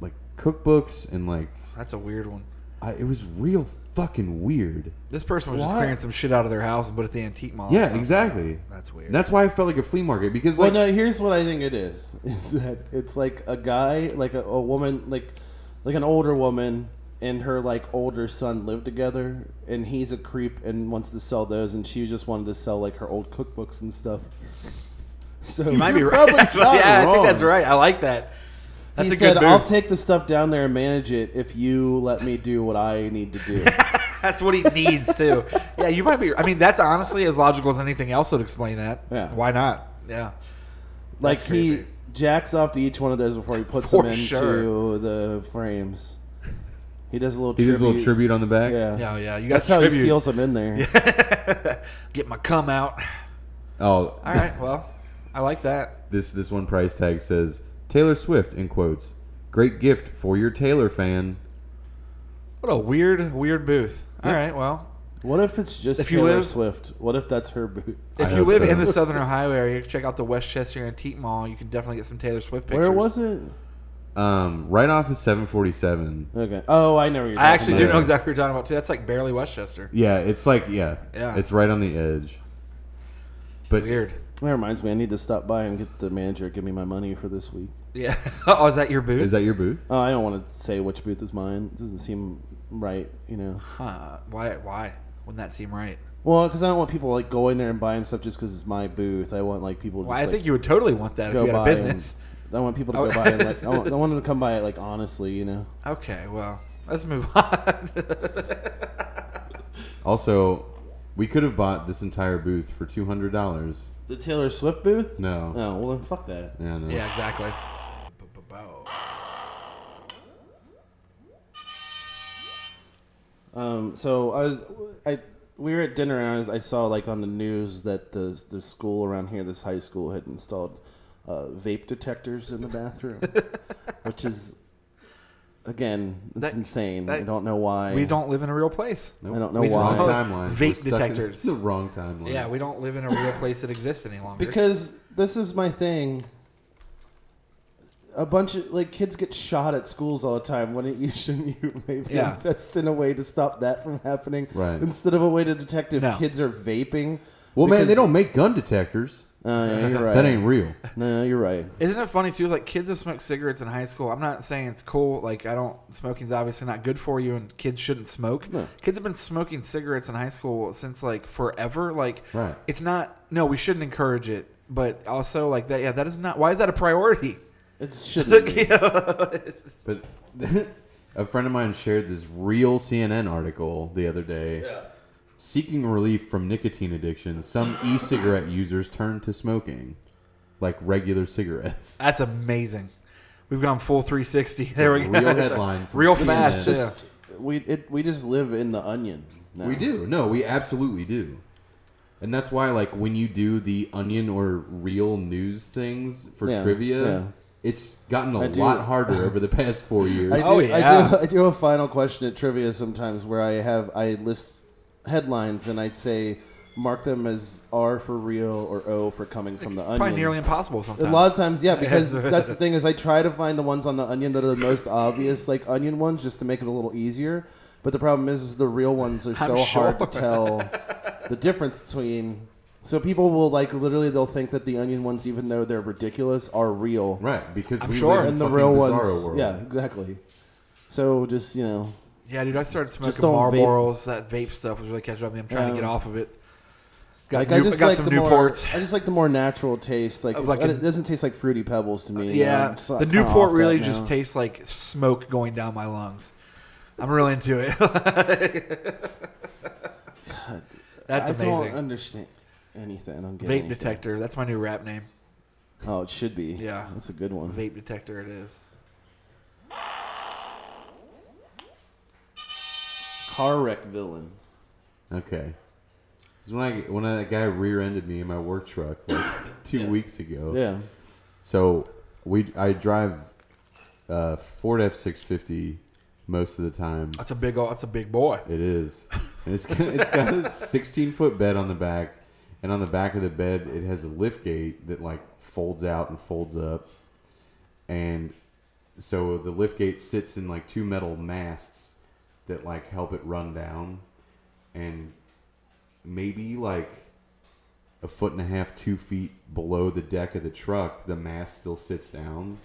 Speaker 3: like cookbooks and like
Speaker 2: That's a weird one.
Speaker 3: I, it was real fucking weird.
Speaker 2: This person was just
Speaker 3: What?
Speaker 2: clearing some shit out of their house and put it at the antique mall. or
Speaker 3: yeah,
Speaker 2: something.
Speaker 3: exactly.
Speaker 2: That's Oh, weird.
Speaker 3: That's why I felt like a flea market because
Speaker 1: Well,
Speaker 3: like
Speaker 1: no. Here's what I think it is: is that it's like a guy, like a, a woman, like like an older woman and her like older son live together, and he's a creep and wants to sell those, and she just wanted to sell like her old cookbooks and stuff. So
Speaker 2: You might be
Speaker 3: You're
Speaker 2: right.
Speaker 3: probably not
Speaker 2: yeah, I think
Speaker 3: wrong.
Speaker 2: that's right. I like that. That's
Speaker 1: he
Speaker 2: a
Speaker 1: said,
Speaker 2: good
Speaker 1: "I'll
Speaker 2: move.
Speaker 1: take the stuff down there and manage it if you let me do what I need to do."
Speaker 2: that's what he needs too. yeah, you might be. I mean, that's honestly as logical as anything else would explain that.
Speaker 1: Yeah.
Speaker 2: Why not? Yeah.
Speaker 1: like
Speaker 2: That's
Speaker 1: he
Speaker 2: creepy.
Speaker 1: jacks off to each one of those before he puts
Speaker 2: For
Speaker 1: them into
Speaker 2: sure.
Speaker 1: the frames. He does a little.
Speaker 3: He
Speaker 1: tribute.
Speaker 3: does a little tribute on the back?
Speaker 1: Yeah,
Speaker 2: Yeah, yeah, you got
Speaker 1: That's how he
Speaker 2: tribute.
Speaker 1: seals them in there.
Speaker 2: Get my cum out.
Speaker 3: Oh,
Speaker 2: All right. Well, I like that.
Speaker 3: this this one price tag says Taylor Swift in quotes. Great gift for your Taylor fan.
Speaker 2: What a weird, weird booth. All right. Well,
Speaker 1: What if it's just
Speaker 2: If you
Speaker 1: Taylor
Speaker 2: live-
Speaker 1: Swift? What if that's her booth?
Speaker 2: if you live in the Southern Ohio area, check out the Westchester Antique Mall. You can definitely get some Taylor Swift pictures.
Speaker 1: Where was it?
Speaker 3: Um, right off of 747.
Speaker 1: Okay. Oh, I know where you're.
Speaker 2: I actually
Speaker 1: talking
Speaker 2: do know
Speaker 1: about.
Speaker 2: exactly what you're talking about too. That's like barely Westchester.
Speaker 3: Yeah, it's like yeah,
Speaker 2: Yeah.
Speaker 3: it's right on the edge. But
Speaker 2: weird.
Speaker 1: That reminds me. I need to stop by and get the manager. to Give me my money for this week.
Speaker 2: Yeah. oh, is that your booth?
Speaker 3: Is that your booth?
Speaker 1: Oh, I don't want to say which booth is mine. doesn't seem right, you know.
Speaker 2: Huh. Why? Why wouldn't that seem right?
Speaker 1: Well, because I don't want people like going there and buying stuff just because it's my booth. I want like people. To
Speaker 2: Well,
Speaker 1: just,
Speaker 2: I think you would totally want that if
Speaker 1: go
Speaker 2: you had a
Speaker 1: by
Speaker 2: business. Oh.
Speaker 1: and- I want people to
Speaker 2: I
Speaker 1: go
Speaker 2: would-
Speaker 1: by and like. I want, I want them to come by it like honestly, you know.
Speaker 2: Okay. Well, let's move on.
Speaker 3: Also, we could have bought this entire booth for two hundred dollars.
Speaker 1: The Taylor Swift booth?
Speaker 3: No.
Speaker 1: No. Well, then fuck that.
Speaker 3: Yeah, no.
Speaker 2: yeah. Exactly.
Speaker 1: Um, so I was, I we were at dinner and I, was, I saw like on the news that the the school around here, this high school, had installed uh, vape detectors in the bathroom, which is again, it's
Speaker 2: That-
Speaker 1: insane. I
Speaker 2: that-
Speaker 1: don't know why.
Speaker 2: We don't live in a real place.
Speaker 1: I don't know
Speaker 2: We just
Speaker 1: why.
Speaker 2: don't-
Speaker 3: Timeline. We're
Speaker 2: Vape
Speaker 3: stuck in
Speaker 2: detectors.
Speaker 3: the wrong timeline.
Speaker 2: Yeah, we don't live in a real place that exists any longer.
Speaker 1: Because this is my thing. A bunch of like kids get shot at schools all the time. Wouldn't you shouldn't you maybe
Speaker 2: Yeah.
Speaker 1: invest in a way to stop that from happening?
Speaker 3: Right.
Speaker 1: Instead of a way to detect if
Speaker 2: No.
Speaker 1: kids are vaping.
Speaker 3: Well, man, they
Speaker 1: Because-
Speaker 3: don't make gun detectors.
Speaker 1: Oh, yeah, you're right.
Speaker 3: That ain't real.
Speaker 1: No, you're right.
Speaker 2: Isn't it funny too? Like kids have smoked cigarettes in high school. I'm not saying it's cool. Like I don't. Smoking's obviously not good for you, and kids shouldn't smoke. Kids have been smoking cigarettes in high school since like forever. Like
Speaker 3: Right.
Speaker 2: it's not. No, we shouldn't encourage it. But also like that. Yeah, that is not. Why is that a priority?
Speaker 1: It shouldn't be.
Speaker 3: But a friend of mine shared this real CNN article the other day. Seeking relief from nicotine addiction, some e-cigarette users turn to smoking, like regular cigarettes.
Speaker 2: That's amazing. We've gone full 360. there
Speaker 3: a
Speaker 2: we go.
Speaker 3: real
Speaker 2: It's a
Speaker 3: headline from
Speaker 2: Real
Speaker 3: CNN.
Speaker 2: fast.
Speaker 3: It's
Speaker 2: yeah.
Speaker 1: Just- we it, we just live in the onion. now.
Speaker 3: We do. No, we absolutely do. And that's why, like, when you do the Onion or real news things for
Speaker 1: Yeah,
Speaker 3: trivia,
Speaker 1: yeah.
Speaker 3: it's gotten
Speaker 1: I
Speaker 3: a
Speaker 1: do-
Speaker 3: lot harder over the past four years.
Speaker 1: I do,
Speaker 2: Oh,
Speaker 1: I
Speaker 2: yeah.
Speaker 1: do, I do a final question at trivia sometimes where I have I list headlines and I say mark them as R for real or O for coming from the onion.
Speaker 2: Probably nearly impossible
Speaker 1: a
Speaker 2: sometimes.
Speaker 1: lot of times, yeah, because that's the thing is I try to find the ones on the onion that are the most obvious, like onion ones, just to make it a little easier. But the problem is, is the real ones are
Speaker 2: I'm
Speaker 1: so hard to
Speaker 2: sure.
Speaker 1: tell the difference between. So people will like literally they'll think that the onion ones, even though they're ridiculous, are real.
Speaker 3: right, because
Speaker 2: I'm
Speaker 3: we
Speaker 2: sure.
Speaker 3: live in
Speaker 1: And the
Speaker 3: fucking
Speaker 1: real ones,
Speaker 3: bizarro world.
Speaker 1: yeah, exactly. So just you know,
Speaker 2: Yeah, dude, I started smoking
Speaker 1: don't vape.
Speaker 2: Marlboros. That vape stuff was really catching up with me. I'm trying
Speaker 1: Yeah.
Speaker 2: to get off of it. Got,
Speaker 1: like
Speaker 2: new,
Speaker 1: I just
Speaker 2: got
Speaker 1: like
Speaker 2: some
Speaker 1: the
Speaker 2: new
Speaker 1: more,
Speaker 2: ports.
Speaker 1: I just like the more natural taste. Like,
Speaker 2: Of like
Speaker 1: it,
Speaker 2: a-
Speaker 1: doesn't taste like fruity pebbles to me. you know,
Speaker 2: Yeah,
Speaker 1: I'm just, like,
Speaker 2: the
Speaker 1: uh, kinda
Speaker 2: Newport
Speaker 1: off
Speaker 2: really
Speaker 1: that
Speaker 2: just
Speaker 1: now.
Speaker 2: tastes like smoke going down my lungs. I'm really into it. That's
Speaker 1: I don't
Speaker 2: amazing.
Speaker 1: understand anything. I don't get
Speaker 2: Vape
Speaker 1: anything.
Speaker 2: detector. That's my new rap name.
Speaker 1: Oh, it should be.
Speaker 2: Yeah.
Speaker 1: that's a good one.
Speaker 2: Vape detector. It is.
Speaker 1: Car wreck villain.
Speaker 3: Okay. 'Cause when I when that guy rear-ended me in my work truck like two weeks ago.
Speaker 1: Yeah.
Speaker 3: So we I drive uh, Ford F six fifty most of the time.
Speaker 2: That's a big. That's a big boy.
Speaker 3: It is. And it's got, it's got a 16 foot bed on the back, and on the back of the bed it has a lift gate that like folds out and folds up, and so the lift gate sits in like two metal masts that like help it run down, and maybe like a foot and a half, two feet below the deck of the truck, the mast still sits down.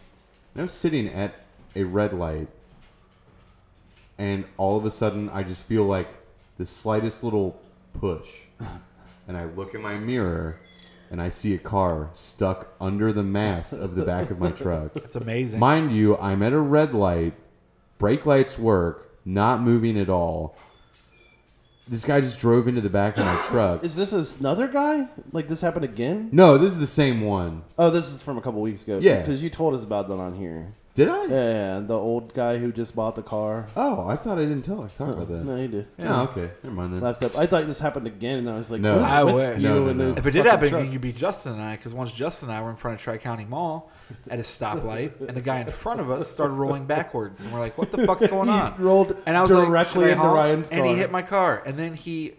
Speaker 3: And I'm sitting at a red light, and all of a sudden I just feel like the slightest little push. And I look in my mirror and I see a car stuck under the mast of the back of my truck.
Speaker 2: It's amazing.
Speaker 3: Mind you, I'm at a red light, brake lights work, not moving at all. This guy just drove into the back of my truck.
Speaker 1: Is this another guy? Like this happened again?
Speaker 3: No, this is the same one.
Speaker 1: Oh, this is from a couple weeks ago.
Speaker 3: Yeah.
Speaker 1: because you told us about that on here.
Speaker 3: Did I?
Speaker 1: Yeah, the old guy who just bought the car.
Speaker 3: Oh, I thought I didn't tell. I talked about that.
Speaker 1: No, you did.
Speaker 3: Yeah, okay. Never mind then.
Speaker 1: Last up, I thought this happened again, and I was like,
Speaker 3: No.
Speaker 1: what is
Speaker 2: I
Speaker 1: with
Speaker 2: wish.
Speaker 1: You and those
Speaker 2: If it did
Speaker 1: fucking
Speaker 2: happen,
Speaker 1: truck?
Speaker 2: again, you'd be Justin and I, because once Justin and I were in front of Tri County Mall at a stoplight, and the guy in front of us started rolling backwards, and we're like, "What the fuck's going
Speaker 1: He
Speaker 2: on?"
Speaker 1: rolled
Speaker 2: and I was
Speaker 1: directly
Speaker 2: like, "Should I
Speaker 1: into
Speaker 2: honk?"
Speaker 1: Ryan's
Speaker 2: and he
Speaker 1: car.
Speaker 2: hit my car, and then he.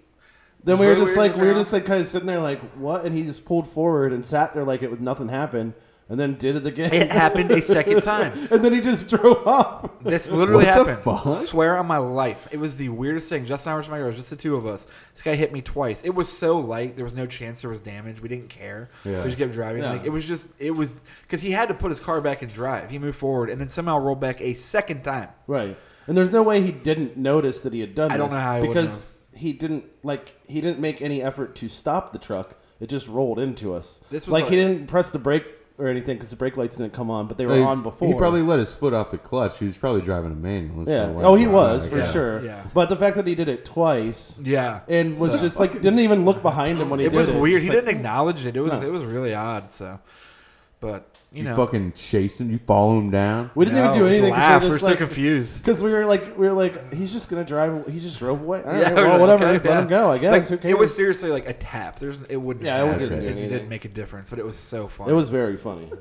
Speaker 1: Then we were just like we were
Speaker 2: around.
Speaker 1: just like kind of sitting there like what, and he just pulled forward and sat there like it was nothing happened, and then did it again.
Speaker 2: It happened a second time.
Speaker 1: and then he just drove off.
Speaker 2: This literally happened. Swear on my life, it was the weirdest thing. Justin and I were my girls, just the two of us. This guy hit me twice. It was so light; there was no chance there was damage. We didn't care.
Speaker 3: Yeah.
Speaker 2: We just kept driving.
Speaker 3: Yeah.
Speaker 2: Like it was just it was because he had to put his car back and drive. He moved forward and then somehow rolled back a second time.
Speaker 1: Right, and there's no way he didn't notice that he had done.
Speaker 2: I don't
Speaker 1: this
Speaker 2: know how he wouldn't
Speaker 1: because he didn't like he didn't make any effort to stop the truck. It just rolled into us.
Speaker 2: This was
Speaker 1: like, he
Speaker 2: like-
Speaker 1: didn't press the brake or anything because the brake lights didn't come on, but they were
Speaker 3: Like,
Speaker 1: on before.
Speaker 3: He probably let his foot off the clutch. He was probably driving a manual. That's
Speaker 1: Yeah.
Speaker 3: probably why
Speaker 1: Oh, he
Speaker 3: got
Speaker 1: was
Speaker 3: out,
Speaker 1: for
Speaker 3: yeah.
Speaker 1: sure.
Speaker 2: Yeah.
Speaker 1: But the fact that he did it twice.
Speaker 2: Yeah.
Speaker 1: And was
Speaker 2: So-
Speaker 1: just like didn't even look behind him when he
Speaker 2: it
Speaker 1: did
Speaker 2: was
Speaker 1: it.
Speaker 2: weird.
Speaker 1: Just
Speaker 2: He
Speaker 1: like-
Speaker 2: didn't acknowledge it. It was
Speaker 1: No.
Speaker 2: it was really odd. So, but you
Speaker 3: You,
Speaker 2: know,
Speaker 3: fucking chase him. You follow him down.
Speaker 1: We didn't
Speaker 2: No,
Speaker 1: even do
Speaker 2: just
Speaker 1: anything. 'cause
Speaker 2: laugh.
Speaker 1: We were,
Speaker 2: We're
Speaker 1: just
Speaker 2: so
Speaker 1: like,
Speaker 2: confused.
Speaker 1: because we were like, we were like, he's just gonna drive. He just drove away. All right,
Speaker 2: Yeah,
Speaker 1: well,
Speaker 2: we're like,
Speaker 1: whatever.
Speaker 2: okay,
Speaker 1: Let
Speaker 2: yeah.
Speaker 1: him go. I guess.
Speaker 2: Like,
Speaker 1: Who cares?
Speaker 2: It was seriously like a tap. There's it wouldn't.
Speaker 1: Yeah, it
Speaker 2: matter.
Speaker 1: didn't do
Speaker 2: It
Speaker 1: anything.
Speaker 2: didn't make a difference, but it was so funny.
Speaker 1: It was very funny.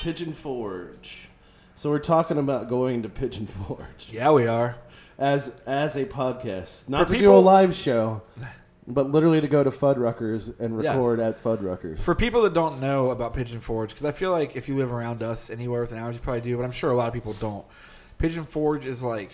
Speaker 1: Pigeon Forge. So we're talking about going to Pigeon Forge.
Speaker 2: Yeah, we are.
Speaker 1: As as a podcast, not
Speaker 2: For
Speaker 1: to do a
Speaker 2: people-
Speaker 1: live show, but literally to go to Fuddruckers and
Speaker 2: Yes.
Speaker 1: record at Fuddruckers.
Speaker 2: For people that don't know about Pigeon Forge, because I feel like if you live around us anywhere within hours, you probably do, but I'm sure a lot of people don't. Pigeon Forge is like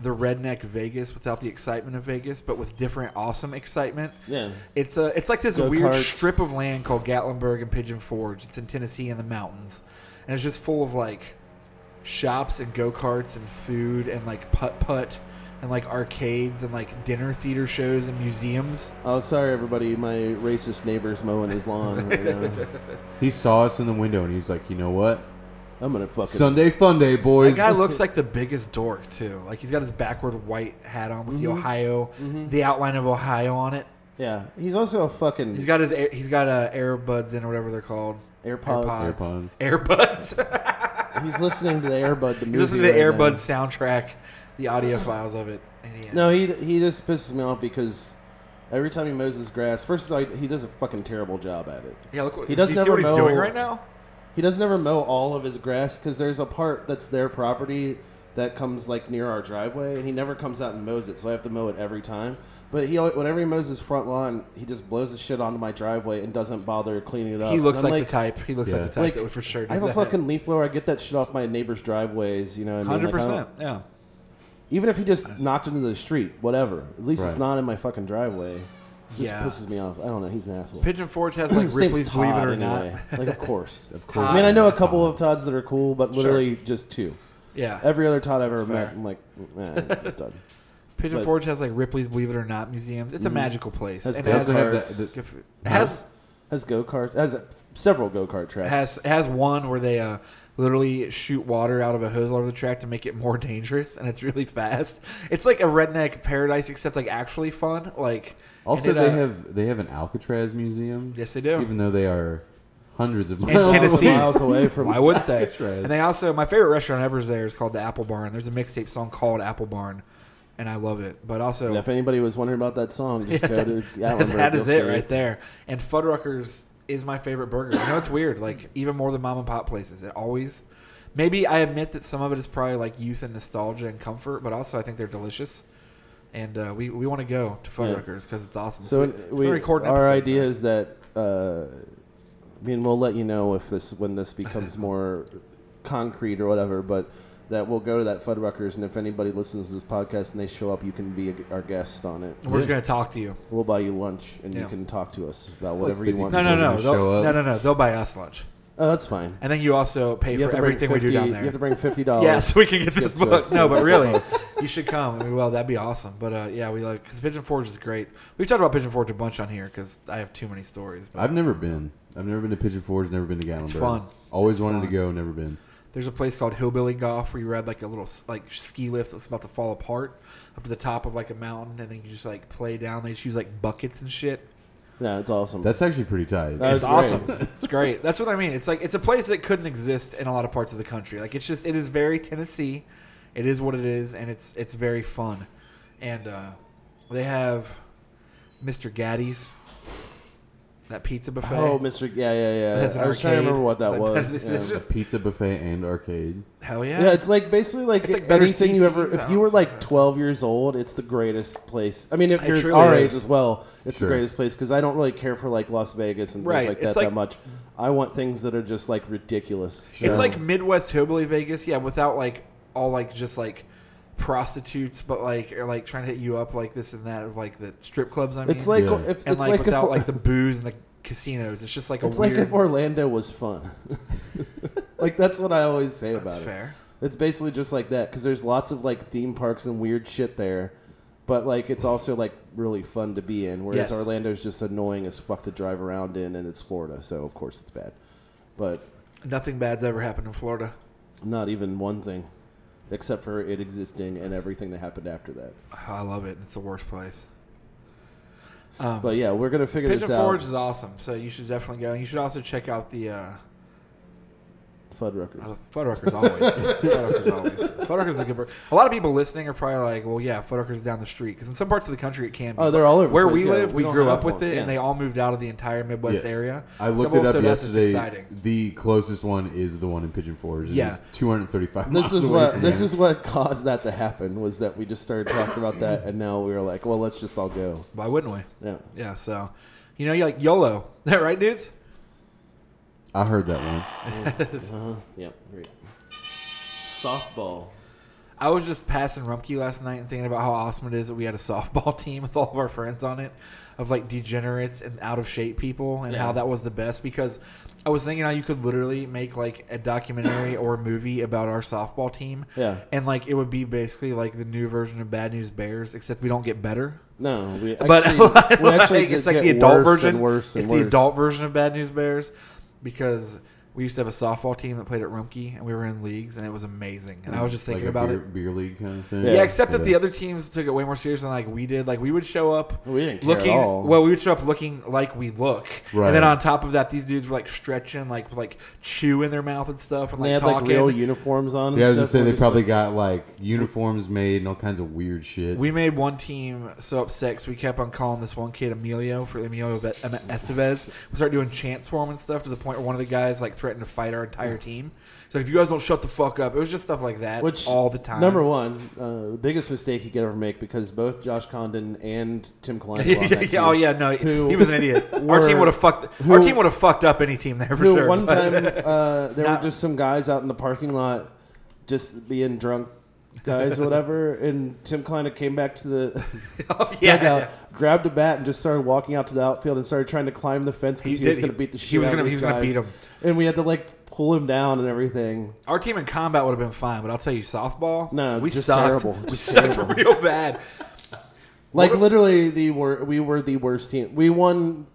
Speaker 2: the redneck Vegas without the excitement of Vegas, but with different awesome excitement.
Speaker 1: Yeah.
Speaker 2: it's a it's like this
Speaker 1: Go-karts.
Speaker 2: weird strip of land called Gatlinburg and Pigeon Forge. It's in Tennessee in the mountains, and it's just full of like shops and go karts and food and like putt putt and like arcades and like dinner theater shows and museums.
Speaker 1: Oh, sorry everybody, my racist neighbor's mowing his lawn right now.
Speaker 3: He saw us in the window and he was like, you know what?
Speaker 1: I'm gonna fucking
Speaker 3: Sunday fun day, boys.
Speaker 2: That guy looks like the biggest dork too. Like he's got his backward white hat on with the
Speaker 1: Mhm.
Speaker 2: Ohio,
Speaker 1: Mhm.
Speaker 2: the outline of Ohio on it.
Speaker 1: Yeah, he's also a fucking.
Speaker 2: He's got his air- he's got uh, AirBuds in or whatever they're called. AirPods.
Speaker 1: AirPods.
Speaker 2: AirBuds.
Speaker 1: He's listening to the Airbud. The movie
Speaker 2: he's listening to the
Speaker 1: right now.
Speaker 2: AirBuds soundtrack, the audio files of it. And yeah.
Speaker 1: No, he he just pisses me off because every time he mows his grass, first of all, he does a fucking terrible job at it.
Speaker 2: Yeah, look what-
Speaker 1: he does
Speaker 2: do you see
Speaker 1: never
Speaker 2: what he's
Speaker 1: mow,
Speaker 2: doing right now?
Speaker 1: He does never mow all of his grass because there's a part that's their property that comes like near our driveway, and he never comes out and mows it, so I have to mow it every time. But he always, whenever he mows his front lawn, he just blows the shit onto my driveway and doesn't bother cleaning it up.
Speaker 2: He looks
Speaker 1: And Uh, I'm
Speaker 2: like the type. He looks like the type that would for sure do
Speaker 1: I have a
Speaker 2: that.
Speaker 1: fucking leaf blower. I get that shit off my neighbors' driveways. You know, what I mean?
Speaker 2: Hundred
Speaker 1: Like, I don't-
Speaker 2: percent. Yeah.
Speaker 1: even if he just knocked it into the street, whatever. At least it's
Speaker 2: Right.
Speaker 1: not in my fucking driveway. Just
Speaker 2: Yeah.
Speaker 1: pisses me off. I don't know. He's an asshole.
Speaker 2: Pigeon Forge has, like,
Speaker 1: His name's
Speaker 2: Ripley's Believe It
Speaker 1: Todd,
Speaker 2: or Not.
Speaker 1: Like of course,
Speaker 2: Of course.
Speaker 1: I mean, I know a
Speaker 2: Todd.
Speaker 1: couple of Todds that are cool, but
Speaker 2: Sure.
Speaker 1: literally just two.
Speaker 2: Yeah.
Speaker 1: Every other Todd I've ever
Speaker 2: That's
Speaker 1: met,
Speaker 2: fair.
Speaker 1: I'm like, nah, I'm done.
Speaker 2: Pigeon
Speaker 1: But-
Speaker 2: Forge has like Ripley's Believe It or Not museums. It's a
Speaker 1: Mhm.
Speaker 2: magical place.
Speaker 1: Has
Speaker 2: And
Speaker 1: go
Speaker 2: it has-
Speaker 1: karts.
Speaker 2: It has
Speaker 1: has go karts. Has several go kart tracks.
Speaker 2: has has one where they uh, literally shoot water out of a hose all over the track to make it more dangerous, and it's really fast. It's like a redneck paradise, except like actually fun. Like
Speaker 3: Also,
Speaker 2: and it,
Speaker 3: they
Speaker 2: uh,
Speaker 3: have they have an Alcatraz museum. Yes,
Speaker 2: they do.
Speaker 3: Even though they are hundreds of
Speaker 2: in
Speaker 3: miles
Speaker 2: Tennessee.
Speaker 3: away.
Speaker 2: why wouldn't they?
Speaker 3: Alcatraz.
Speaker 2: And they also my favorite restaurant ever is there is called the Apple Barn. There's a mixtape song called Apple Barn, and I love it. But also,
Speaker 1: And if anybody was wondering about that song, just
Speaker 2: Yeah,
Speaker 1: go
Speaker 2: that-
Speaker 1: to Gatlinburg,
Speaker 2: that is
Speaker 1: you'll
Speaker 2: it
Speaker 1: see
Speaker 2: right there. And Fuddruckers is my favorite burger. I know it's weird, like even more than mom and pop places. It always, maybe I admit that some of it is probably like youth and nostalgia and comfort, but also I think they're delicious. And uh, we we want to go to
Speaker 1: Yeah.
Speaker 2: Fuddruckers because it's awesome.
Speaker 1: So
Speaker 2: we're-
Speaker 1: we,
Speaker 2: we're recording
Speaker 1: our
Speaker 2: episode.
Speaker 1: idea is that uh, I mean we'll let you know if this when this becomes more concrete or whatever, but that we'll go to that Fuddruckers, and if anybody listens to this podcast and they show up, you can be a, our guest on it.
Speaker 2: We're just gonna talk to you.
Speaker 1: We'll buy you lunch, and you
Speaker 2: Yeah.
Speaker 1: can talk to us about
Speaker 2: Like
Speaker 1: whatever you
Speaker 2: 50
Speaker 1: want.
Speaker 2: No, no, no,
Speaker 1: to
Speaker 2: they'll- no, no, no. They'll buy us lunch.
Speaker 1: Oh, that's fine.
Speaker 2: And then you also pay
Speaker 1: You have
Speaker 2: for
Speaker 1: to bring
Speaker 2: everything we do
Speaker 1: 50
Speaker 2: down there.
Speaker 1: you have to bring $50
Speaker 2: Yeah, so we can get
Speaker 1: to
Speaker 2: this
Speaker 1: get to
Speaker 2: book.
Speaker 1: us.
Speaker 2: No, but really, you should come. I mean, well, that'd be awesome. But uh, yeah, we like because Pigeon Forge is great. We've talked about Pigeon Forge a bunch on here because I have too many stories. But
Speaker 3: I've never been. I've never been to Pigeon Forge. Never been to Gatlinburg.
Speaker 2: fun.
Speaker 3: Always
Speaker 2: It's
Speaker 3: wanted
Speaker 2: fun.
Speaker 3: to go. Never been.
Speaker 2: there's a place called Hillbilly Golf where you ride like a little s- like ski lift that's about to fall apart up to the top of like a mountain, and then you just like play down. They just use like buckets and shit.
Speaker 1: Yeah, it's awesome.
Speaker 3: That's actually pretty tight.
Speaker 2: it's awesome. it's great. That's what I mean. It's like it's a place that couldn't exist in a lot of parts of the country. Like it's just it is very Tennessee. It is what it is, and it's it's very fun. And uh, they have Mr. Gaddy's that pizza buffet.
Speaker 1: Oh, Mr. Yeah, yeah, yeah.
Speaker 2: That has an
Speaker 1: I was trying to
Speaker 2: arcade.
Speaker 1: remember what that
Speaker 2: It's like-
Speaker 1: was.
Speaker 2: it's
Speaker 1: yeah.
Speaker 2: just-
Speaker 3: Pizza buffet and arcade.
Speaker 2: Hell
Speaker 1: Yeah, it's like basically like,
Speaker 2: It's like better
Speaker 1: anything you ever.
Speaker 2: CCs.
Speaker 1: If you were like 12 years old, it's the greatest place. I mean, if
Speaker 2: It
Speaker 1: you're
Speaker 2: truly
Speaker 1: our
Speaker 2: is.
Speaker 1: age as well, it's
Speaker 2: Sure.
Speaker 1: the greatest place because I don't really care for like Las Vegas and
Speaker 2: Right,
Speaker 1: things like
Speaker 2: it's
Speaker 1: that
Speaker 2: like-
Speaker 1: that much. I want things that are just like ridiculous.
Speaker 2: It's like Midwest hillbilly Vegas, yeah, without like all like just like prostitutes, but like are like trying to hit you up like this and that of like the strip clubs. I mean,
Speaker 1: It's like- Yeah. it's-
Speaker 2: and
Speaker 1: it's
Speaker 2: like
Speaker 1: like if-
Speaker 2: without like the booze and the casinos. It's just like a
Speaker 1: it's
Speaker 2: weird.
Speaker 1: like if Orlando was fun. like that's what I always say about it.
Speaker 2: fair.
Speaker 1: It's basically just like that because there's lots of like theme parks and weird shit there, but like it's also like really fun to be in. Whereas
Speaker 2: Yes.
Speaker 1: Orlando's just annoying as fuck to drive around in, and it's Florida, so of course it's bad. But
Speaker 2: nothing bad's ever happened in Florida.
Speaker 1: not even one thing, except for it existing and everything that happened after that.
Speaker 2: I love it. It's the worst place. Um,
Speaker 1: but yeah, we're gonna figure
Speaker 2: Pigeon
Speaker 1: this out.
Speaker 2: Forge is awesome, so you should definitely go. And you should also check out the uh,
Speaker 1: Fuddruckers.
Speaker 2: uh, Fuddruckers always. Fuddruckers always. Fuddruckers is a good. bur- A lot of people listening are probably like, "Well, yeah, Fuddruckers is down the street." Because in some parts of the country, it can. be.
Speaker 1: Oh, they're all over the
Speaker 2: Where
Speaker 1: place,
Speaker 2: we
Speaker 1: yeah.
Speaker 2: live,
Speaker 1: We
Speaker 2: we,
Speaker 1: don't
Speaker 2: grew
Speaker 1: have
Speaker 2: up with
Speaker 1: one,
Speaker 2: it,
Speaker 1: yeah.
Speaker 2: and they all moved out of the entire Midwest
Speaker 3: Yeah.
Speaker 2: area.
Speaker 3: I
Speaker 2: So
Speaker 3: looked it
Speaker 2: also
Speaker 3: up
Speaker 2: that's what's
Speaker 3: yesterday.
Speaker 2: exciting.
Speaker 3: The closest one is the one in Pigeon Forge. It
Speaker 2: Yeah.
Speaker 3: is 235
Speaker 1: This
Speaker 3: miles
Speaker 1: is
Speaker 3: away
Speaker 1: what
Speaker 3: from
Speaker 1: this
Speaker 3: here.
Speaker 1: is what caused that to happen was that we just started talking about that and now we were like, well, let's just all go.
Speaker 2: Why wouldn't we?
Speaker 1: Yeah.
Speaker 2: Yeah. So, you know, you like YOLO, right, dudes?
Speaker 3: I heard that once.
Speaker 1: uh, yeah. Great. Softball.
Speaker 2: I was just passing Rumpke last night and thinking about how awesome it is that we had a softball team with all of our friends on it, of like degenerates and out of shape people, and
Speaker 1: Yeah.
Speaker 2: how that was the best because I was thinking how you could literally make like a documentary or a movie about our softball team.
Speaker 1: Yeah.
Speaker 2: And like it would be basically like the new version of Bad News Bears, except we don't get better.
Speaker 1: No, we
Speaker 2: but
Speaker 1: actually-
Speaker 2: like,
Speaker 1: we actually
Speaker 2: it's
Speaker 1: just
Speaker 2: like
Speaker 1: get
Speaker 2: the adult
Speaker 1: worse and
Speaker 2: version.
Speaker 1: worse and
Speaker 2: it's
Speaker 1: worse.
Speaker 2: the adult version of Bad News Bears because we used to have a softball team that played at Rumpke and we were in leagues and it was amazing. And I was just
Speaker 3: Like
Speaker 2: thinking
Speaker 3: a
Speaker 2: about
Speaker 3: beer,
Speaker 2: it.
Speaker 3: Beer league kind of thing.
Speaker 2: Yeah, except that the other teams took it way more serious than like we did. Like we would show up
Speaker 1: We didn't care at
Speaker 2: looking
Speaker 1: all.
Speaker 2: well, we would show up looking like we look.
Speaker 1: Right.
Speaker 2: And then on top of that, these dudes were like stretching, like with, like chew in their mouth and stuff and
Speaker 1: And they
Speaker 2: like
Speaker 1: had, like,
Speaker 2: talking.
Speaker 1: real uniforms on and
Speaker 3: Yeah, I was
Speaker 1: stuff,
Speaker 3: just saying
Speaker 1: we're
Speaker 3: they
Speaker 1: just
Speaker 3: probably
Speaker 1: like-
Speaker 3: got like uniforms made and all kinds of weird shit.
Speaker 2: We made one team so upset 'cause we kept on calling this one kid Emilio for Emilio Ve- Em- Estevez. We started doing chants for him and stuff to the point where one of the guys like threatened to fight our entire team. So if you guys don't shut the fuck up, it was just stuff like that
Speaker 1: Which
Speaker 2: all the time.
Speaker 1: Number one, uh, the biggest mistake he could ever make because both Josh Condon and Tim Klein. Were on that team,
Speaker 2: oh yeah, no,
Speaker 1: who
Speaker 2: he was an idiot. our team
Speaker 1: were-
Speaker 2: would have fucked.
Speaker 1: who-
Speaker 2: our team would have fucked up any team there for
Speaker 1: who
Speaker 2: sure.
Speaker 1: one
Speaker 2: but-
Speaker 1: time uh, there were just some guys out in the parking lot just being drunk guys or whatever and tim klein came back to the
Speaker 2: Oh, yeah.
Speaker 1: dugout grabbed a bat and just started walking out to the outfield and started trying to climb the fence
Speaker 2: He
Speaker 1: because he, was
Speaker 2: did.
Speaker 1: going to
Speaker 2: He-
Speaker 1: beat the
Speaker 2: he
Speaker 1: shit
Speaker 2: was
Speaker 1: out
Speaker 2: gonna-
Speaker 1: of
Speaker 2: he
Speaker 1: these
Speaker 2: was gonna
Speaker 1: guys.
Speaker 2: beat him.
Speaker 1: and we had to like pull him down and everything
Speaker 2: Our team in combat would have been fine, but I'll tell you, softball.
Speaker 1: No,
Speaker 2: we
Speaker 1: just
Speaker 2: sucked.
Speaker 1: terrible.
Speaker 2: We
Speaker 1: Just
Speaker 2: sucked
Speaker 1: terrible.
Speaker 2: real bad.
Speaker 1: like literally the wor- we were the worst team we won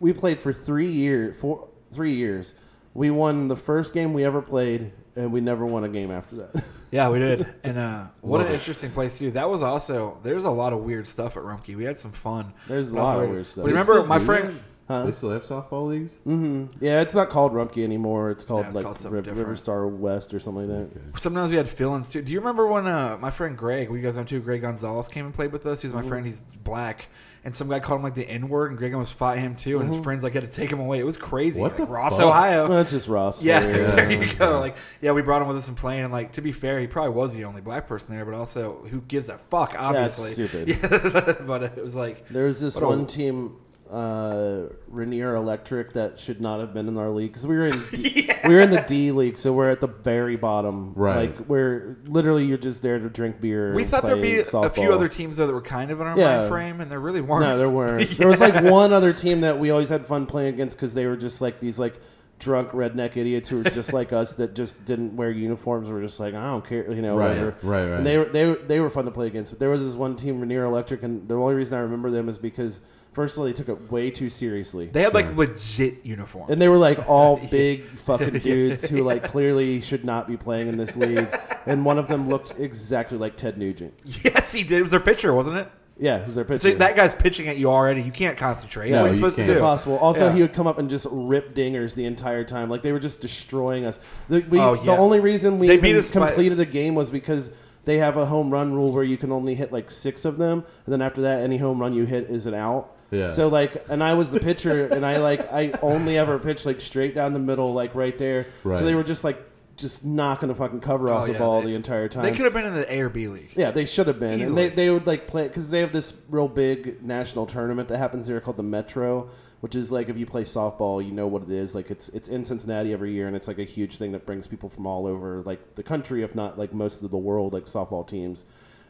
Speaker 1: we played for three years four three years we won the first game we ever played and we never won a game after that
Speaker 2: Yeah, we did. And uh, what
Speaker 1: Love
Speaker 2: an
Speaker 1: it.
Speaker 2: interesting place too. That was also there's a lot of weird stuff at Rumpke. We had some fun.
Speaker 1: There's a
Speaker 2: But
Speaker 1: lot
Speaker 2: also-
Speaker 1: of weird stuff.
Speaker 2: But remember, my friend.
Speaker 1: Huh?
Speaker 3: They still have softball leagues.
Speaker 1: hmm Yeah, it's not called Rumpke anymore. It's called
Speaker 2: No, it's
Speaker 1: like
Speaker 2: called something
Speaker 1: Riv- River Star West or something like that.
Speaker 2: Sometimes we had fill-ins too. Do you remember when uh, my friend Greg, we guys know too, Greg Gonzalez came and played with us. He was my
Speaker 1: Mhm.
Speaker 2: friend. He's black, and some guy called him like the N word, and Greg almost fought him too. And
Speaker 1: Mhm.
Speaker 2: his friends like had to take him away. It was crazy.
Speaker 1: What
Speaker 2: like,
Speaker 1: the
Speaker 2: Ross,
Speaker 1: fuck?
Speaker 2: Ohio.
Speaker 1: Well, that's just Ross
Speaker 2: Yeah,
Speaker 1: for you.
Speaker 2: there you go.
Speaker 1: Yeah.
Speaker 2: Like, yeah, we brought him with us and playing. And like, to be fair, he probably was the only black person there. But also, who gives a fuck?
Speaker 1: it's
Speaker 2: Obviously,
Speaker 1: stupid.
Speaker 2: Yeah, but it was like
Speaker 1: There was this
Speaker 2: what a-
Speaker 1: one team, uh, Rainier Electric, that should not have been in our league because we were in we were in the D league, so we're at the very bottom.
Speaker 3: Right.
Speaker 1: like we're literally you're just there to drink beer.
Speaker 2: We
Speaker 1: and
Speaker 2: thought there'd
Speaker 1: play
Speaker 2: be a few
Speaker 1: softball.
Speaker 2: other teams though that were kind of in our mind frame, and there really weren't.
Speaker 1: No, there weren't. There was like one other team that we always had fun playing against because they were just like these like drunk redneck idiots who were just like us that just didn't wear uniforms. Were just like I don't care, you know,
Speaker 3: Right,
Speaker 1: whatever.
Speaker 3: right, right.
Speaker 1: And they were they were- they were fun to play against. But there was this one team, Rainier Electric, and the only reason I remember them is because first of all they took it way too seriously.
Speaker 2: They had like legit uniforms.
Speaker 1: And they were like all big fucking dudes who like clearly should not be playing in this league. And one of them looked exactly like Ted Nugent.
Speaker 2: yes, he did. It was their picture, wasn't it?
Speaker 1: Yeah, who's their pitcher?
Speaker 2: See, that guy's pitching at you already. You can't concentrate.
Speaker 1: Yeah,
Speaker 2: what are you supposed to do?
Speaker 1: Impossible. Also,
Speaker 2: Yeah.
Speaker 1: he would come up and just rip dingers the entire time. Like they were just destroying us. The, we,
Speaker 2: Oh,
Speaker 1: the
Speaker 2: yeah.
Speaker 1: only reason we
Speaker 2: They beat
Speaker 1: even
Speaker 2: us by-
Speaker 1: completed a game was because they have a home run rule where you can only hit like six of them, and then after that, any home run you hit is an out.
Speaker 3: Yeah.
Speaker 1: So like, and I was the pitcher, and I like I only ever pitched like straight down the middle, like right there.
Speaker 3: Right.
Speaker 1: So they were just like just knocking a fucking cover off
Speaker 2: Oh,
Speaker 1: the
Speaker 2: yeah,
Speaker 1: ball
Speaker 2: they-
Speaker 1: the entire time.
Speaker 2: They could have been in the A or B league.
Speaker 1: Yeah, they should have been.
Speaker 2: Easily.
Speaker 1: And they, they would like play because they have this real big national tournament that happens there called the Metro, which is like if you play softball, you know what it is. Like it's it's in Cincinnati every year, and it's like a huge thing that brings people from all over like the country, if not like most of the world, like softball teams.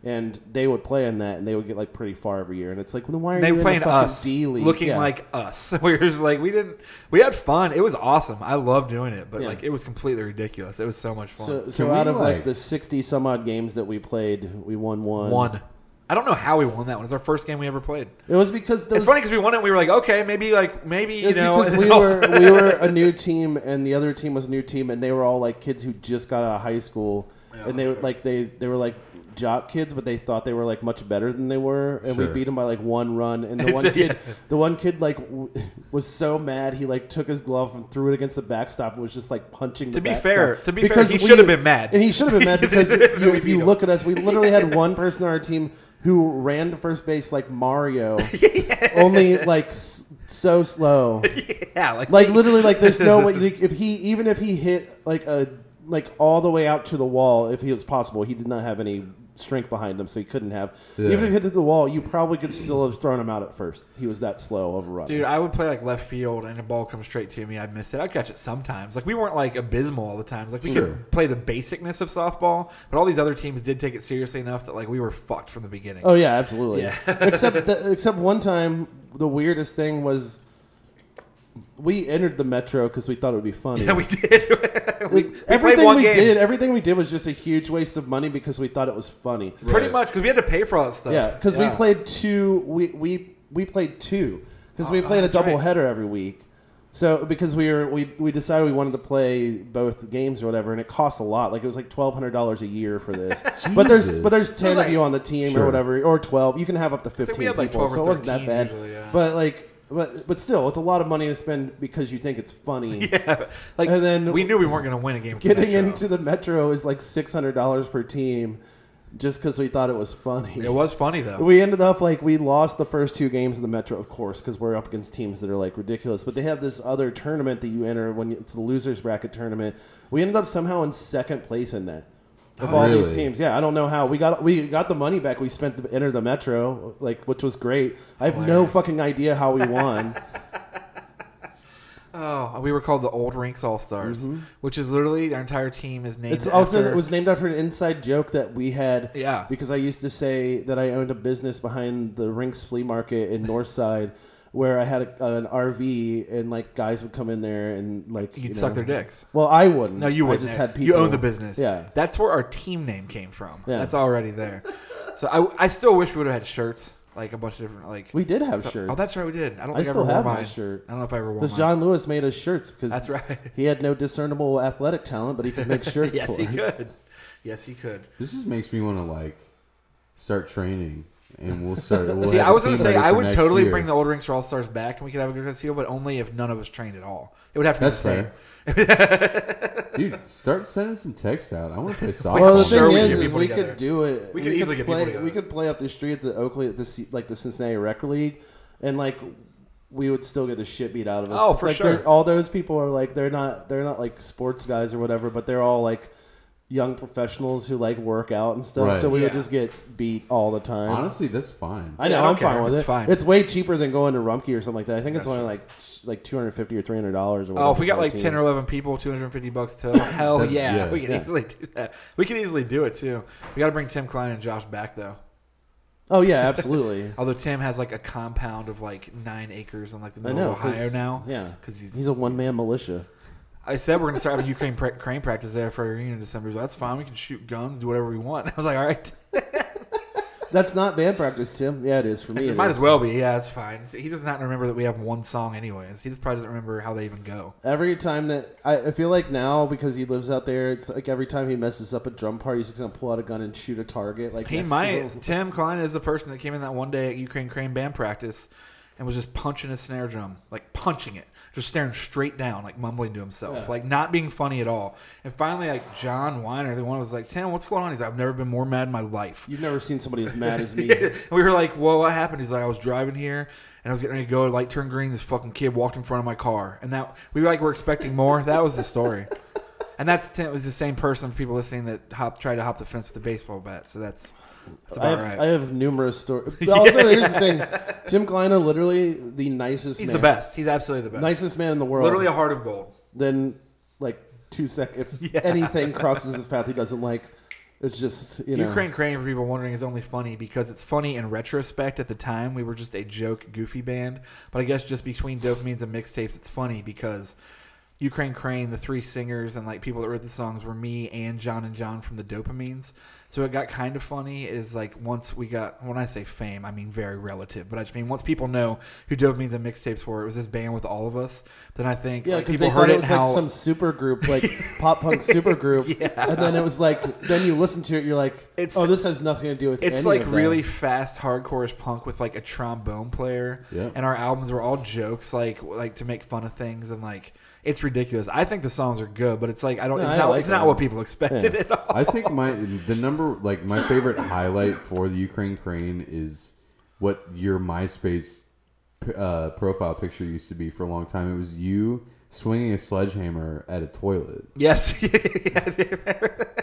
Speaker 1: And they would play in that, and they would get like pretty far every year. And it's like, well, then why are
Speaker 2: they
Speaker 1: you
Speaker 2: were
Speaker 1: in
Speaker 2: playing
Speaker 1: the fucking
Speaker 2: us,
Speaker 1: D league?
Speaker 2: looking
Speaker 1: Yeah.
Speaker 2: like us. We were just like we didn't. We had fun. It was awesome. I loved doing it, but
Speaker 1: Yeah.
Speaker 2: like it was completely ridiculous. It was so much fun.
Speaker 1: So, so out of like, the sixty some odd games that we played, we won one.
Speaker 2: One. I don't know how we won that one. It's our first game we ever played.
Speaker 1: It was because there
Speaker 2: it's
Speaker 1: was-
Speaker 2: funny because we won it. and We were like, okay, maybe like maybe you
Speaker 1: It's
Speaker 2: know.
Speaker 1: because
Speaker 2: and
Speaker 1: we
Speaker 2: all of a
Speaker 1: were
Speaker 2: sudden-
Speaker 1: we were a new team and the other team was a new team and they were all like kids who just got out of high school and they were like they they were like jock kids but they thought they were like much better than they were and we
Speaker 3: Sure.
Speaker 1: beat them by like one run and the
Speaker 2: It's-
Speaker 1: one kid
Speaker 2: yeah.
Speaker 1: the one kid like w- was so mad he like took his glove and threw it against the backstop and was just like punching
Speaker 2: To
Speaker 1: the
Speaker 2: be
Speaker 1: backstop.
Speaker 2: fair- to be fair, he should have been mad.
Speaker 1: and he should have been mad because you, if you look at us we literally had one person on our team who ran to first base like Mario only like s- so slow
Speaker 2: yeah, like
Speaker 1: like literally like there's no way like, if he even if he hit like a like all the way out to the wall if he was possible he did not have any strength behind him so he couldn't have
Speaker 2: Yeah.
Speaker 1: even if he hit it to the wall you probably could still have thrown him out at first he was that slow of a run
Speaker 2: Dude, I would play like left field, and a ball comes straight to me. I'd miss it. I'd catch it sometimes. Like we weren't like abysmal all the times. Like we
Speaker 3: Sure.
Speaker 2: could play the basicness of softball, but all these other teams did take it seriously enough that like we were fucked from the beginning.
Speaker 1: Oh yeah, absolutely.
Speaker 2: Yeah.
Speaker 1: except that, except one time, the weirdest thing was we entered the metro because we thought it would be funny. Yeah, we
Speaker 2: did.
Speaker 1: everything
Speaker 2: one
Speaker 1: we
Speaker 2: game.
Speaker 1: did, everything we did was just a huge waste of money because we thought it was funny.
Speaker 2: Pretty much because we had to pay for all that stuff.
Speaker 1: Yeah, because we played two. We we we played two because we
Speaker 2: Oh,
Speaker 1: played a
Speaker 2: that's right.
Speaker 1: double header every week. So because we were we, we decided we wanted to play both games or whatever, and it costs a lot. Like it was like twelve hundred dollars a year for this. but there's but there's
Speaker 2: Jesus.
Speaker 1: ten
Speaker 2: Like-
Speaker 1: of you on the team
Speaker 2: Sure.
Speaker 1: or whatever, or twelve. You can have up to
Speaker 2: think we
Speaker 1: fifteen
Speaker 2: had, like,
Speaker 1: people,
Speaker 2: 12 or
Speaker 1: so it wasn't that
Speaker 2: 13
Speaker 1: bad.
Speaker 2: usually, yeah.
Speaker 1: But like. But, but still, it's a lot of money to spend because you think it's funny.
Speaker 2: Yeah, like
Speaker 1: and then
Speaker 2: we knew we weren't going to win a game. for
Speaker 1: Getting
Speaker 2: Metro.
Speaker 1: into the metro is like six hundred dollars per team, just because we thought it was funny.
Speaker 2: It was funny, though.
Speaker 1: We ended up like we lost the first two games in the Metro, of course, because we're up against teams that are like ridiculous. But they have this other tournament that you enter when you, it's the losers bracket tournament. We ended up somehow in second place in that. Of
Speaker 3: Oh,
Speaker 1: all
Speaker 3: really?
Speaker 1: these teams, yeah, I don't know how we got we got the money back. We spent to enter the Metro, like which was great. I have no
Speaker 2: Hilarious.
Speaker 1: fucking idea how we won.
Speaker 2: oh, we were called the Old Ranks All Stars, which is literally our entire team is named.
Speaker 1: Mm-hmm. It's also
Speaker 2: after-
Speaker 1: it was named after an inside joke that we had.
Speaker 2: Yeah.
Speaker 1: Because I used to say that I owned a business behind the Rinks Flea Market in Northside, where I had a, an RV and like guys would come in there and like
Speaker 2: You'd suck their dicks.
Speaker 1: Well, I wouldn't.
Speaker 2: No, you
Speaker 1: I
Speaker 2: wouldn't.
Speaker 1: just had people.
Speaker 2: You own the business.
Speaker 1: Yeah.
Speaker 2: That's where our team name came from.
Speaker 1: Yeah.
Speaker 2: That's already there. so I, I still wish we would have had shirts, like a bunch of different, like
Speaker 1: We did have
Speaker 2: So-
Speaker 1: shirts.
Speaker 2: Oh, that's right, we did. I don't.
Speaker 1: I
Speaker 2: think I
Speaker 1: still
Speaker 2: ever
Speaker 1: have
Speaker 2: wore
Speaker 1: my
Speaker 2: mine.
Speaker 1: shirt.
Speaker 2: I don't know if I ever wore
Speaker 1: Because
Speaker 2: mine.
Speaker 1: John Lewis made us shirts because
Speaker 2: That's right.
Speaker 1: He had no discernible athletic talent, but he could make shirts
Speaker 2: yes,
Speaker 1: for
Speaker 2: he
Speaker 1: us.
Speaker 2: could. Yes, he could.
Speaker 3: This just makes me want to like start training, and we'll start. We'll
Speaker 2: See,
Speaker 3: have
Speaker 2: I
Speaker 3: a
Speaker 2: was going to
Speaker 3: team
Speaker 2: say
Speaker 3: ready
Speaker 2: I
Speaker 3: for
Speaker 2: would
Speaker 3: next
Speaker 2: totally
Speaker 3: year.
Speaker 2: bring the Old Rings for All Stars back, and we could have a good feel, but only if none of us trained at all. It would have to be
Speaker 3: That's
Speaker 2: the same.
Speaker 3: fair. Dude, start sending some texts out. I want to play softball.
Speaker 1: Well, the thing
Speaker 2: sure we could
Speaker 1: is,
Speaker 2: get
Speaker 1: is
Speaker 2: people
Speaker 1: we
Speaker 2: together.
Speaker 1: could do it.
Speaker 2: We could easily get people
Speaker 1: play.
Speaker 2: together.
Speaker 1: We could play up the street at the Oakley, at the C- like the Cincinnati Record League, and like we would still get the shit beat out of us.
Speaker 2: Oh,
Speaker 1: 'Cause,
Speaker 2: for
Speaker 1: like, they're-
Speaker 2: sure.
Speaker 1: All those people are like they're not they're not like sports guys or whatever, but they're all like young professionals who like work out and stuff.
Speaker 3: Right.
Speaker 1: So we would
Speaker 3: Yeah.
Speaker 1: just get beat all the time.
Speaker 3: Honestly, that's fine.
Speaker 1: I know
Speaker 2: Yeah, I don't
Speaker 1: I'm fine
Speaker 2: care.
Speaker 1: with
Speaker 2: It's
Speaker 1: it.
Speaker 2: fine.
Speaker 1: It's way cheaper than going to Rumpke or something like that. I think it's
Speaker 2: Gotcha.
Speaker 1: only like like two hundred fifty or three hundred dollars.
Speaker 2: Oh, if we got like ten or eleven people, two hundred and fifty bucks total. Hell
Speaker 1: That's-
Speaker 2: yeah,
Speaker 1: yeah.
Speaker 2: we can
Speaker 1: Yeah.
Speaker 2: easily do that. We can easily do it too. We got to bring Tim Klein and Josh back though.
Speaker 1: Oh yeah, absolutely.
Speaker 2: Although Tim has like a compound of like nine acres in like the
Speaker 1: I
Speaker 2: middle
Speaker 1: know.
Speaker 2: of Ohio
Speaker 1: 'cause-
Speaker 2: now.
Speaker 1: Yeah,
Speaker 2: because he's.
Speaker 1: he's a one man militia.
Speaker 2: I said we're gonna start having Ukraine pra- crane practice there for our reunion in December. He's like, That's fine. We can shoot guns, do whatever we want. I was like, all right.
Speaker 1: That's not band practice, Tim. Yeah, it is for me.
Speaker 2: It
Speaker 1: it
Speaker 2: might
Speaker 1: is.
Speaker 2: as well be. Yeah, it's fine. He does not remember that we have one song, anyways. He just probably doesn't remember how they even go.
Speaker 1: Every time that I, I feel like now because he lives out there, it's like every time he messes up a drum part, he's just gonna pull out a gun and shoot a target. Like
Speaker 2: He
Speaker 1: next to
Speaker 2: might.
Speaker 1: him.
Speaker 2: Tim Klein is the person that came in that one day at Ukraine Crane band practice and was just punching his snare drum, like punching it, just staring straight down, like mumbling to himself,
Speaker 1: Yeah.
Speaker 2: like not being funny at all. And finally, like John Weiner, the one was like, "Tim, what's going on?" He's like, "I've never been more mad in my life."
Speaker 1: You've never seen somebody as mad as me.
Speaker 2: Yeah. And we were like, "Whoa, what happened?" He's like, "I was driving here." And I was getting ready to go, like turn green. This fucking kid walked in front of my car, and that we like were expecting more. That was the story, and that's Tim was the same person for people listening that hop tried to hop the fence with a baseball bat. So that's that's
Speaker 1: I
Speaker 2: about right.
Speaker 1: have, I have numerous stories.
Speaker 2: Yeah.
Speaker 1: Also, here's the thing: Tim Kleiner, literally the nicest.
Speaker 2: He's
Speaker 1: man.
Speaker 2: the best. He's absolutely the best.
Speaker 1: Nicest man in the world.
Speaker 2: Literally a heart of gold.
Speaker 1: Then, like two seconds, if anything crosses his path, he doesn't like. It's just you know.
Speaker 2: Ukraine Crane, for people wondering, is only funny because it's funny in retrospect. At the time, we were just a joke, goofy band. But I guess just between dopamines and mixtapes, it's funny because Ukraine Crane, the three singers and like people that wrote the songs were me and John and John from the Dopamines. So it got kind of funny. Is like once we got when I say fame, I mean very relative, but I just mean once people know who Dopamines and mixtapes were, it was this band with all of us. Then I think
Speaker 1: Yeah,
Speaker 2: like,
Speaker 1: because
Speaker 2: people
Speaker 1: they
Speaker 2: heard
Speaker 1: thought
Speaker 2: it
Speaker 1: it was
Speaker 2: and
Speaker 1: like
Speaker 2: how-
Speaker 1: some super group, like pop punk super group, and then it was like, then you listen to it, you're like,
Speaker 2: It's-
Speaker 1: oh, this has nothing to do with.
Speaker 2: it's
Speaker 1: any
Speaker 2: like
Speaker 1: of that.
Speaker 2: really fast hardcore punk with like a trombone player
Speaker 1: Yeah.
Speaker 2: and our albums were all jokes like like to make fun of things and like it's ridiculous i think the songs are good but it's like i don't
Speaker 1: No,
Speaker 2: it's,
Speaker 1: I
Speaker 2: not,
Speaker 1: like
Speaker 2: it's not
Speaker 1: them.
Speaker 2: what people expected
Speaker 3: Yeah.
Speaker 2: at all
Speaker 3: I think my the number like my favorite highlight for the Ukraine Crane is what your MySpace uh, profile picture used to be for a long time. It was you swinging a sledgehammer at a toilet.
Speaker 2: yes Yeah, I do remember.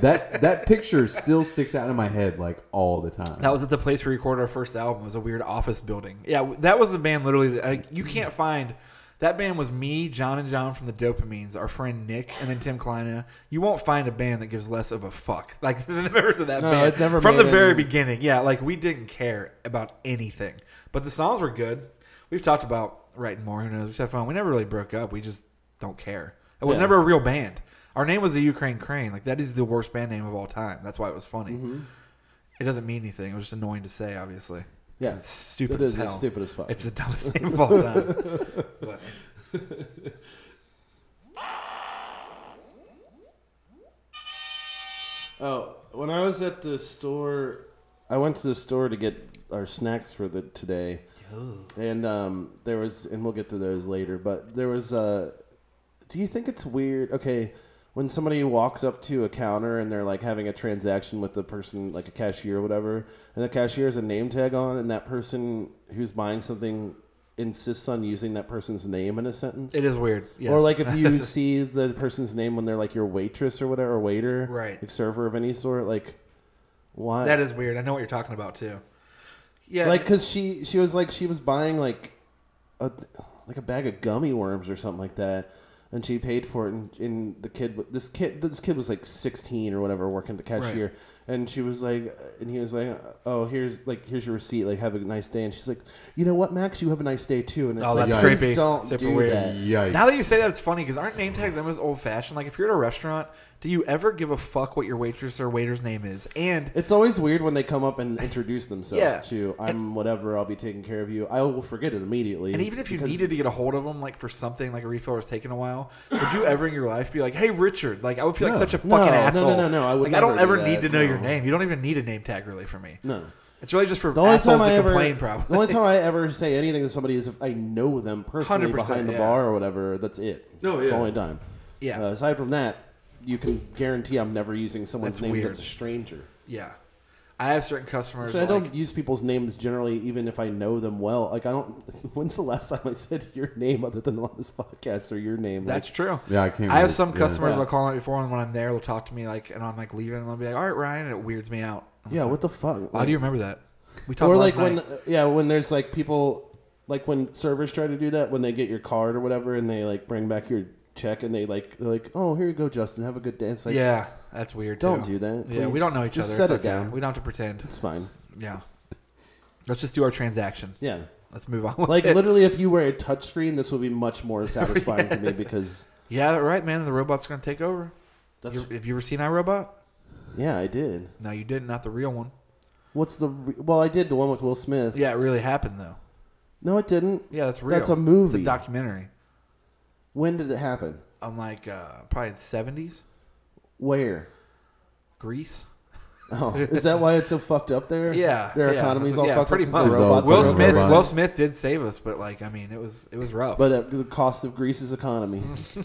Speaker 3: That that picture still sticks out in my head like all the time.
Speaker 2: that was at the place we recorded our first album it was a weird office building yeah that was the band literally that, like, you can't find that band was me, John and John from the Dopamines, our friend Nick, and then Tim Kleina. You won't find a band that gives less of a fuck like the members of that
Speaker 1: No,
Speaker 2: band
Speaker 1: it never
Speaker 2: from the
Speaker 1: made
Speaker 2: very
Speaker 1: any-
Speaker 2: beginning. Yeah, like we didn't care about anything, but the songs were good. We've talked about writing more. Who knows? We just had fun. We never really broke up. We just don't care. It was
Speaker 1: Yeah.
Speaker 2: never a real band. Our name was the Ukraine Crane. Like that is the worst band name of all time. That's why it was funny.
Speaker 1: Mm-hmm.
Speaker 2: It doesn't mean anything. It was just annoying to say, obviously. 'Cause
Speaker 1: Yeah.
Speaker 2: it's stupid
Speaker 1: It
Speaker 2: as
Speaker 1: is
Speaker 2: hell.
Speaker 1: as stupid as fuck.
Speaker 2: It's the dumbest name of all time. but
Speaker 1: Oh, when I was at the store, I went to the store to get our snacks for the today,
Speaker 2: Yo.
Speaker 1: and um, there was, and we'll get to those later. But there was Uh, do you think it's weird? Okay, when somebody walks up to a counter and they're like having a transaction with the person, like a cashier or whatever, and the cashier has a name tag on, and that person who's buying something insists on using that person's name in a sentence.
Speaker 2: It is weird, yes.
Speaker 1: Or like if you see the person's name when they're like your waitress or whatever, or waiter,
Speaker 2: Right.
Speaker 1: Like server of any sort, like why?
Speaker 2: that is weird. I know what you're talking about too. Yeah,
Speaker 1: like because she she was like she was buying like a like a bag of gummy worms or something like that, and she paid for it. And, and the kid, w- this kid, this kid was like sixteen or whatever, working the cashier, and she was like, and he was like, oh here's like here's your receipt, like have a nice day. And she's like, you know what, Max, you have a nice day too. And it's
Speaker 2: oh,
Speaker 1: like,
Speaker 2: that's
Speaker 1: please
Speaker 2: creepy.
Speaker 1: Don't
Speaker 2: Super
Speaker 1: do
Speaker 2: weird.
Speaker 1: that.
Speaker 2: Now that you say that, it's funny because aren't name tags almost old fashioned? Like if you're at a restaurant, do you ever give a fuck what your waitress or waiter's name is? And
Speaker 1: It's always weird when they come up and introduce themselves
Speaker 2: Yeah.
Speaker 1: to "I'm whatever, I'll be taking care of you." I will forget it immediately.
Speaker 2: and even if you
Speaker 1: because-
Speaker 2: needed to get a hold of them, like for something, like a refill was taking a while, would you ever in your life be like, "Hey, Richard"? Like I would feel
Speaker 1: No.
Speaker 2: like such a fucking
Speaker 1: No, no, no,
Speaker 2: asshole.
Speaker 1: no, no, I
Speaker 2: like
Speaker 1: would
Speaker 2: I
Speaker 1: never
Speaker 2: don't
Speaker 1: do
Speaker 2: ever
Speaker 1: that,
Speaker 2: need to know your
Speaker 1: no.
Speaker 2: name. You don't even need a name tag really for me.
Speaker 1: No.
Speaker 2: it's really just for
Speaker 1: the only
Speaker 2: assholes
Speaker 1: time
Speaker 2: to
Speaker 1: I ever
Speaker 2: complain. Probably
Speaker 1: the only time I ever say anything to somebody is if I know them personally
Speaker 2: 100%,
Speaker 1: behind the
Speaker 2: yeah.
Speaker 1: bar or whatever. That's it.
Speaker 2: No,
Speaker 1: it's the
Speaker 2: yeah.
Speaker 1: only time.
Speaker 2: Yeah.
Speaker 1: Uh, aside from that, you can guarantee I'm never using someone's
Speaker 2: That's
Speaker 1: name
Speaker 2: weird.
Speaker 1: that's a stranger.
Speaker 2: yeah, I have certain customers.
Speaker 1: Actually, I
Speaker 2: that,
Speaker 1: don't
Speaker 2: like,
Speaker 1: use people's names generally, even if I know them well. Like I don't. When's the last time I said your name other than on this podcast or your name?
Speaker 2: That's
Speaker 1: Like-
Speaker 2: true. I
Speaker 1: really-
Speaker 2: have some
Speaker 1: yeah.
Speaker 2: customers
Speaker 1: Yeah.
Speaker 2: I'll call out before, and when I'm there, they'll talk to me like, and I'm like leaving, and they'll be like, "All right, Ryan," and it weirds me out. I'm
Speaker 1: Yeah,
Speaker 2: like,
Speaker 1: what the fuck?
Speaker 2: Why do you remember that? We talked
Speaker 1: Or
Speaker 2: last
Speaker 1: like when,
Speaker 2: night.
Speaker 1: yeah, when there's like people, like when servers try to do that when they get your card or whatever, and they like bring back your check and they like they're like, oh, here you go, Justin, have a good day. It's like,
Speaker 2: yeah, that's weird.
Speaker 1: Don't
Speaker 2: too.
Speaker 1: do that.
Speaker 2: Yeah, we
Speaker 1: please.
Speaker 2: don't know each
Speaker 1: Just
Speaker 2: other.
Speaker 1: Set
Speaker 2: It's
Speaker 1: it
Speaker 2: okay.
Speaker 1: down.
Speaker 2: We don't have to pretend.
Speaker 1: It's fine.
Speaker 2: Yeah. Let's just do our transaction.
Speaker 1: Yeah.
Speaker 2: Let's move on. with
Speaker 1: Like
Speaker 2: it.
Speaker 1: literally, if you were a touchscreen, this would be much more satisfying to me because
Speaker 2: Yeah, right, man. The robot's gonna take over.
Speaker 1: That's-
Speaker 2: You- have you ever seen iRobot?
Speaker 1: yeah, I did.
Speaker 2: No, you didn't. Not the real one.
Speaker 1: What's the? re- Well, I did the one with Will Smith.
Speaker 2: Yeah, it really happened though.
Speaker 1: No, it didn't.
Speaker 2: Yeah, that's real.
Speaker 1: That's a movie.
Speaker 2: It's a documentary.
Speaker 1: When did it happen?
Speaker 2: On like uh, probably in the seventies,
Speaker 1: Where?
Speaker 2: Greece.
Speaker 1: Oh, is that why it's so fucked up there?
Speaker 2: Yeah,
Speaker 1: their
Speaker 2: yeah.
Speaker 1: economy's all
Speaker 2: yeah,
Speaker 1: fucked
Speaker 2: pretty
Speaker 1: up. 'cause
Speaker 2: Much.
Speaker 1: the robots
Speaker 2: Will
Speaker 1: are
Speaker 2: Smith.
Speaker 1: robots.
Speaker 2: Will Smith did save us, but like I mean, it was it was rough.
Speaker 1: But at the cost of Greece's economy.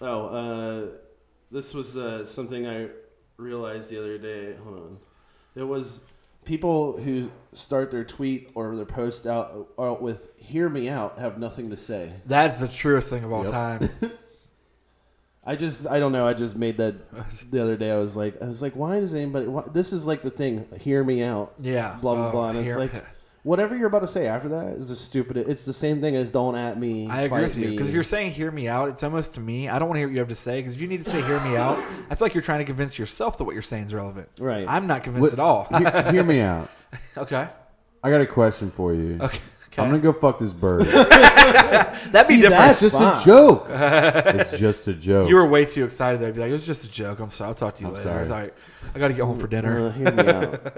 Speaker 1: oh, uh, this was uh, something I realized the other day. Hold on. It was people who start their tweet or their post out, out with, hear me out, have nothing to say.
Speaker 2: That's the truest thing of all
Speaker 1: Yep.
Speaker 2: time.
Speaker 1: I just I don't know. I just made that the other day. I was like I was like, why does anybody? Why, this is like the thing. Hear me out.
Speaker 2: Yeah.
Speaker 1: Blah blah
Speaker 2: Oh,
Speaker 1: blah. And it's
Speaker 2: hear-
Speaker 1: like whatever you're about to say after that is the stupid. It's the same thing as don't at me.
Speaker 2: I agree
Speaker 1: fight
Speaker 2: with you
Speaker 1: me.
Speaker 2: because if you're saying "hear me out," it's almost to me. I don't want to hear what you have to say because if you need to say "hear me out," I feel like you're trying to convince yourself that what you're saying is relevant.
Speaker 1: Right.
Speaker 2: I'm not convinced at all.
Speaker 3: He- hear me out.
Speaker 2: Okay.
Speaker 3: I got a question for you.
Speaker 2: Okay.
Speaker 3: I'm gonna go fuck this bird.
Speaker 2: That'd be
Speaker 3: See,
Speaker 2: different.
Speaker 3: That's just a joke. it's just a joke.
Speaker 2: You were way too excited. I'd be like, "It was just a joke." I'm sorry. I'll talk to you
Speaker 3: I'm
Speaker 2: later.
Speaker 3: sorry.
Speaker 2: It's all right. I got to get home for dinner.
Speaker 1: Uh, hear me out.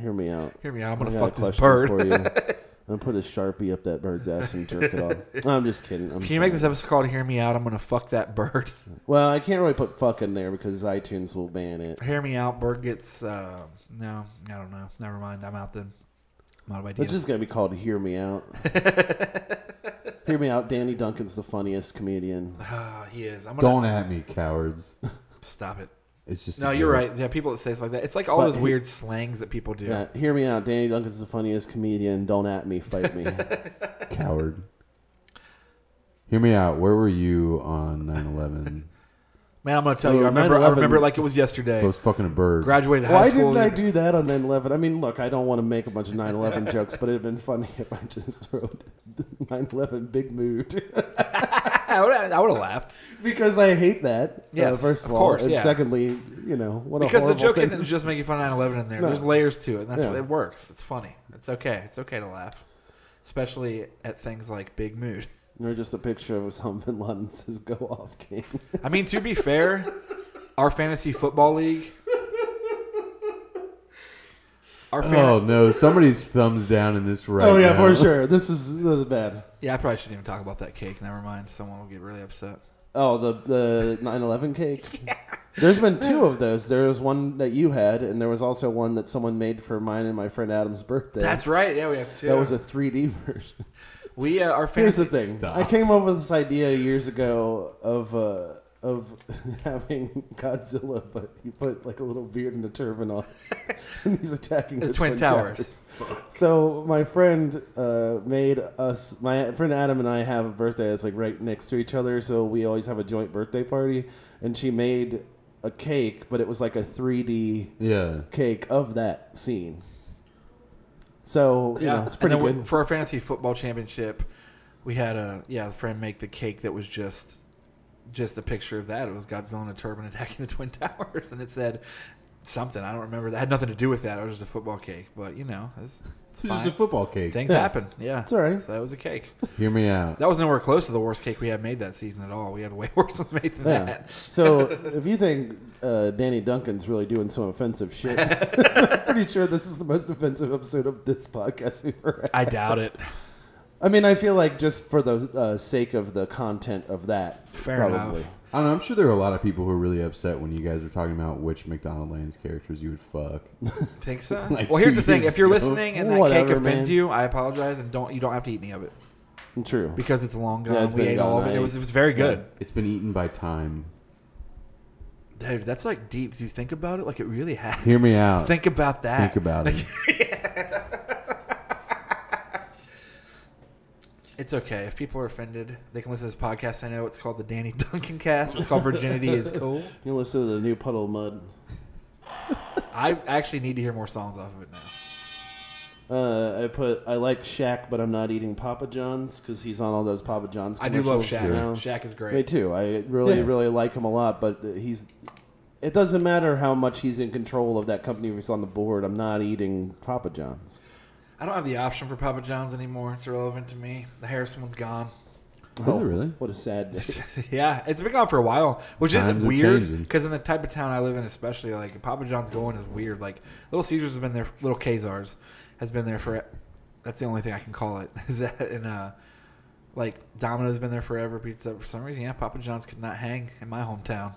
Speaker 1: Hear me out.
Speaker 2: Hear me out. I'm gonna
Speaker 1: I got a
Speaker 2: fuck this
Speaker 1: question
Speaker 2: bird.
Speaker 1: for you. I'm gonna put a sharpie up that bird's ass and jerk it off. I'm just kidding. I'm
Speaker 2: Can you make
Speaker 1: sorry.
Speaker 2: this episode called "Hear Me Out"? I'm gonna fuck that bird.
Speaker 1: Well, I can't really put fuck in there because iTunes will ban it.
Speaker 2: Hear me out. Bird gets uh, no. I don't know. Never mind. I'm out then. I'm out of ideas.
Speaker 1: It's just gonna be called "Hear Me Out." Hear me out. Danny Duncan's the funniest comedian.
Speaker 2: Ah, he is. I'm gonna,
Speaker 3: Don't at me, cowards.
Speaker 2: Stop it.
Speaker 3: It's just a
Speaker 2: no. You're
Speaker 3: joke.
Speaker 2: right. Yeah, people that say stuff like that. It's like all
Speaker 1: But
Speaker 2: those
Speaker 1: he-
Speaker 2: weird slangs that people do.
Speaker 1: Yeah. Uh, Hear me out. Danny Duncan's the funniest comedian. Don't at me. Fight me.
Speaker 3: Coward. Hear me out. Where were you on 9/11?
Speaker 2: Man, I'm gonna tell you.
Speaker 1: Well,
Speaker 2: I remember. I
Speaker 1: 9/11
Speaker 2: remember it like it was yesterday.
Speaker 3: I was fucking a bird.
Speaker 2: Graduated high
Speaker 1: Why
Speaker 2: school.
Speaker 1: didn't I do that on 9/11? I mean, look, I don't want to make a bunch of 9/11 jokes, but it'd have been funny if I just wrote 9/11 big mood
Speaker 2: I would have laughed.
Speaker 1: because I hate that. Yeah.
Speaker 2: Yes,
Speaker 1: first of,
Speaker 2: of
Speaker 1: all,
Speaker 2: course,
Speaker 1: and
Speaker 2: yeah.
Speaker 1: secondly, you know what?
Speaker 2: because the
Speaker 1: a horrible
Speaker 2: joke
Speaker 1: thing.
Speaker 2: isn't just making fun of 9-11 in there
Speaker 1: No.
Speaker 2: there's layers to it and that's
Speaker 1: Yeah.
Speaker 2: what it works it's funny it's okay it's okay to laugh especially at things like big mood
Speaker 1: Or just a picture of Osama bin Laden that says "Go off, King."
Speaker 2: i mean to be fair our fantasy football league our fan-
Speaker 1: Uh.
Speaker 3: Oh no! Somebody's thumbs down in this right.
Speaker 1: oh yeah,
Speaker 3: now.
Speaker 1: for sure. This is this is bad.
Speaker 2: yeah i probably shouldn't even talk about that cake never mind someone will get really upset
Speaker 1: Oh, the the 9/11 cake. There's been two of those. There was one that you had, and there was also one that someone made for mine and my friend Adam's birthday.
Speaker 2: that's right yeah we have two
Speaker 1: That was a 3D version.
Speaker 2: we uh, our
Speaker 1: Here's
Speaker 2: fantasy
Speaker 1: the thing. I came up with this idea years ago of uh, of having Godzilla, but you put like a little beard and a turban on, and he's attacking the,
Speaker 2: The Twin Towers.
Speaker 1: So my friend uh, made us. My friend Adam and I have a birthday that's like right next to each other, so we always have a joint birthday party. And she made a cake, but it was like a 3D
Speaker 3: Yeah.
Speaker 1: cake of that scene. So you know, it's
Speaker 2: And
Speaker 1: pretty
Speaker 2: then we-
Speaker 1: good.
Speaker 2: For our fantasy football championship, we had a yeah a friend make the cake that was just just a picture of that. It was Godzilla in a turban attacking the twin towers, and it said something I don't remember. That had nothing to do with that. It was just a football cake, but you know, it's, it's
Speaker 3: It's just
Speaker 2: fine.
Speaker 3: a football cake.
Speaker 2: Things
Speaker 1: Yeah.
Speaker 2: happen. Yeah, it's
Speaker 1: all right.
Speaker 2: So that was a cake.
Speaker 3: Hear me out.
Speaker 2: That was nowhere close to the worst cake we had made that season at all. We had way worse ones made than
Speaker 1: Yeah.
Speaker 2: that.
Speaker 1: So if you think uh, Danny Duncan's really doing some offensive shit, I'm pretty sure this is the most offensive episode of this podcast we've ever had.
Speaker 2: I doubt it.
Speaker 1: I mean, I feel like just for the uh, sake of the content of that,
Speaker 2: Fair
Speaker 1: probably.
Speaker 2: enough.
Speaker 3: I don't know. I'm sure there are a lot of people who are really upset when you guys were talking about which McDonald Lane's characters you would fuck.
Speaker 2: Think so?
Speaker 3: Like
Speaker 2: well, here's
Speaker 3: two
Speaker 2: the thing:
Speaker 3: years
Speaker 2: if you're
Speaker 3: ago.
Speaker 2: listening and that
Speaker 1: Whatever,
Speaker 2: cake offends
Speaker 1: man.
Speaker 2: you, I apologize, and don't you don't have to eat any of it.
Speaker 1: True.
Speaker 2: because it's long
Speaker 1: Yeah,
Speaker 2: gone.
Speaker 1: it's
Speaker 2: we
Speaker 1: been
Speaker 2: ate
Speaker 1: gone.
Speaker 2: all of it.
Speaker 1: I-
Speaker 2: It was it was very good.
Speaker 3: It's been eaten by time.
Speaker 2: Dude, that's like deep. Do you think about it? Like it really has.
Speaker 3: Hear me out.
Speaker 2: Think about that.
Speaker 3: Think about it.
Speaker 2: It's okay if people are offended. They can listen to this podcast. I know it's called the Danny Duncan Cast. It's called Virginity is Cool.
Speaker 1: You listen to the new Puddle of Mud.
Speaker 2: I actually need to hear more songs off of it now.
Speaker 1: Uh, I put I like Shaq, but I'm not eating Papa John's because he's on all those Papa John's.
Speaker 2: I do love Shaq.
Speaker 1: commercials now.
Speaker 2: Shaq is great.
Speaker 1: Me too. I really,
Speaker 3: Yeah.
Speaker 1: really like him a lot, but uh, he's. It doesn't matter how much he's in control of that company if he's on the board. I'm not eating Papa John's.
Speaker 2: I don't have the option for Papa John's anymore. It's irrelevant to me. The Harrison one's gone.
Speaker 1: Oh, What a sad day.
Speaker 2: yeah, it's been gone for a while, which
Speaker 1: Times
Speaker 2: isn't
Speaker 1: are
Speaker 2: weird
Speaker 1: changing.
Speaker 2: because in the type of town I live in, especially like Papa John's going is weird. Like Little Caesars has been there, Little Kazars has been there for. That's the only thing I can call it. Is that in uh, like Domino's been there forever. Pizza Hut, for some reason, yeah, Papa John's could not hang in my hometown.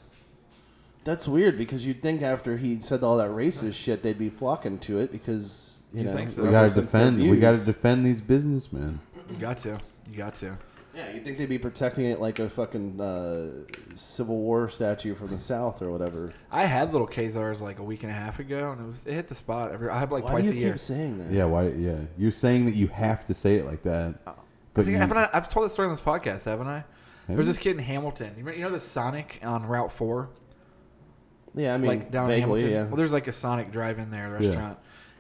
Speaker 1: That's weird because you'd think after he said all that racist shit, they'd be flocking to it because you,
Speaker 2: You
Speaker 1: know
Speaker 2: think so?
Speaker 3: We gotta
Speaker 1: represents their
Speaker 3: defend. We gotta
Speaker 1: views.
Speaker 3: defend these businessmen.
Speaker 2: You got to, you got to.
Speaker 1: Yeah, you'd think they'd be protecting it like a fucking uh, Civil War statue from the South or whatever.
Speaker 2: I had Little Kazars like a week and a half ago, and it was it hit the spot. Every I have like
Speaker 1: Why do
Speaker 2: twice
Speaker 1: you
Speaker 2: a
Speaker 1: keep
Speaker 2: year.
Speaker 1: saying that?
Speaker 3: Yeah. Why? Yeah. You're saying that you have to say it like that.
Speaker 2: Oh. I
Speaker 3: But
Speaker 2: think,
Speaker 3: you,
Speaker 2: haven't I, I've told that story on this podcast, haven't I? There was
Speaker 3: you?
Speaker 2: this kid in Hamilton. You, remember, you know the Sonic on Route Four?
Speaker 1: Yeah, I mean,
Speaker 2: like down in
Speaker 1: vaguely,
Speaker 2: Hamilton.
Speaker 1: yeah.
Speaker 2: Well, there's like a Sonic drive-in there the
Speaker 1: Yeah.
Speaker 2: restaurant,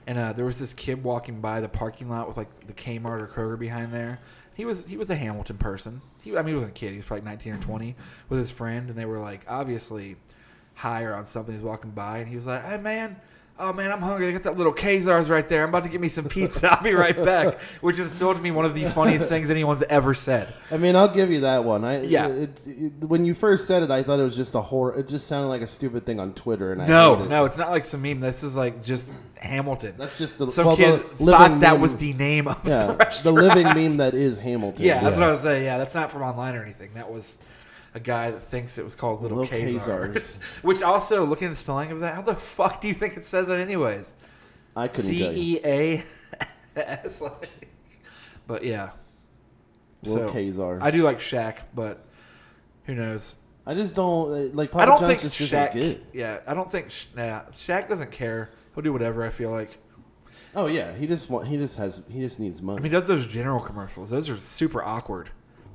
Speaker 2: and uh, there was this kid walking by the parking lot with like the Kmart or Kroger behind there. He was he was a Hamilton person. He, I mean, he wasn't a kid. He was probably 19 or 20 with his friend, and they were like obviously higher on something. He's walking by, and he was like, "Hey, man." Oh man, I'm hungry. They got that little Kazars right there. I'm about to get me some pizza. I'll be right back. Which is still to me one of the funniest things anyone's ever said.
Speaker 1: I mean, I'll give you that one. I
Speaker 2: Yeah.
Speaker 1: It, it- when you first said it, I thought it was just a horror. It just sounded like a stupid thing on Twitter, and I
Speaker 2: No,
Speaker 1: hated it.
Speaker 2: no, it's not like some meme. This is like just Hamilton.
Speaker 1: That's just the
Speaker 2: some
Speaker 1: well, the
Speaker 2: kid
Speaker 1: living
Speaker 2: thought that
Speaker 1: meme-
Speaker 2: was the name of
Speaker 1: yeah,
Speaker 2: the
Speaker 1: the
Speaker 2: restaurant.
Speaker 1: living meme that is Hamilton.
Speaker 2: Yeah, that's what I was saying. Yeah, that's not from online or anything. That was a guy that thinks it was called Little,
Speaker 1: Little
Speaker 2: Kazars.
Speaker 1: Kazars.
Speaker 2: Which also, looking at the spelling of that, how the fuck do you think it says it anyways?
Speaker 1: I couldn't
Speaker 2: C
Speaker 1: tell
Speaker 2: E A S. like- But yeah,
Speaker 1: Little Kazars.
Speaker 2: I do like Shaq, but who knows?
Speaker 1: I just don't uh, like. Papa
Speaker 2: I don't think
Speaker 1: John's just
Speaker 2: Shaq.
Speaker 1: isn't good.
Speaker 2: Yeah, I don't think. Sh- Nah, Shaq doesn't care. He'll do whatever. I feel like.
Speaker 1: Oh yeah, he just want, he just has he just needs money.
Speaker 2: I mean, he does those general commercials. Those are super awkward.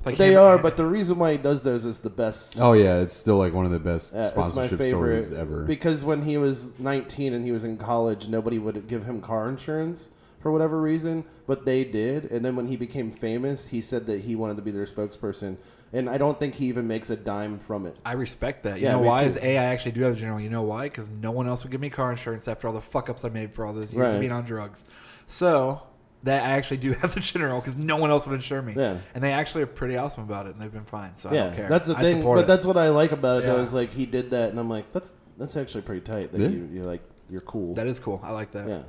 Speaker 1: they
Speaker 2: him-
Speaker 1: are, but the reason why he does those is the best.
Speaker 3: Oh yeah, it's still like one of the best
Speaker 1: Uh, it's my
Speaker 3: sponsorship
Speaker 1: favorite
Speaker 3: stories ever.
Speaker 1: because when he was 19 and he was in college, nobody would give him car insurance for whatever reason, but they did. And then when he became famous, he said that he wanted to be their spokesperson, and I don't think he even makes a dime from it.
Speaker 2: I respect that. You
Speaker 1: Yeah,
Speaker 2: know
Speaker 1: me
Speaker 2: why?
Speaker 1: too.
Speaker 2: Is a I actually do have the general. You know why? Because no one else would give me car insurance after all the fuck ups I made for all those years
Speaker 1: Right.
Speaker 2: of being on drugs. So that I actually do have the general because no one else would insure me.
Speaker 1: Yeah.
Speaker 2: And they actually are pretty awesome about it, and they've been fine. So I don't
Speaker 1: yeah,
Speaker 2: care.
Speaker 1: that's the
Speaker 2: I
Speaker 1: thing.
Speaker 2: support
Speaker 1: But
Speaker 2: it.
Speaker 1: that's what I like about it. though,
Speaker 2: Yeah.
Speaker 1: is like he did that, and I'm like, that's that's actually pretty tight. That
Speaker 2: Yeah.
Speaker 1: you, you're like you're cool.
Speaker 2: That is cool. I like that.
Speaker 1: Yeah.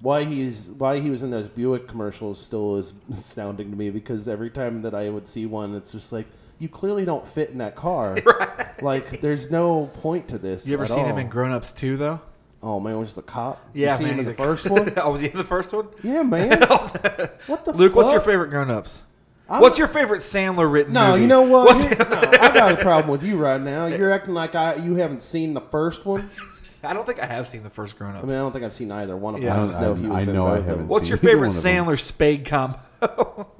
Speaker 1: Why he's why he was in those Buick commercials still is astounding to me because every time that I would see one, it's just like you clearly don't fit in that car. Like there's no point to this.
Speaker 2: You ever
Speaker 1: at
Speaker 2: seen him
Speaker 1: all.
Speaker 2: in Grown Ups 2, though?
Speaker 1: Oh man, was just a cop.
Speaker 2: Yeah,
Speaker 1: you seen
Speaker 2: man,
Speaker 1: him in
Speaker 2: he's
Speaker 1: the
Speaker 2: a-
Speaker 1: first one.
Speaker 2: oh, was he in the first one?
Speaker 1: Yeah, man. what the
Speaker 2: Luke, what's your
Speaker 1: fuck?
Speaker 2: favorite Grown Ups?
Speaker 1: I'm-
Speaker 2: What's your favorite Sandler written
Speaker 1: No,
Speaker 2: movie?
Speaker 1: you know what?
Speaker 2: What's-
Speaker 1: You- no, I got a problem with you right now. You're acting like I you haven't seen the first one.
Speaker 2: I don't think I have seen the first Grown
Speaker 1: I
Speaker 2: Ups.
Speaker 1: mean, I don't think I've seen either one of
Speaker 2: Yeah.
Speaker 1: them. I just know he was in both of them.
Speaker 2: What's your favorite Sandler Spade combo?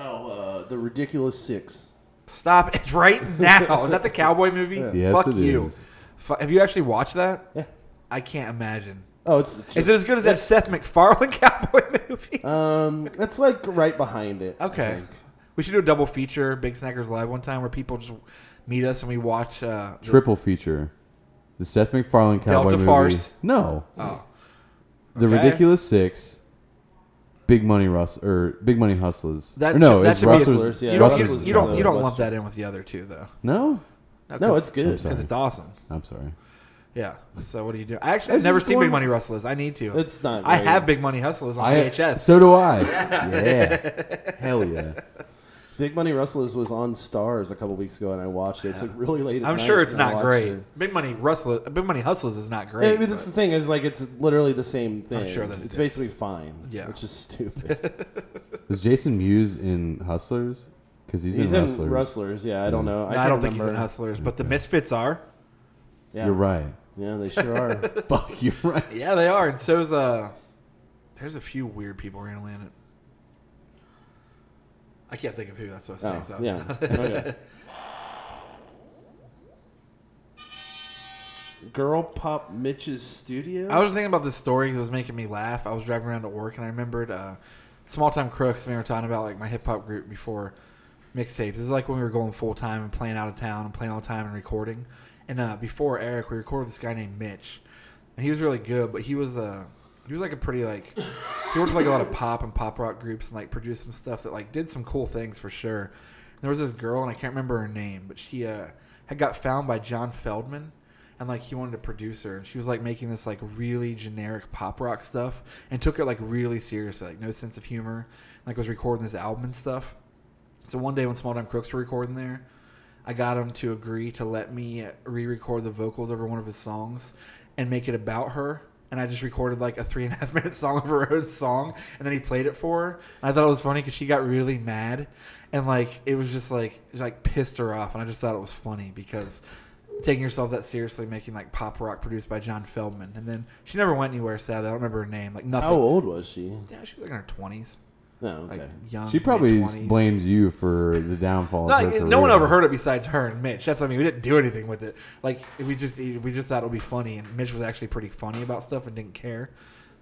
Speaker 1: Oh, uh, the ridiculous six.
Speaker 2: Stop! It's right now. Is that the cowboy movie?
Speaker 1: Yeah.
Speaker 3: Yes,
Speaker 2: Fuck
Speaker 3: it
Speaker 2: you.
Speaker 3: is.
Speaker 2: Fu- have you actually watched that?
Speaker 1: Yeah.
Speaker 2: I can't imagine.
Speaker 1: Oh, it's
Speaker 2: is it as good as that Seth MacFarlane cowboy movie?
Speaker 1: Um, it's like right behind it. I
Speaker 2: Okay,
Speaker 1: think.
Speaker 2: we should do a double feature, Big Snackers Live, one time where people just meet us and we watch. Uh, the-
Speaker 3: Triple feature. The Seth MacFarlane cowboy
Speaker 2: Delta
Speaker 3: movie.
Speaker 2: Farce.
Speaker 3: No.
Speaker 2: Oh.
Speaker 3: The
Speaker 2: Okay.
Speaker 3: Ridiculous Six. Big Money Rus or Big Money Hustlers.
Speaker 2: That
Speaker 3: or no,
Speaker 2: should, that
Speaker 3: it's
Speaker 2: should
Speaker 3: Rustlers.
Speaker 2: Be, you don't, you-
Speaker 3: Rustlers is
Speaker 2: you don't,
Speaker 3: another
Speaker 2: you don't
Speaker 3: one.
Speaker 2: lump that in with the other two, though.
Speaker 3: No?
Speaker 1: No, it's good.
Speaker 3: I'm sorry.
Speaker 2: because it's awesome.
Speaker 3: I'm sorry.
Speaker 2: Yeah. So what do you do? I actually
Speaker 1: It's
Speaker 2: I've never
Speaker 1: just
Speaker 2: seen
Speaker 1: one-
Speaker 2: Big Money Hustlers. I need to.
Speaker 1: It's not
Speaker 2: I
Speaker 1: very-
Speaker 2: have Big Money Hustlers on
Speaker 3: I-
Speaker 2: VHS.
Speaker 3: so do I. Yeah. Hell yeah.
Speaker 1: Big Money Rustlers was on Stars a couple weeks ago, and I watched it. It's like really late. at
Speaker 2: I'm
Speaker 1: night,
Speaker 2: sure it's
Speaker 1: and I
Speaker 2: not
Speaker 1: watched
Speaker 2: great.
Speaker 1: it.
Speaker 2: Big Money Hustlers. Big Money Hustlers is not
Speaker 1: Yeah,
Speaker 2: great.
Speaker 1: I mean, that's the thing is like it's literally the same thing.
Speaker 2: sure that it
Speaker 1: it's
Speaker 2: is.
Speaker 1: basically fine.
Speaker 2: Yeah.
Speaker 1: which is stupid.
Speaker 3: Was Jason Mewes in Hustlers? Because he's,
Speaker 1: He's
Speaker 3: in
Speaker 1: in
Speaker 3: Rustlers.
Speaker 1: Rustlers, yeah, I don't know.
Speaker 2: but- No,
Speaker 1: I
Speaker 2: I,
Speaker 1: can't
Speaker 2: don't think he's in
Speaker 1: remember.
Speaker 2: Hustlers, but the Misfits are.
Speaker 1: Yeah.
Speaker 3: You're right.
Speaker 1: Yeah, they sure are.
Speaker 3: Fuck, you're right.
Speaker 2: Yeah, they are, and so's uh. There's a few weird people randomly in it. I can't think of who. That's what I was
Speaker 1: Oh,
Speaker 2: saying.
Speaker 1: yeah.
Speaker 2: so.
Speaker 1: Okay. Girl Pop Mitch's studio.
Speaker 2: I was thinking about this story 'cause it was making me laugh. I was driving around to work and I remembered uh, Small Time Crooks. We were talking about like my hip hop group before mixtapes. This is like when we were going full time and playing out of town and playing all the time and recording. And uh, before Eric, we recorded this guy named Mitch, and he was really good, but he was uh, he was like a pretty like He worked with like a lot of pop and pop rock groups and like produced some stuff that like did some cool things for sure. And there was this girl and I can't remember her name, but she uh, had got found by John Feldman and like he wanted to produce her and she was like making this like really generic pop rock stuff and took it like really seriously, like no sense of humor, like was recording this album and stuff. So one day when Small Time Crooks were recording there, I got him to agree to let me re-record the vocals over one of his songs and make it about her. And I just recorded like a three and a half minute song of her own song, and then he played it for her. And I thought it was funny because she got really mad, and like it was just like it like pissed her off. And I just thought it was funny because taking yourself that seriously, making like pop rock produced by John Feldman, and then she never went anywhere. Sadly, I don't remember her name. Like nothing.
Speaker 1: How old was she?
Speaker 2: Yeah, she was like in her twenties.
Speaker 1: No, okay.
Speaker 2: young,
Speaker 3: She probably
Speaker 2: mid-twenties.
Speaker 3: blames you for the downfall. of her
Speaker 2: No, no one
Speaker 3: career.
Speaker 2: overheard it besides her and Mitch. That's what I mean. We didn't do anything with it. Like we just we just thought it would be funny, and Mitch was actually pretty funny about stuff and didn't care.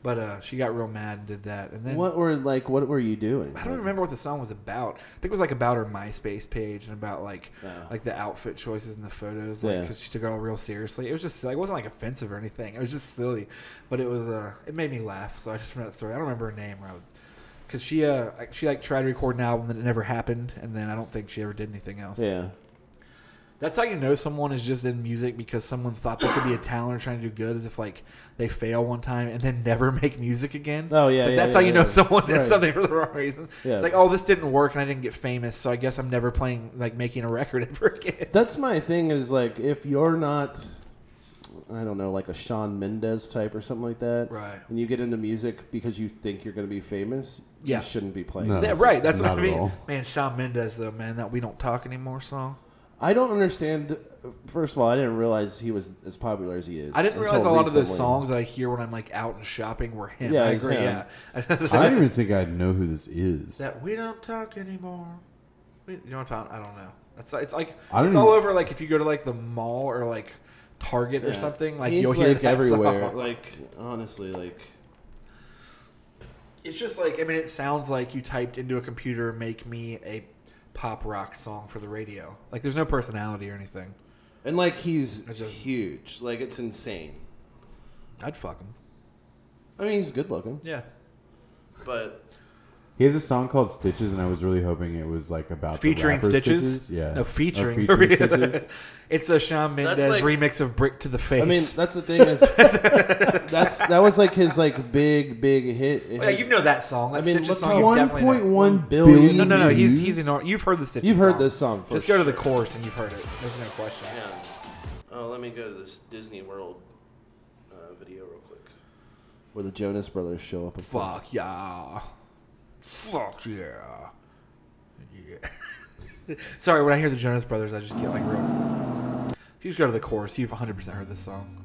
Speaker 2: But uh, she got real mad and did that, and then
Speaker 1: what were like? What were you doing?
Speaker 2: I don't remember what the song was about. I think it was like about her MySpace page and about like like the outfit choices and the photos, like
Speaker 1: Oh. Yeah.
Speaker 2: because she took it all real seriously. It was just like it wasn't like offensive or anything. It was just silly, but it was uh it made me laugh. So I just remember that story. I don't remember her name. Because she uh like- she like tried to record an album that it never happened, and then I don't think she ever did anything else.
Speaker 1: Yeah.
Speaker 2: That's how you know someone is just in music because someone thought they could be a talent or trying to do good is if like they fail one time and then never make music again.
Speaker 1: Oh, yeah,
Speaker 2: It's like,
Speaker 1: yeah,
Speaker 2: that's how
Speaker 1: yeah,
Speaker 2: you know
Speaker 1: yeah.
Speaker 2: someone did
Speaker 1: Right.
Speaker 2: something for the wrong reason.
Speaker 1: Yeah.
Speaker 2: It's like, oh, this didn't work and I didn't get famous, so I guess I'm never playing like making a record ever again.
Speaker 1: That's my thing is like if you're not I don't know, like a Sean Mendez type or something like that.
Speaker 2: Right.
Speaker 1: And you get into music because you think you're going to be famous,
Speaker 2: Yeah.
Speaker 1: you shouldn't be playing.
Speaker 2: Yeah,
Speaker 1: music.
Speaker 2: right. That's what I mean. Man, Shawn Mendes though, man, that we don't talk anymore song.
Speaker 1: I don't understand. First of all, I didn't realize he was as popular as he is.
Speaker 2: I didn't
Speaker 1: until
Speaker 2: realize a lot of those
Speaker 1: recently.
Speaker 2: songs that I hear when I'm like out and shopping were him.
Speaker 1: Yeah,
Speaker 2: I
Speaker 1: it's
Speaker 2: agree. Yeah.
Speaker 1: him.
Speaker 3: I don't even think I know who this is.
Speaker 2: that we don't talk anymore. We, you know what I'm talking? I don't know. It's it's like
Speaker 3: I don't
Speaker 2: it's all
Speaker 3: even-
Speaker 2: over. Like if you go to like the mall or like Target or
Speaker 1: Yeah.
Speaker 2: something, like
Speaker 1: He's,
Speaker 2: you'll hear
Speaker 1: like,
Speaker 2: that
Speaker 1: everywhere.
Speaker 2: song.
Speaker 1: Like honestly, like
Speaker 2: It's just like I mean, it sounds like you typed into a computer "make me a pop rock song for the radio." Like there's no personality or anything.
Speaker 1: and like he's huge. Like it's insane.
Speaker 2: I'd fuck him.
Speaker 1: I mean, he's good looking.
Speaker 2: Yeah.
Speaker 1: But
Speaker 3: He has a song called Stitches, and I was really hoping it was like about the
Speaker 2: featuring
Speaker 3: rapper
Speaker 2: Stitches.
Speaker 3: Yeah,
Speaker 1: Oh,
Speaker 2: No,
Speaker 3: Or
Speaker 2: featuring.
Speaker 3: Stitches.
Speaker 2: it's a Shawn
Speaker 1: That's
Speaker 2: Mendes
Speaker 1: like-
Speaker 2: remix of "Brick to the Face."
Speaker 1: I mean, that's the thing is that's that was like his like big big hit.
Speaker 2: Well, yeah, you know that song. That's
Speaker 1: I mean,
Speaker 2: Stitches'
Speaker 1: look
Speaker 2: song
Speaker 1: how-
Speaker 2: you definitely know.
Speaker 1: 1.1 billion
Speaker 2: No, no, no. He's
Speaker 1: views?
Speaker 2: he's enormous. You've heard the Stitches.
Speaker 1: You've heard this song for
Speaker 2: Just go to the chorus and you've heard it. There's no question.
Speaker 7: Oh, let me go to this Disney World uh, video real quick.
Speaker 1: where the Jonas Brothers show up. and stuff.
Speaker 2: Fuck yeah. Fuck yeah. Yeah. Sorry, when I hear the Jonas Brothers, I just get like real. If you just go to the chorus, you've 100% heard this song.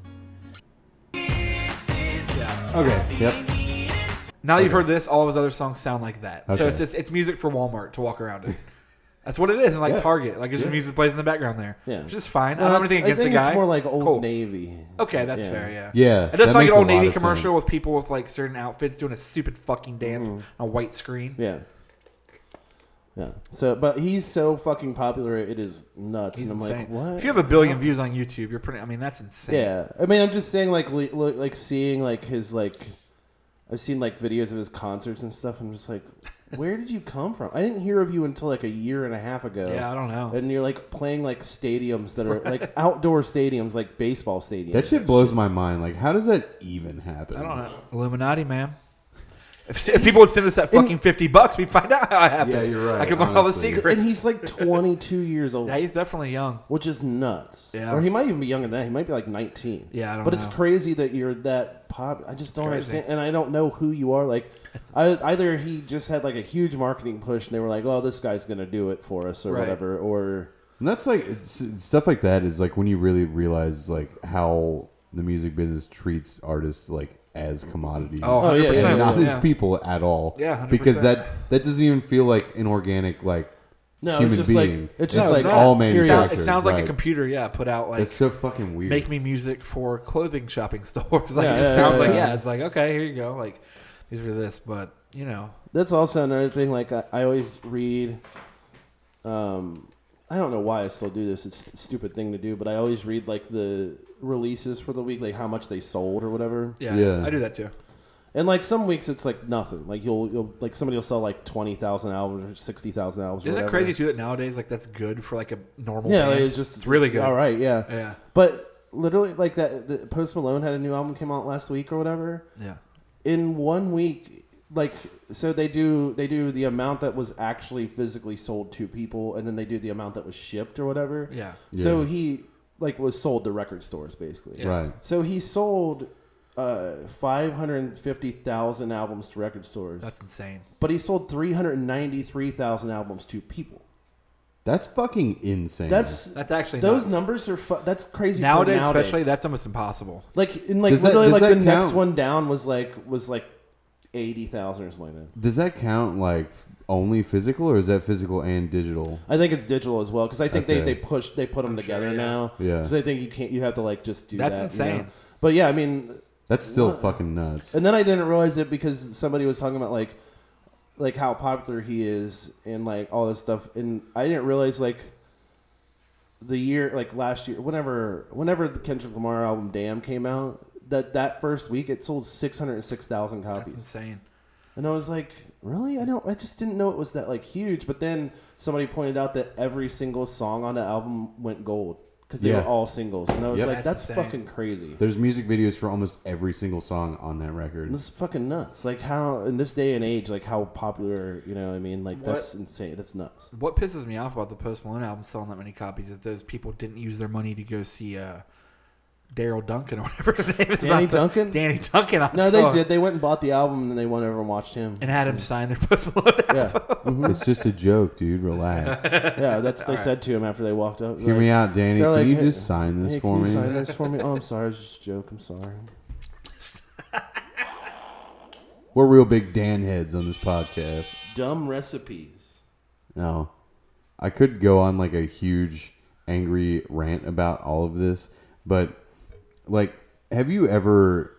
Speaker 3: Okay. Yep.
Speaker 2: Now that you've heard this, all of his other songs sound like that. So
Speaker 3: Okay.
Speaker 2: it's just, it's music for Walmart to walk around in. That's what it is, and like
Speaker 1: Yeah.
Speaker 2: Target, like it's just
Speaker 1: Yeah.
Speaker 2: music plays in the background there.
Speaker 1: Yeah.
Speaker 2: which is fine.
Speaker 1: Well,
Speaker 2: I don't
Speaker 1: that's-
Speaker 2: have anything
Speaker 1: I
Speaker 2: against
Speaker 1: think
Speaker 2: the guy.
Speaker 1: It's more like Old Navy.
Speaker 2: Okay, that's
Speaker 1: Yeah.
Speaker 2: fair. Yeah.
Speaker 3: Yeah,
Speaker 2: It does
Speaker 3: that
Speaker 2: like an
Speaker 3: makes a
Speaker 2: old
Speaker 3: lot
Speaker 2: Navy
Speaker 3: of
Speaker 2: commercial
Speaker 3: sense.
Speaker 2: with people with like certain outfits doing a stupid fucking dance on a white screen.
Speaker 1: Mm-hmm. Yeah. Yeah. So, but he's so fucking popular, it is nuts.
Speaker 2: He's
Speaker 1: and I'm
Speaker 2: insane.
Speaker 1: like, what?
Speaker 2: If you have a billion views on YouTube, you're pretty. I mean, that's insane.
Speaker 1: Yeah, I mean, I'm just saying, like, li- li- like seeing like his like, I've seen like videos of his concerts and stuff. I'm just like, where did you come from? I didn't hear of you until like a year and a half ago.
Speaker 2: Yeah, I don't know.
Speaker 1: And you're like playing like stadiums that are like outdoor stadiums, like baseball stadiums.
Speaker 3: That shit blows my mind. Like, how does that even happen?
Speaker 2: I don't know. Illuminati, man. If, if people would send us that fucking fifty bucks, we would find out how it happened.
Speaker 3: Yeah, you're right,
Speaker 2: I could learn all the
Speaker 3: honestly.
Speaker 2: secrets.
Speaker 1: And he's like 22 years old.
Speaker 2: yeah, he's definitely young.
Speaker 1: which is nuts.
Speaker 2: Yeah.
Speaker 1: Or he might even be younger than that. He might be like 19.
Speaker 2: Yeah, I don't
Speaker 1: But it's
Speaker 2: know.
Speaker 1: crazy that you're that pop. I just don't
Speaker 2: crazy.
Speaker 1: understand, and I don't know who you are. Like, I, either he just had like a huge marketing push, and they were like, "Oh, this guy's gonna do it for us," or
Speaker 2: Right.
Speaker 1: whatever, or
Speaker 3: And that's like it's, stuff like that is like when you really realize like how the music business treats artists like as commodities.
Speaker 2: Oh, Oh, yeah, 100%,
Speaker 3: and not
Speaker 2: yeah.
Speaker 3: as people at all.
Speaker 2: Yeah, 100%.
Speaker 3: because that that doesn't even feel like an organic like
Speaker 1: No, it's
Speaker 3: human
Speaker 1: just like-
Speaker 3: being.
Speaker 1: it's just like-
Speaker 3: all
Speaker 1: Period.
Speaker 2: It sounds,
Speaker 3: manufactured.
Speaker 2: it sounds like
Speaker 3: right.
Speaker 2: a computer. Yeah, put out like
Speaker 3: That's so fucking weird.
Speaker 2: Make me music for clothing shopping stores. like
Speaker 1: Yeah,
Speaker 2: it just
Speaker 1: yeah,
Speaker 2: sounds
Speaker 1: yeah,
Speaker 2: like
Speaker 1: yeah.
Speaker 2: yeah. It's like okay, here you go. Like these were this, but you know,
Speaker 1: That's also another thing. Like I, I always read, um, I don't know why I still do this. It's a stupid thing to do, but I always read like the releases for the week, like how much they sold or whatever.
Speaker 2: yeah, I do that too.
Speaker 1: And like some weeks it's like nothing. Like you'll you'll like somebody will sell like twenty thousand albums or sixty thousand albums. or
Speaker 2: Isn't it
Speaker 1: whatever.
Speaker 2: crazy too that nowadays like that's good for like a normal?
Speaker 1: Yeah,
Speaker 2: band?
Speaker 1: like, it's just
Speaker 2: it's really
Speaker 1: it's
Speaker 2: good.
Speaker 1: All right, yeah,
Speaker 2: yeah.
Speaker 1: But literally, like that, the Post Malone had a new album came out last week or whatever.
Speaker 2: Yeah.
Speaker 1: In one week, like so they do they do the amount that was actually physically sold to people, and then they do the amount that was shipped or whatever.
Speaker 2: Yeah.
Speaker 1: So
Speaker 3: Yeah.
Speaker 1: he like was sold to record stores basically.
Speaker 3: Yeah. Right.
Speaker 1: So he sold uh 550,000 albums to record stores.
Speaker 2: That's insane.
Speaker 1: But he sold 393,000 albums to people.
Speaker 3: That's fucking insane.
Speaker 1: That's
Speaker 2: That's actually
Speaker 1: those
Speaker 2: nuts.
Speaker 1: numbers are fu- that's crazy. for
Speaker 2: Nowadays, especially, that's almost impossible.
Speaker 1: like in like
Speaker 3: Does that-
Speaker 1: literally
Speaker 3: does
Speaker 1: like the
Speaker 3: that
Speaker 1: next
Speaker 3: count?
Speaker 1: one down was like was like eighty thousand or something like that.
Speaker 3: Does that count like f- only physical, or is that physical and digital?
Speaker 1: I think it's digital as well because I think
Speaker 3: Okay.
Speaker 1: they they push they put them together now.
Speaker 3: Yeah.
Speaker 1: because I think you can't you have to like just do
Speaker 2: That's
Speaker 1: that, you
Speaker 2: insane.
Speaker 1: know? But yeah, I mean
Speaker 3: That's still
Speaker 1: What?
Speaker 3: fucking nuts.
Speaker 1: And then I didn't realize it because somebody was talking about like like how popular he is and like all this stuff and I didn't realize like the year like last year whenever whenever the Kendrick Lamar album Damn came out that that first week it sold 606,000 copies.
Speaker 2: That's insane.
Speaker 1: And I was like, really? I don't. I just didn't know it was that like huge. But then somebody pointed out that every single song on that album went gold because they
Speaker 3: Yeah.
Speaker 1: were all singles, and I was
Speaker 3: Yep.
Speaker 1: like,
Speaker 2: That's
Speaker 1: that's,
Speaker 2: insane.
Speaker 1: fucking crazy.
Speaker 3: There's music videos for almost every single song on that record.
Speaker 1: This is fucking nuts. Like how in this day and age, like how popular, you know? what I mean, like
Speaker 2: What-
Speaker 1: that's insane. That's nuts.
Speaker 2: What pisses me off about the Post Malone album selling that many copies is those people didn't use their money to go see uh, Daryl Duncan or whatever his name is.
Speaker 1: Danny
Speaker 2: on to-
Speaker 1: Duncan?
Speaker 2: Danny Duncan. on
Speaker 1: No, they
Speaker 2: tour
Speaker 1: did. They went and bought the album, and then they went over and watched him.
Speaker 2: And had him sign their Post Malone album.
Speaker 1: Yeah,
Speaker 3: It's just a joke, dude. Relax.
Speaker 1: yeah. That's they
Speaker 2: Alright.
Speaker 1: said to him after they walked up.
Speaker 3: Hear me out, Danny.
Speaker 1: they're
Speaker 3: Can you
Speaker 1: "Hey,
Speaker 3: just sign this
Speaker 1: hey,
Speaker 3: for
Speaker 1: can
Speaker 3: me?"
Speaker 1: You sign this for me. Oh, I'm sorry. It's just a joke. I'm sorry.
Speaker 3: We're real big Dan heads on this podcast.
Speaker 1: Dumb recipes.
Speaker 3: No. I could go on like a huge angry rant about all of this, but like, have you ever?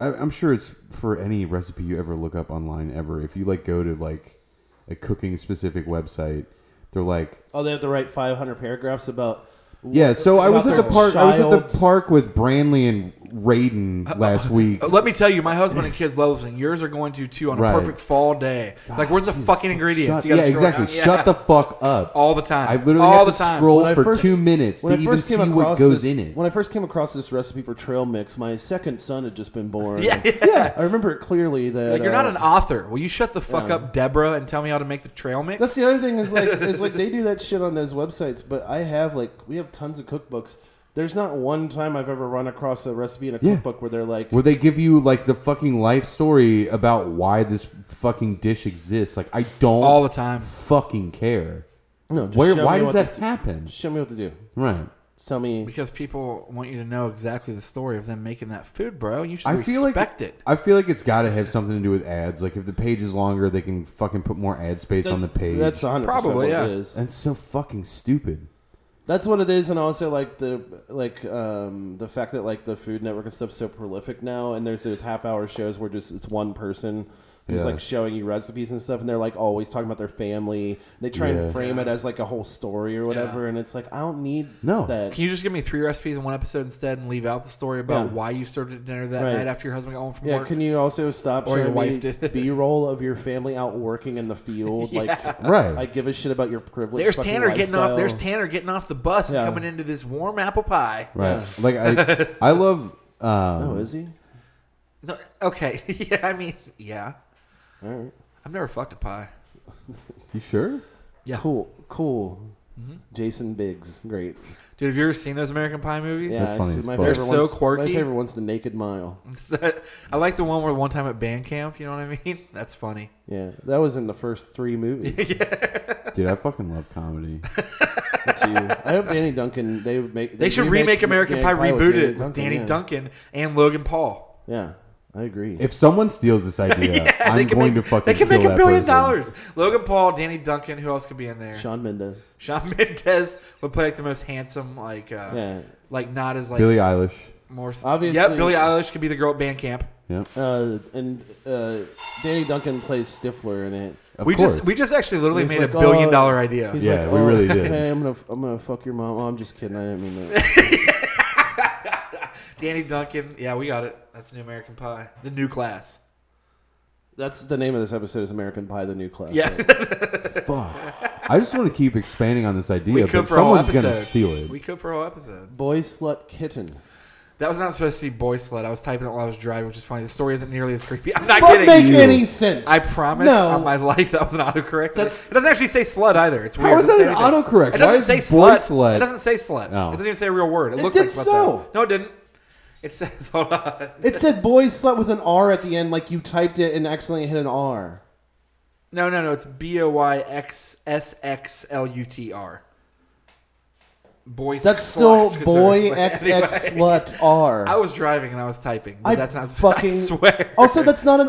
Speaker 3: I, I'm sure it's for any recipe you ever look up online ever. If you like go to like a cooking specific website, they're like,
Speaker 1: Oh, they have to write 500 paragraphs about.
Speaker 3: yeah. So I
Speaker 1: about
Speaker 3: was at the
Speaker 1: their
Speaker 3: park. I was at
Speaker 1: child's-
Speaker 3: the park with Branley and Raiden last week.
Speaker 2: Uh, Let me tell you, my husband and kids love this, and yours are going to too on a
Speaker 3: Right.
Speaker 2: perfect fall day. Like, where's the fucking ingredients?
Speaker 3: Shut, yeah,
Speaker 2: You gotta scroll
Speaker 3: exactly.
Speaker 2: down.
Speaker 3: Shut the
Speaker 2: Yeah.
Speaker 3: fuck up.
Speaker 2: all the time.
Speaker 3: I literally
Speaker 2: all
Speaker 3: have
Speaker 2: the
Speaker 3: to
Speaker 2: time.
Speaker 3: scroll
Speaker 1: When I
Speaker 3: for
Speaker 1: first-
Speaker 3: two minutes to
Speaker 1: when I
Speaker 3: even
Speaker 1: first
Speaker 3: see
Speaker 1: came
Speaker 3: what
Speaker 1: across
Speaker 3: goes
Speaker 1: this-
Speaker 3: in it.
Speaker 1: When I first came across this recipe for trail mix, my second son had just been born.
Speaker 2: Yeah, yeah.
Speaker 1: I remember it clearly. That
Speaker 2: Like, you're not
Speaker 1: uh,
Speaker 2: an author. Will you shut the fuck
Speaker 1: Yeah.
Speaker 2: up, Deborah, and tell me how to make the trail mix?
Speaker 1: That's the other thing is like is like they do that shit on those websites, but I have like we have tons of cookbooks. There's not one time I've ever run across a recipe in a
Speaker 3: Yeah.
Speaker 1: cookbook where they're like,
Speaker 3: Where they give you like the fucking life story about why this fucking dish exists. Like I don't
Speaker 2: all the time.
Speaker 3: fucking care.
Speaker 1: "No, just
Speaker 3: Where
Speaker 1: show
Speaker 3: why
Speaker 1: me
Speaker 3: does
Speaker 1: what
Speaker 3: that
Speaker 1: to do.
Speaker 3: happen?
Speaker 1: Show me what to do.
Speaker 3: Right.
Speaker 1: Tell me."
Speaker 2: Because people want you to know exactly the story of them making that food, bro. You should
Speaker 3: I
Speaker 2: respect
Speaker 3: feel like
Speaker 2: it.
Speaker 3: I feel like it's got to have something to do with ads. Like if the page is longer, they can fucking put more ad space on the page.
Speaker 1: That's 100
Speaker 2: Probably,
Speaker 1: what
Speaker 2: yeah.
Speaker 1: it is.
Speaker 3: That's so fucking stupid.
Speaker 1: That's what it is, and also like the like um the fact that like the Food Network and stuff's so prolific now, and there's those half hour shows where just it's one person who's
Speaker 3: Yeah.
Speaker 1: like showing you recipes and stuff, and they're like always talking about their family. They try
Speaker 3: Yeah.
Speaker 1: and frame it as like a whole story or whatever, and it's like I don't need
Speaker 3: No.
Speaker 1: that.
Speaker 2: Can you just give me three recipes in one episode instead and leave out the story about
Speaker 1: Yeah.
Speaker 2: why you served at dinner that
Speaker 1: Right.
Speaker 2: night after your husband got home from
Speaker 1: Yeah,
Speaker 2: work?
Speaker 1: can you also stop
Speaker 2: Or your
Speaker 1: showing
Speaker 2: wife
Speaker 1: me
Speaker 2: did.
Speaker 1: B-roll of your family out working in the field? Like,
Speaker 3: Right.
Speaker 1: I give a shit about your privilege.
Speaker 2: there's Tanner getting off. There's Tanner getting off the bus
Speaker 1: Yeah.
Speaker 2: and coming into this warm apple pie.
Speaker 3: Right. Like I I love um,
Speaker 1: Oh, is he?
Speaker 2: No, okay. yeah. I mean, yeah.
Speaker 1: All right.
Speaker 2: I've never fucked a pie.
Speaker 3: You sure?
Speaker 2: Yeah.
Speaker 1: Cool. Cool.
Speaker 2: Mm-hmm.
Speaker 1: Jason Biggs. Great.
Speaker 2: Dude, have you ever seen those American Pie movies?
Speaker 1: Yeah,
Speaker 3: funny
Speaker 1: I
Speaker 3: as
Speaker 1: see, my
Speaker 3: fuck.
Speaker 1: favorite
Speaker 3: They're
Speaker 2: so
Speaker 1: one's,
Speaker 2: quirky.
Speaker 1: My favorite one's the Naked Mile.
Speaker 2: I like the one where one time at band camp. You know what I mean? That's funny.
Speaker 1: Yeah, that was in the first three movies.
Speaker 3: Dude, I fucking love comedy.
Speaker 1: That's you. I hope Danny Duncan. They would make.
Speaker 2: They should remake American Pie, reboot
Speaker 1: Danny
Speaker 2: it with Danny
Speaker 1: yeah.
Speaker 2: Duncan and Logan Paul.
Speaker 1: Yeah, I agree.
Speaker 3: If someone steals this idea,
Speaker 2: Yeah,
Speaker 3: I'm
Speaker 2: can
Speaker 3: going
Speaker 2: make,
Speaker 3: to fucking
Speaker 2: They can
Speaker 3: kill
Speaker 2: make a
Speaker 3: that
Speaker 2: billion
Speaker 3: person.
Speaker 2: dollars. Logan Paul, Danny Duncan, who else could be in there? Sean,
Speaker 1: Sean Mendes.
Speaker 2: Mendes would play like the most handsome, like uh,
Speaker 1: Yeah.
Speaker 2: like not as like
Speaker 3: Billie Eilish.
Speaker 2: more. s-
Speaker 1: Obviously-
Speaker 2: yep. Billie Eilish could be the girl at band camp.
Speaker 3: Yep.
Speaker 1: Uh, and uh, Danny Duncan plays Stifler in it.
Speaker 3: Of
Speaker 2: we
Speaker 3: course.
Speaker 2: just we just actually literally
Speaker 1: He's
Speaker 2: made a
Speaker 1: like,
Speaker 2: billion
Speaker 1: oh,
Speaker 2: dollar idea.
Speaker 1: he's "Oh,
Speaker 3: Yeah, we really did.
Speaker 1: Hey, I'm gonna, I'm gonna fuck your mom. Oh, I'm just kidding. I didn't mean that.
Speaker 2: Danny Duncan. Yeah, we got it. That's That's New American Pie. The new class.
Speaker 1: That's the name of this episode is American Pie: The New Class.
Speaker 2: Yeah.
Speaker 3: Fuck. I just want to keep expanding on this
Speaker 2: We
Speaker 3: idea,
Speaker 2: could
Speaker 3: but
Speaker 2: for a whole
Speaker 3: someone's gonna
Speaker 2: episode.
Speaker 3: steal it.
Speaker 2: We could for a whole episode.
Speaker 1: Boy slut kitten.
Speaker 2: That was not supposed to be boy slut. I was typing it while I was driving, which is funny. The story isn't nearly as creepy. I'm not
Speaker 1: Fuck
Speaker 2: kidding.
Speaker 1: make You. any sense.
Speaker 2: I promise
Speaker 1: No.
Speaker 2: on my life that was an autocorrect. It doesn't actually say slut either. It's weird.
Speaker 3: How is
Speaker 2: It doesn't
Speaker 3: that
Speaker 2: say
Speaker 3: an
Speaker 2: anything.
Speaker 3: autocorrect?
Speaker 2: It
Speaker 3: Why
Speaker 2: doesn't
Speaker 3: is
Speaker 2: say
Speaker 3: boy
Speaker 2: slut.
Speaker 3: slut-
Speaker 2: It doesn't say slut.
Speaker 3: Oh.
Speaker 2: It doesn't even say a real word. It,
Speaker 1: It
Speaker 2: looks
Speaker 1: did
Speaker 2: like slut.
Speaker 1: so.
Speaker 2: though. No, it didn't. It says hold on.
Speaker 1: It said boy slut with an R at the end, like you typed it and accidentally hit an R.
Speaker 2: No, no, no. It's B O Y X S X L U T R. Boy.
Speaker 1: That's
Speaker 2: slut.
Speaker 1: still boy
Speaker 2: But
Speaker 1: XX
Speaker 2: anyway.
Speaker 1: slut R.
Speaker 2: I was driving and I was typing. But
Speaker 1: I
Speaker 2: that's not
Speaker 1: fucking
Speaker 2: I swear.
Speaker 1: Also, that's not an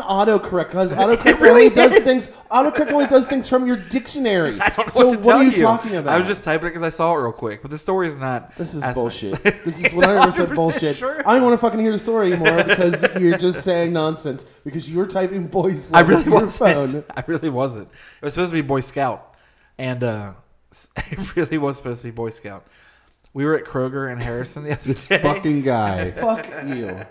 Speaker 1: autocorrect because autocorrect only does things. Autocorrect only does things from your dictionary. I don't
Speaker 2: what
Speaker 1: so
Speaker 2: to
Speaker 1: what
Speaker 2: tell
Speaker 1: are you, talking about?
Speaker 2: I was just typing it because I saw it real quick, but the story is not.
Speaker 1: This is
Speaker 2: as-
Speaker 1: bullshit. This is
Speaker 2: It's
Speaker 1: 100 percent
Speaker 2: 100%
Speaker 1: bullshit.
Speaker 2: true.
Speaker 1: I don't want to fucking hear the story anymore because you're just saying nonsense because you were typing boy slut
Speaker 2: I really
Speaker 1: with your
Speaker 2: wasn't.
Speaker 1: phone.
Speaker 2: I really wasn't. It was supposed to be Boy Scout, and uh, it really was supposed to be Boy Scout. We were at Kroger and Harrison the other
Speaker 3: This
Speaker 2: day.
Speaker 3: fucking guy.
Speaker 1: Fuck you.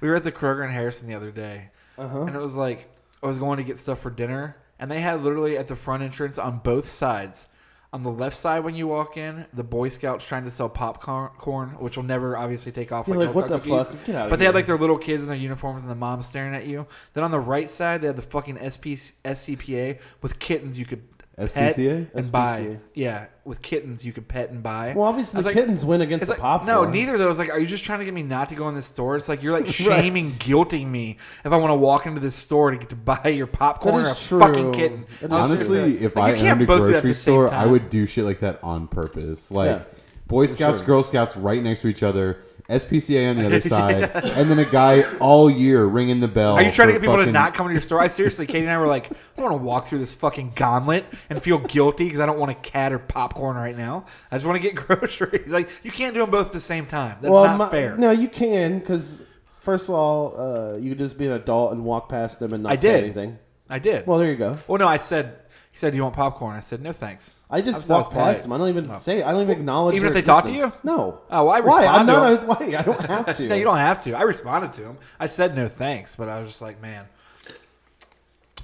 Speaker 2: We were at the Kroger and Harrison the other day,
Speaker 1: Uh-huh.
Speaker 2: and it was like I was going to get stuff for dinner, and they had literally at the front entrance on both sides. On the left side, when you walk in, the Boy Scouts trying to sell popcorn, corn, which will never obviously take off.
Speaker 1: You're
Speaker 2: Milk
Speaker 1: like, "What the
Speaker 2: Cookies."
Speaker 1: fuck? Get outta
Speaker 2: But they had
Speaker 1: here.
Speaker 2: like their little kids in their uniforms and the mom staring at you. Then on the right side, they had the fucking SP, SCPA with kittens you could pet
Speaker 3: SPCA?
Speaker 2: and buy.
Speaker 1: SPCA.
Speaker 2: Yeah, with kittens you could pet and buy.
Speaker 1: Well, obviously
Speaker 2: I was
Speaker 1: the kittens win against
Speaker 2: it's
Speaker 1: the
Speaker 2: like, No,
Speaker 1: popcorn.
Speaker 2: neither of those. Like, are you just trying to get me not to go in this store? It's like you're like shaming, guilting me if I want to walk into this store to get to buy your popcorn or
Speaker 1: That
Speaker 2: a
Speaker 1: is
Speaker 2: fucking
Speaker 1: true.
Speaker 2: kitten.
Speaker 1: That is
Speaker 3: Honestly,
Speaker 2: true.
Speaker 3: if
Speaker 2: Like,
Speaker 3: I
Speaker 2: you can't
Speaker 3: owned a
Speaker 2: both do that at
Speaker 3: grocery
Speaker 2: the same
Speaker 3: store, I
Speaker 2: time.
Speaker 3: would do shit like that on purpose. Like
Speaker 2: Yeah.
Speaker 3: Boy
Speaker 1: For
Speaker 3: Scouts,
Speaker 1: sure.
Speaker 3: Girl Scouts right next to each other, SPCA on the other side, and then a guy all year ringing the bell.
Speaker 2: Are you trying to
Speaker 3: for
Speaker 2: get people to
Speaker 3: fucking-
Speaker 2: not come to your store? I seriously, Katie and I were like, I don't want to walk through this fucking gauntlet and feel guilty because I don't want a cat or popcorn right now. I just want to get groceries. Like, you can't do them both at the same time. That's not
Speaker 1: my-
Speaker 2: fair.
Speaker 1: No, you can because first of all, uh, you could just be an adult and walk past them and not
Speaker 2: I
Speaker 1: say
Speaker 2: did.
Speaker 1: anything.
Speaker 2: I did.
Speaker 1: Well, there you go.
Speaker 2: Well, no, I said, he said, do you want popcorn? I said, no, thanks.
Speaker 1: I just
Speaker 2: was- I was
Speaker 1: walk
Speaker 2: polite.
Speaker 1: past them. I don't even
Speaker 2: No.
Speaker 1: say. I don't even acknowledge.
Speaker 2: Even if
Speaker 1: their
Speaker 2: they talk to
Speaker 1: existence.
Speaker 2: you?
Speaker 1: no.
Speaker 2: Oh, well, I
Speaker 1: why?
Speaker 2: respond
Speaker 1: I'm
Speaker 2: to
Speaker 1: not. A,
Speaker 2: them.
Speaker 1: why? I don't have to.
Speaker 2: no, you don't have to. I responded to him. I said no thanks, but I was just like, man.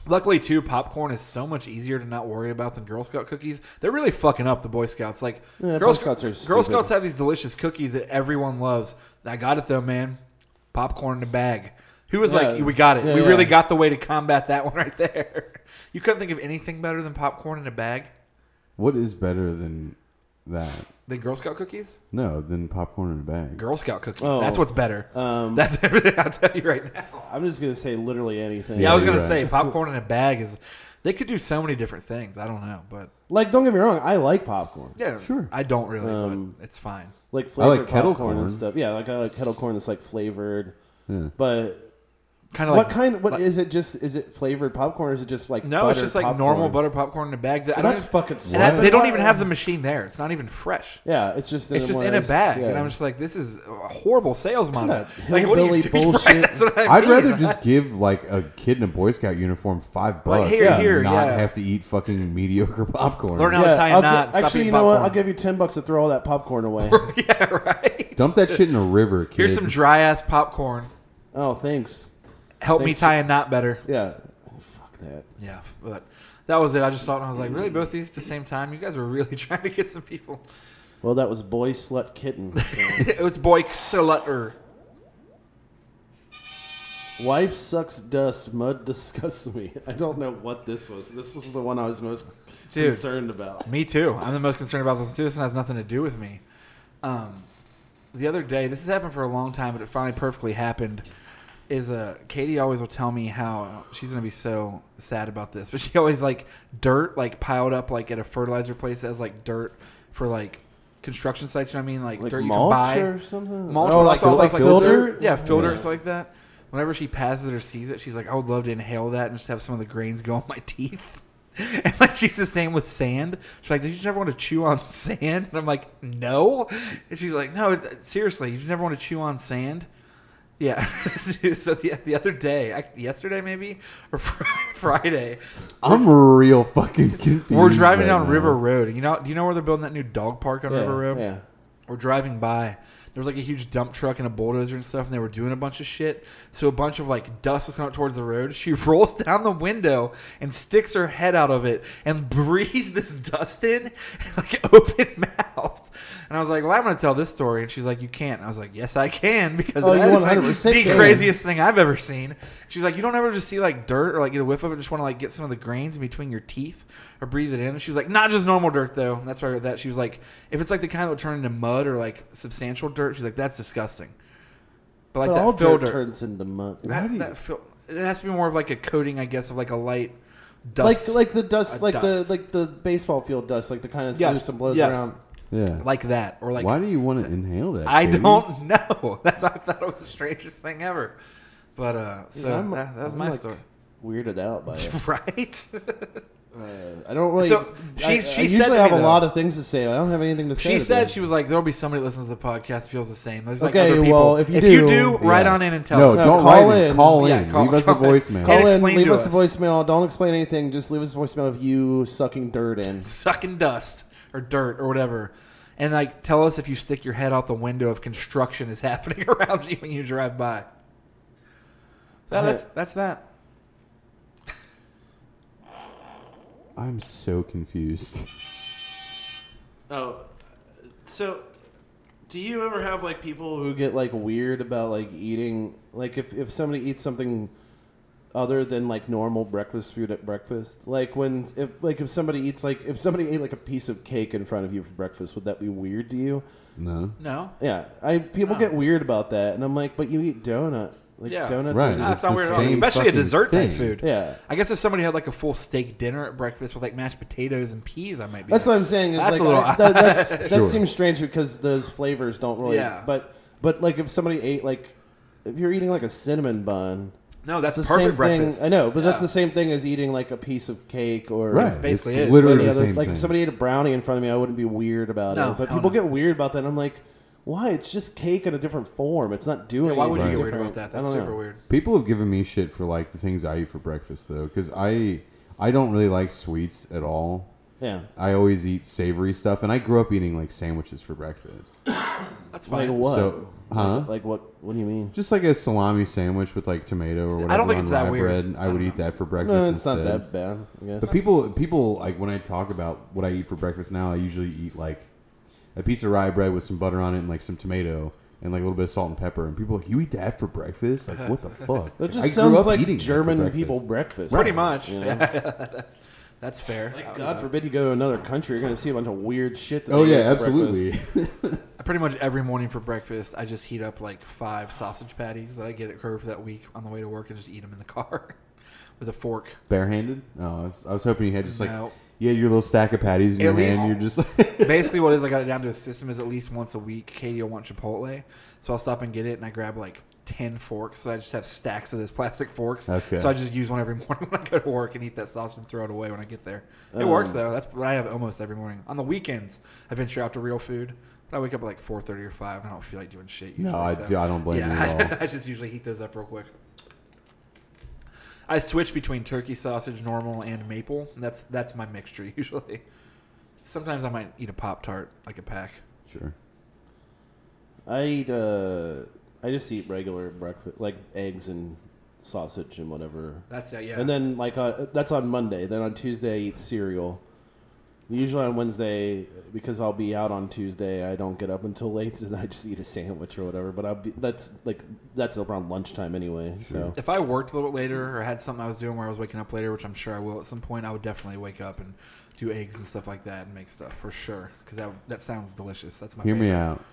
Speaker 2: Luckily, too, popcorn is so much easier to not worry about than Girl Scout cookies. They're really fucking up the Boy Scouts. Like,
Speaker 1: Yeah,
Speaker 2: Girl
Speaker 1: Boy Scouts are
Speaker 2: Girl
Speaker 1: stupid.
Speaker 2: Scouts have these delicious cookies that everyone loves. And I got it though, man. Popcorn in a bag. Who was like,
Speaker 1: Yeah.
Speaker 2: we got it.
Speaker 1: Yeah,
Speaker 2: we
Speaker 1: yeah.
Speaker 2: really got the way to combat that one right there. You couldn't think of anything better than popcorn in a bag
Speaker 3: What is better than that?
Speaker 2: than Girl Scout cookies?
Speaker 3: No, than popcorn in a bag.
Speaker 2: Girl Scout cookies.
Speaker 1: Oh.
Speaker 2: That's what's better.
Speaker 1: Um,
Speaker 2: That's everything I'll tell you right now.
Speaker 1: I'm just gonna say literally anything.
Speaker 2: Yeah, I was
Speaker 3: you're
Speaker 2: gonna
Speaker 3: right.
Speaker 2: say popcorn in a bag is. They could do so many different things. I don't know, but
Speaker 1: Like, don't get me wrong. I like popcorn.
Speaker 2: yeah, sure. I don't really,
Speaker 1: Um,
Speaker 2: but it's fine.
Speaker 3: I
Speaker 1: Like
Speaker 3: like
Speaker 1: flavored
Speaker 3: kettle
Speaker 1: popcorn
Speaker 3: corn.
Speaker 1: and stuff. Yeah, like I like kettle corn that's like flavored.
Speaker 3: Yeah.
Speaker 1: But
Speaker 2: Kind of
Speaker 1: what
Speaker 2: like
Speaker 1: kind? What is
Speaker 2: like-
Speaker 1: it? Just is it flavored popcorn? or Is it just like
Speaker 2: No, it's
Speaker 1: buttered
Speaker 2: just like
Speaker 1: popcorn?
Speaker 2: normal butter popcorn in a bag. That I
Speaker 1: Well,
Speaker 2: don't
Speaker 1: that's
Speaker 2: even-
Speaker 1: fucking
Speaker 2: and I-
Speaker 1: stupid.
Speaker 2: they don't even have the machine there. It's not even fresh.
Speaker 1: Yeah, it's just in
Speaker 2: it's
Speaker 1: a
Speaker 2: just
Speaker 1: one
Speaker 2: in
Speaker 1: of
Speaker 2: a
Speaker 1: those-
Speaker 2: bag,
Speaker 1: yeah.
Speaker 2: and I'm just like, this is a horrible sales model.
Speaker 1: Kinda
Speaker 2: Like, what are
Speaker 1: hillbilly
Speaker 2: you doing?
Speaker 1: bullshit.
Speaker 2: That's what I
Speaker 3: I'd
Speaker 2: mean.
Speaker 3: rather just give like a kid in a Boy Scout uniform five bucks
Speaker 2: Like, here,
Speaker 3: and
Speaker 2: here,
Speaker 3: not
Speaker 2: yeah.
Speaker 3: have to eat fucking mediocre popcorn.
Speaker 2: Learn how to tie a
Speaker 1: I'll
Speaker 2: knot.
Speaker 1: gi-
Speaker 2: and stop
Speaker 1: actually,
Speaker 2: eating
Speaker 1: you know what?
Speaker 2: popcorn.
Speaker 1: I'll give you ten bucks to throw all that popcorn away.
Speaker 2: yeah, right.
Speaker 3: Dump that shit in a river, kid.
Speaker 2: Here's some dry ass popcorn.
Speaker 1: oh, thanks.
Speaker 2: Help me
Speaker 1: Thanks
Speaker 2: tie a knot better.
Speaker 1: Yeah. Oh, fuck that.
Speaker 2: Yeah, but that was it. I just saw it and I was like, really, both these at the same time? You guys were really trying to get some people.
Speaker 1: Well, that was boy slut kitten. So.
Speaker 2: it was Boy Slutter.
Speaker 1: Wife sucks dust. Mud disgusts me. I don't know what this was. This was the one I was most
Speaker 2: Dude.
Speaker 1: concerned about.
Speaker 2: Me too. I'm the most concerned about this too. This one has nothing to do with me. Um, the other day, this has happened for a long time, but it finally perfectly happened. Is uh, Katie always will tell me how she's gonna be so sad about this, but she always like dirt like piled up like at a fertilizer place that has like dirt for like construction sites. You know what I mean? Like,
Speaker 1: Like
Speaker 2: dirt you can
Speaker 1: mulch
Speaker 2: buy
Speaker 1: or something?
Speaker 2: Mulch
Speaker 1: Oh,
Speaker 2: or
Speaker 1: like-
Speaker 2: also
Speaker 1: like filter?
Speaker 2: dirt. Yeah, filter
Speaker 1: Yeah.
Speaker 2: and stuff like that. Whenever she passes it or sees it, she's like, "I would love to inhale that and just have some of the grains go on my teeth." And like she's the same with sand. She's like, "Did you just never want to chew on sand?" And I'm like, "No." And she's like, "No, it's- uh, seriously, you just never want to chew on sand." Yeah. so the, the other day, I, yesterday maybe or Fri- Friday,
Speaker 3: I'm real fucking confused.
Speaker 2: we're
Speaker 3: right
Speaker 2: driving down
Speaker 3: now.
Speaker 2: River Road. You know, do you know where they're building that new dog park on
Speaker 1: Yeah,
Speaker 2: River Road?
Speaker 1: yeah.
Speaker 2: were driving by. There was like a huge dump truck and a bulldozer and stuff, and they were doing a bunch of shit. So a bunch of like dust was coming up towards the road. She rolls down the window and sticks her head out of it and breathes this dust in, like open mouthed. And I was like, "Well, I'm going to tell this story." And she's like, "You can't." And I was like, "Yes, I can," because
Speaker 1: Oh,
Speaker 2: that
Speaker 1: you
Speaker 2: is like
Speaker 1: 100%
Speaker 2: the
Speaker 1: can.
Speaker 2: craziest thing I've ever seen. She's like, "You don't ever just see like dirt or like get a whiff of it. Just want to like get some of the grains in between your teeth." or breathe it in. She was like, not just normal dirt though. That's where I heard that. She was like, if it's like the kind that would turn into mud or like substantial dirt, she's like, that's disgusting. But like
Speaker 1: But
Speaker 2: that
Speaker 1: all
Speaker 2: fill
Speaker 1: dirt
Speaker 2: dirt,
Speaker 1: turns into mud. How
Speaker 2: That,
Speaker 1: do you-
Speaker 2: that fill, it has to be more of like a coating, I guess, of like a light dust,
Speaker 1: Like like the dust,
Speaker 2: a
Speaker 1: like the like the baseball field dust, like the kind of
Speaker 2: Yes,
Speaker 1: loose and blows
Speaker 2: yes.
Speaker 1: around.
Speaker 3: Yeah.
Speaker 2: like that, or like
Speaker 3: Why do you want to inhale that?
Speaker 2: I
Speaker 3: baby?
Speaker 2: don't know. That's I thought it was the strangest thing ever. But uh,
Speaker 1: Dude,
Speaker 2: so
Speaker 1: I'm-
Speaker 2: that, that was
Speaker 1: I'm,
Speaker 2: my
Speaker 1: like,
Speaker 2: story,
Speaker 1: Weirded out by it.
Speaker 2: right?
Speaker 1: I don't really.
Speaker 2: So,
Speaker 1: I,
Speaker 2: she's- she
Speaker 1: I
Speaker 2: said
Speaker 1: usually
Speaker 2: to
Speaker 1: have
Speaker 2: me,
Speaker 1: a
Speaker 2: though-
Speaker 1: lot of things to say. but I don't have anything to say.
Speaker 2: She said
Speaker 1: today.
Speaker 2: she was like, "There'll be somebody that listens to the podcast that feels the same." There's like
Speaker 1: Okay,
Speaker 2: other people.
Speaker 1: well, if you do,
Speaker 2: write on in and tell.
Speaker 3: No,
Speaker 2: us.
Speaker 3: don't write in. Call in. leave us a voicemail.
Speaker 1: Call in,
Speaker 2: explain
Speaker 1: leave
Speaker 2: to
Speaker 1: us,
Speaker 2: us.
Speaker 1: a voicemail. Don't explain anything. Just leave us a voicemail of you sucking dirt in.
Speaker 2: sucking dust or dirt or whatever, and like tell us if you stick your head out the window if construction is happening around you when you drive by. So that's that's that.
Speaker 3: I'm so confused.
Speaker 7: Oh, so do you ever have like people
Speaker 1: Who get like weird about like eating? Like if if somebody eats something other than like normal breakfast food at breakfast, like when if like if somebody eats like if somebody ate like a piece of cake in front of you for breakfast, would that be weird to you?
Speaker 3: No.
Speaker 2: No.
Speaker 1: Yeah, I people
Speaker 2: No.
Speaker 1: get weird about that, and I'm like, but you eat donut. Like
Speaker 2: Yeah.
Speaker 1: donuts,
Speaker 3: Right,
Speaker 1: Are
Speaker 3: it's
Speaker 1: just
Speaker 2: That's not
Speaker 3: the
Speaker 2: weird at all.
Speaker 3: same
Speaker 2: Especially a
Speaker 3: fucking
Speaker 2: dessert
Speaker 3: thing.
Speaker 2: type food.
Speaker 1: Yeah.
Speaker 2: I guess if somebody had like a full steak dinner at breakfast with like mashed potatoes and peas, I might be.
Speaker 1: That's
Speaker 2: like,
Speaker 1: what I'm saying. Is
Speaker 2: that's
Speaker 1: like,
Speaker 2: a little.
Speaker 1: I- that, that's, that
Speaker 3: Sure.
Speaker 1: seems strange because those flavors don't really.
Speaker 2: Yeah.
Speaker 1: But but like if somebody ate like if you're eating like a cinnamon bun.
Speaker 2: No, that's
Speaker 1: it's the
Speaker 2: perfect
Speaker 1: same
Speaker 2: breakfast.
Speaker 1: Thing, I know, but that's
Speaker 2: Yeah.
Speaker 1: the same thing as eating like a piece of cake or
Speaker 3: Right.
Speaker 2: basically
Speaker 3: it's
Speaker 2: is.
Speaker 3: literally
Speaker 1: any
Speaker 3: the
Speaker 1: other-
Speaker 3: same
Speaker 1: like
Speaker 3: thing.
Speaker 1: if somebody ate a brownie in front of me, I wouldn't be weird about
Speaker 2: No,
Speaker 1: it. But
Speaker 2: hell
Speaker 1: people
Speaker 2: no.
Speaker 1: get weird about that. and I'm like, why? It's just cake in a different form. It's not doing.
Speaker 2: Yeah, why would you
Speaker 1: anything
Speaker 2: get worried
Speaker 1: different.
Speaker 2: about that?
Speaker 1: I
Speaker 2: That's
Speaker 1: don't know.
Speaker 2: super weird.
Speaker 3: People have given me shit for like the things I eat for breakfast though, because I I don't really like sweets at all.
Speaker 1: Yeah.
Speaker 3: I always eat savory stuff, and I grew up eating like sandwiches for breakfast.
Speaker 2: That's fine.
Speaker 1: Like what?
Speaker 3: So, huh?
Speaker 1: Like, like what? What do you mean?
Speaker 3: Just like a salami sandwich with like tomato or whatever
Speaker 2: I don't think
Speaker 3: on
Speaker 2: it's that
Speaker 3: rye
Speaker 2: weird.
Speaker 3: bread. I,
Speaker 2: I
Speaker 3: would
Speaker 2: don't
Speaker 3: eat that for breakfast.
Speaker 1: No, it's not
Speaker 3: instead.
Speaker 1: that bad. I guess.
Speaker 3: But people, people like when I talk about what I eat for breakfast now, I usually eat like a piece of rye bread with some butter on it and like some tomato and like a little bit of salt and pepper. And people are like, you eat that for breakfast? Like what the fuck?
Speaker 1: That
Speaker 3: It's
Speaker 1: just
Speaker 3: like, I grew
Speaker 1: sounds
Speaker 3: up
Speaker 1: like
Speaker 3: eating that for
Speaker 1: German
Speaker 3: breakfast.
Speaker 1: people breakfast.
Speaker 2: Pretty much.
Speaker 1: You know?
Speaker 2: that's, that's fair. I would
Speaker 1: God forbid you go to another country, you're gonna see a bunch of weird shit. That
Speaker 3: Oh
Speaker 1: they
Speaker 3: yeah,
Speaker 1: eat for
Speaker 3: absolutely.
Speaker 1: breakfast.
Speaker 2: I pretty much every morning for breakfast, I just heat up like five sausage patties that I get at Curve that week on the way to work and just eat them in the car with a fork.
Speaker 3: Barehanded? No, I was, I was hoping you had just like
Speaker 2: No.
Speaker 3: yeah, your little stack of patties in
Speaker 2: At
Speaker 3: your
Speaker 2: least-
Speaker 3: hand. You're just like
Speaker 2: Basically, what it is I got it down to a system is at least once a week, Katie will want Chipotle, so I'll stop and get it, and I grab like ten forks. So I just have stacks of those plastic forks.
Speaker 3: Okay.
Speaker 2: So I just use one every morning when I go to work and eat that sausage and throw it away when I get there. It works though. That's what I have almost every morning. On the weekends, I venture out to real food. But I wake up at like four thirty or five, and I don't feel like doing shit. Usually,
Speaker 3: No, I
Speaker 2: so-
Speaker 3: do- I don't blame
Speaker 2: yeah,
Speaker 3: you at all.
Speaker 2: I just usually heat those up real quick. I switch between turkey sausage, normal, and maple. That's that's my mixture usually. Sometimes I might eat a pop tart, like a pack.
Speaker 3: sure.
Speaker 1: I eat. Uh, I just eat regular breakfast, like eggs and sausage and whatever.
Speaker 2: That's it, yeah.
Speaker 1: And then like uh, that's on Monday. Then on Tuesday, I eat cereal. Usually on Wednesday, because I'll be out on Tuesday, I don't get up until late, and I just eat a sandwich or whatever. But I'll be that's like that's around lunchtime anyway. So
Speaker 2: if I worked a little bit later or had something I was doing where I was waking up later, which I'm sure I will at some point, I would definitely wake up and do eggs and stuff like that and make stuff for sure because that that sounds delicious. That's my
Speaker 3: Hear me
Speaker 2: favorite.
Speaker 3: out.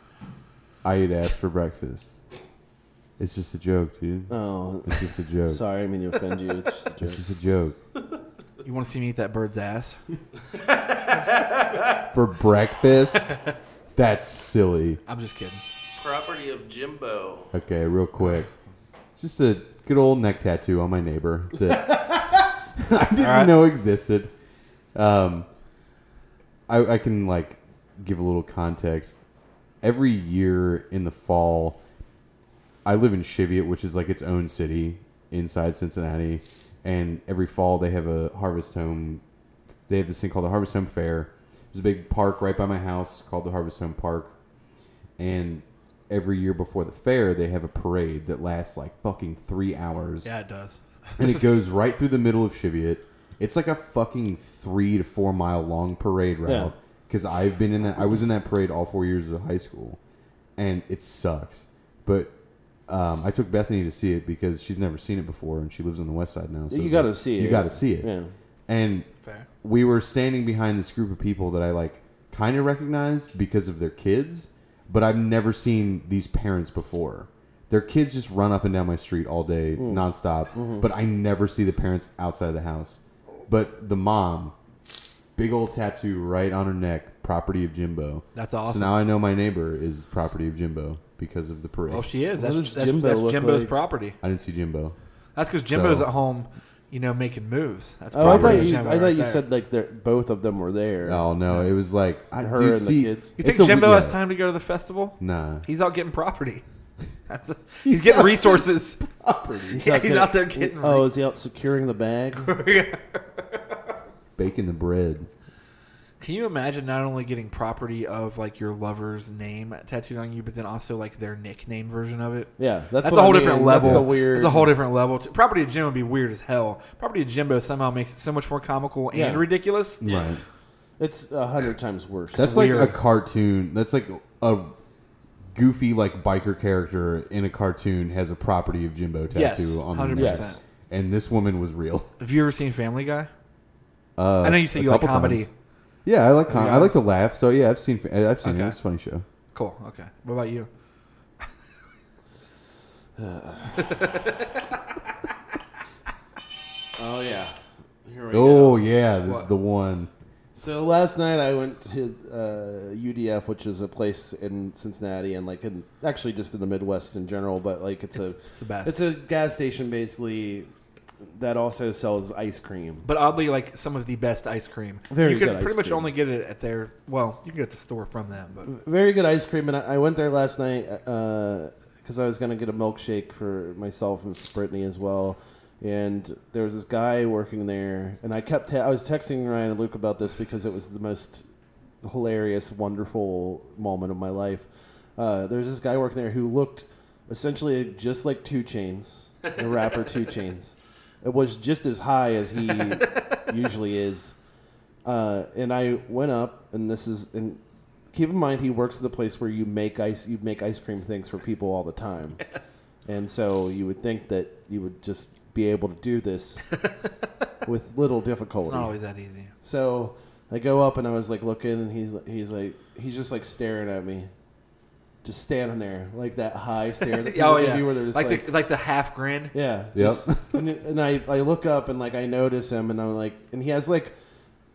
Speaker 3: I eat ass for breakfast. It's just a joke, dude.
Speaker 1: oh,
Speaker 3: It's just a joke.
Speaker 1: sorry, I mean to offend you. It's just a joke.
Speaker 3: It's just a joke.
Speaker 2: You want to see me eat that bird's ass?
Speaker 3: For breakfast? That's silly.
Speaker 2: I'm just kidding.
Speaker 7: property of Jimbo?
Speaker 3: Okay, real quick. Just a good old neck tattoo on my neighbor that I didn't
Speaker 2: Alright.
Speaker 3: know existed. Um, I, I can like give a little context. Every year in the fall, I live in Cheviot, which is like its own city inside Cincinnati. And every fall they have a harvest home. They have this thing called the Harvest Home Fair. There's a big park right by my house called the Harvest Home Park and every year before the fair they have a parade that lasts like fucking three hours.
Speaker 2: Yeah, it does.
Speaker 3: and it goes right through the middle of Cheviot. It's like a fucking three to four mile long parade route.
Speaker 1: Yeah.
Speaker 3: Because I've been in that, I was in that parade all four years of high school, and it sucks. But um, I took Bethany to see it because she's never seen it before, and she lives on the west side now. So
Speaker 1: You
Speaker 3: it's
Speaker 1: gotta
Speaker 3: like,
Speaker 1: see
Speaker 3: You
Speaker 1: it.
Speaker 3: got to see it.
Speaker 1: Yeah.
Speaker 3: And
Speaker 2: Fair.
Speaker 3: we were standing behind this group of people that I like kind of recognized because of their kids, but I've never seen these parents before. Their kids just run up and down my street all day,
Speaker 1: Mm.
Speaker 3: nonstop,
Speaker 1: Mhm.
Speaker 3: but I never see the parents outside of the house. But the mom, big old tattoo right on her neck, property of Jimbo.
Speaker 2: That's awesome.
Speaker 3: So now I know my neighbor is property of Jimbo because of the parade.
Speaker 2: Well, Oh, she is. What That's- does that's- Jimbo that's look Jimbo's like? property.
Speaker 3: I didn't see Jimbo.
Speaker 2: That's because Jimbo's
Speaker 3: So-
Speaker 2: at home, you know, making moves. That's
Speaker 1: Oh, I
Speaker 2: probably
Speaker 1: thought you,
Speaker 2: Jimbo
Speaker 1: I thought
Speaker 2: right
Speaker 1: you
Speaker 2: there.
Speaker 1: said like they're- both of them were there.
Speaker 3: Oh no, it was like I,
Speaker 1: Her
Speaker 3: dude,
Speaker 1: and the
Speaker 3: see,
Speaker 1: kids.
Speaker 2: You
Speaker 3: it's
Speaker 2: think
Speaker 3: a-
Speaker 2: Jimbo has
Speaker 3: yeah.
Speaker 2: time to go to the festival?
Speaker 3: Nah.
Speaker 2: He's out getting property. That's a,
Speaker 3: He's
Speaker 2: he's, getting
Speaker 3: out
Speaker 2: resources.
Speaker 3: property.
Speaker 2: Yeah, he's
Speaker 1: getting-
Speaker 2: out there getting.
Speaker 1: Oh, is he out securing the bag?
Speaker 3: baking the bread?
Speaker 2: Can you imagine not only getting property of like your lover's name tattooed on you, but then also like their nickname version of it?
Speaker 1: Yeah, that's
Speaker 2: that's,
Speaker 1: what
Speaker 2: a
Speaker 1: I
Speaker 2: whole
Speaker 1: mean.
Speaker 2: different
Speaker 1: That's
Speaker 2: level.
Speaker 1: the weird-
Speaker 2: That's a whole different level. To, property of Jimbo would be weird as hell. Property of Jimbo somehow makes it so much more comical and
Speaker 1: Yeah.
Speaker 2: ridiculous.
Speaker 3: Right.
Speaker 1: It's a hundred times worse.
Speaker 3: That's like a cartoon. That's like a goofy like biker character in a cartoon has a property of Jimbo tattoo
Speaker 2: Yes,
Speaker 3: on their
Speaker 2: 100%.
Speaker 3: neck. And this woman was real.
Speaker 2: Have you ever seen Family Guy?
Speaker 3: Uh,
Speaker 2: I know you say
Speaker 3: a
Speaker 2: you like
Speaker 3: couple
Speaker 2: comedy.
Speaker 3: times. Yeah, I like com-
Speaker 2: Are you
Speaker 3: I like
Speaker 2: honest?
Speaker 3: to laugh. So yeah, I've seen I've seen it.
Speaker 2: Okay.
Speaker 3: It's a funny show.
Speaker 2: Cool. Okay. What about you?
Speaker 1: Oh yeah. Here we
Speaker 3: oh
Speaker 1: go.
Speaker 3: yeah, this is
Speaker 1: What?
Speaker 3: the one.
Speaker 1: So last night I went to uh, UDF, which is a place in Cincinnati and like in, actually just in the Midwest in general, but like it's,
Speaker 2: It's
Speaker 1: a
Speaker 2: the best.
Speaker 1: it's a gas station basically that also sells ice cream.
Speaker 2: But oddly, like some of the best ice cream.
Speaker 1: Very
Speaker 2: you can
Speaker 1: good ice
Speaker 2: pretty much
Speaker 1: cream.
Speaker 2: only get it at their. Well, you can get it at the store from them, but
Speaker 1: Very good ice cream, and I, I went there last night because I was gonna get a milkshake for myself and for Brittany as well. And there was this guy working there, and I kept te- I was texting Ryan and Luke about this because it was the most hilarious, wonderful moment of my life. Uh, there was this guy working there who looked essentially just like Two Chains, the rapper Two Chains. It was just as high as he usually is. Uh, and I went up, and this is and keep in mind he works at the place where you make ice you make ice cream things for people all the time. Yes. And so you would think that you would just be able to do this with little difficulty.
Speaker 2: It's not always that easy.
Speaker 1: So I go up and I was like looking, and he's he's like he's just like staring at me, just standing there like that high stare. That people
Speaker 2: oh
Speaker 1: give
Speaker 2: yeah,
Speaker 1: you where they're just
Speaker 2: like, the like the half grin.
Speaker 1: yeah.
Speaker 3: Yep.
Speaker 1: just- and it- and I, I look up and like I notice him and I'm like and he has like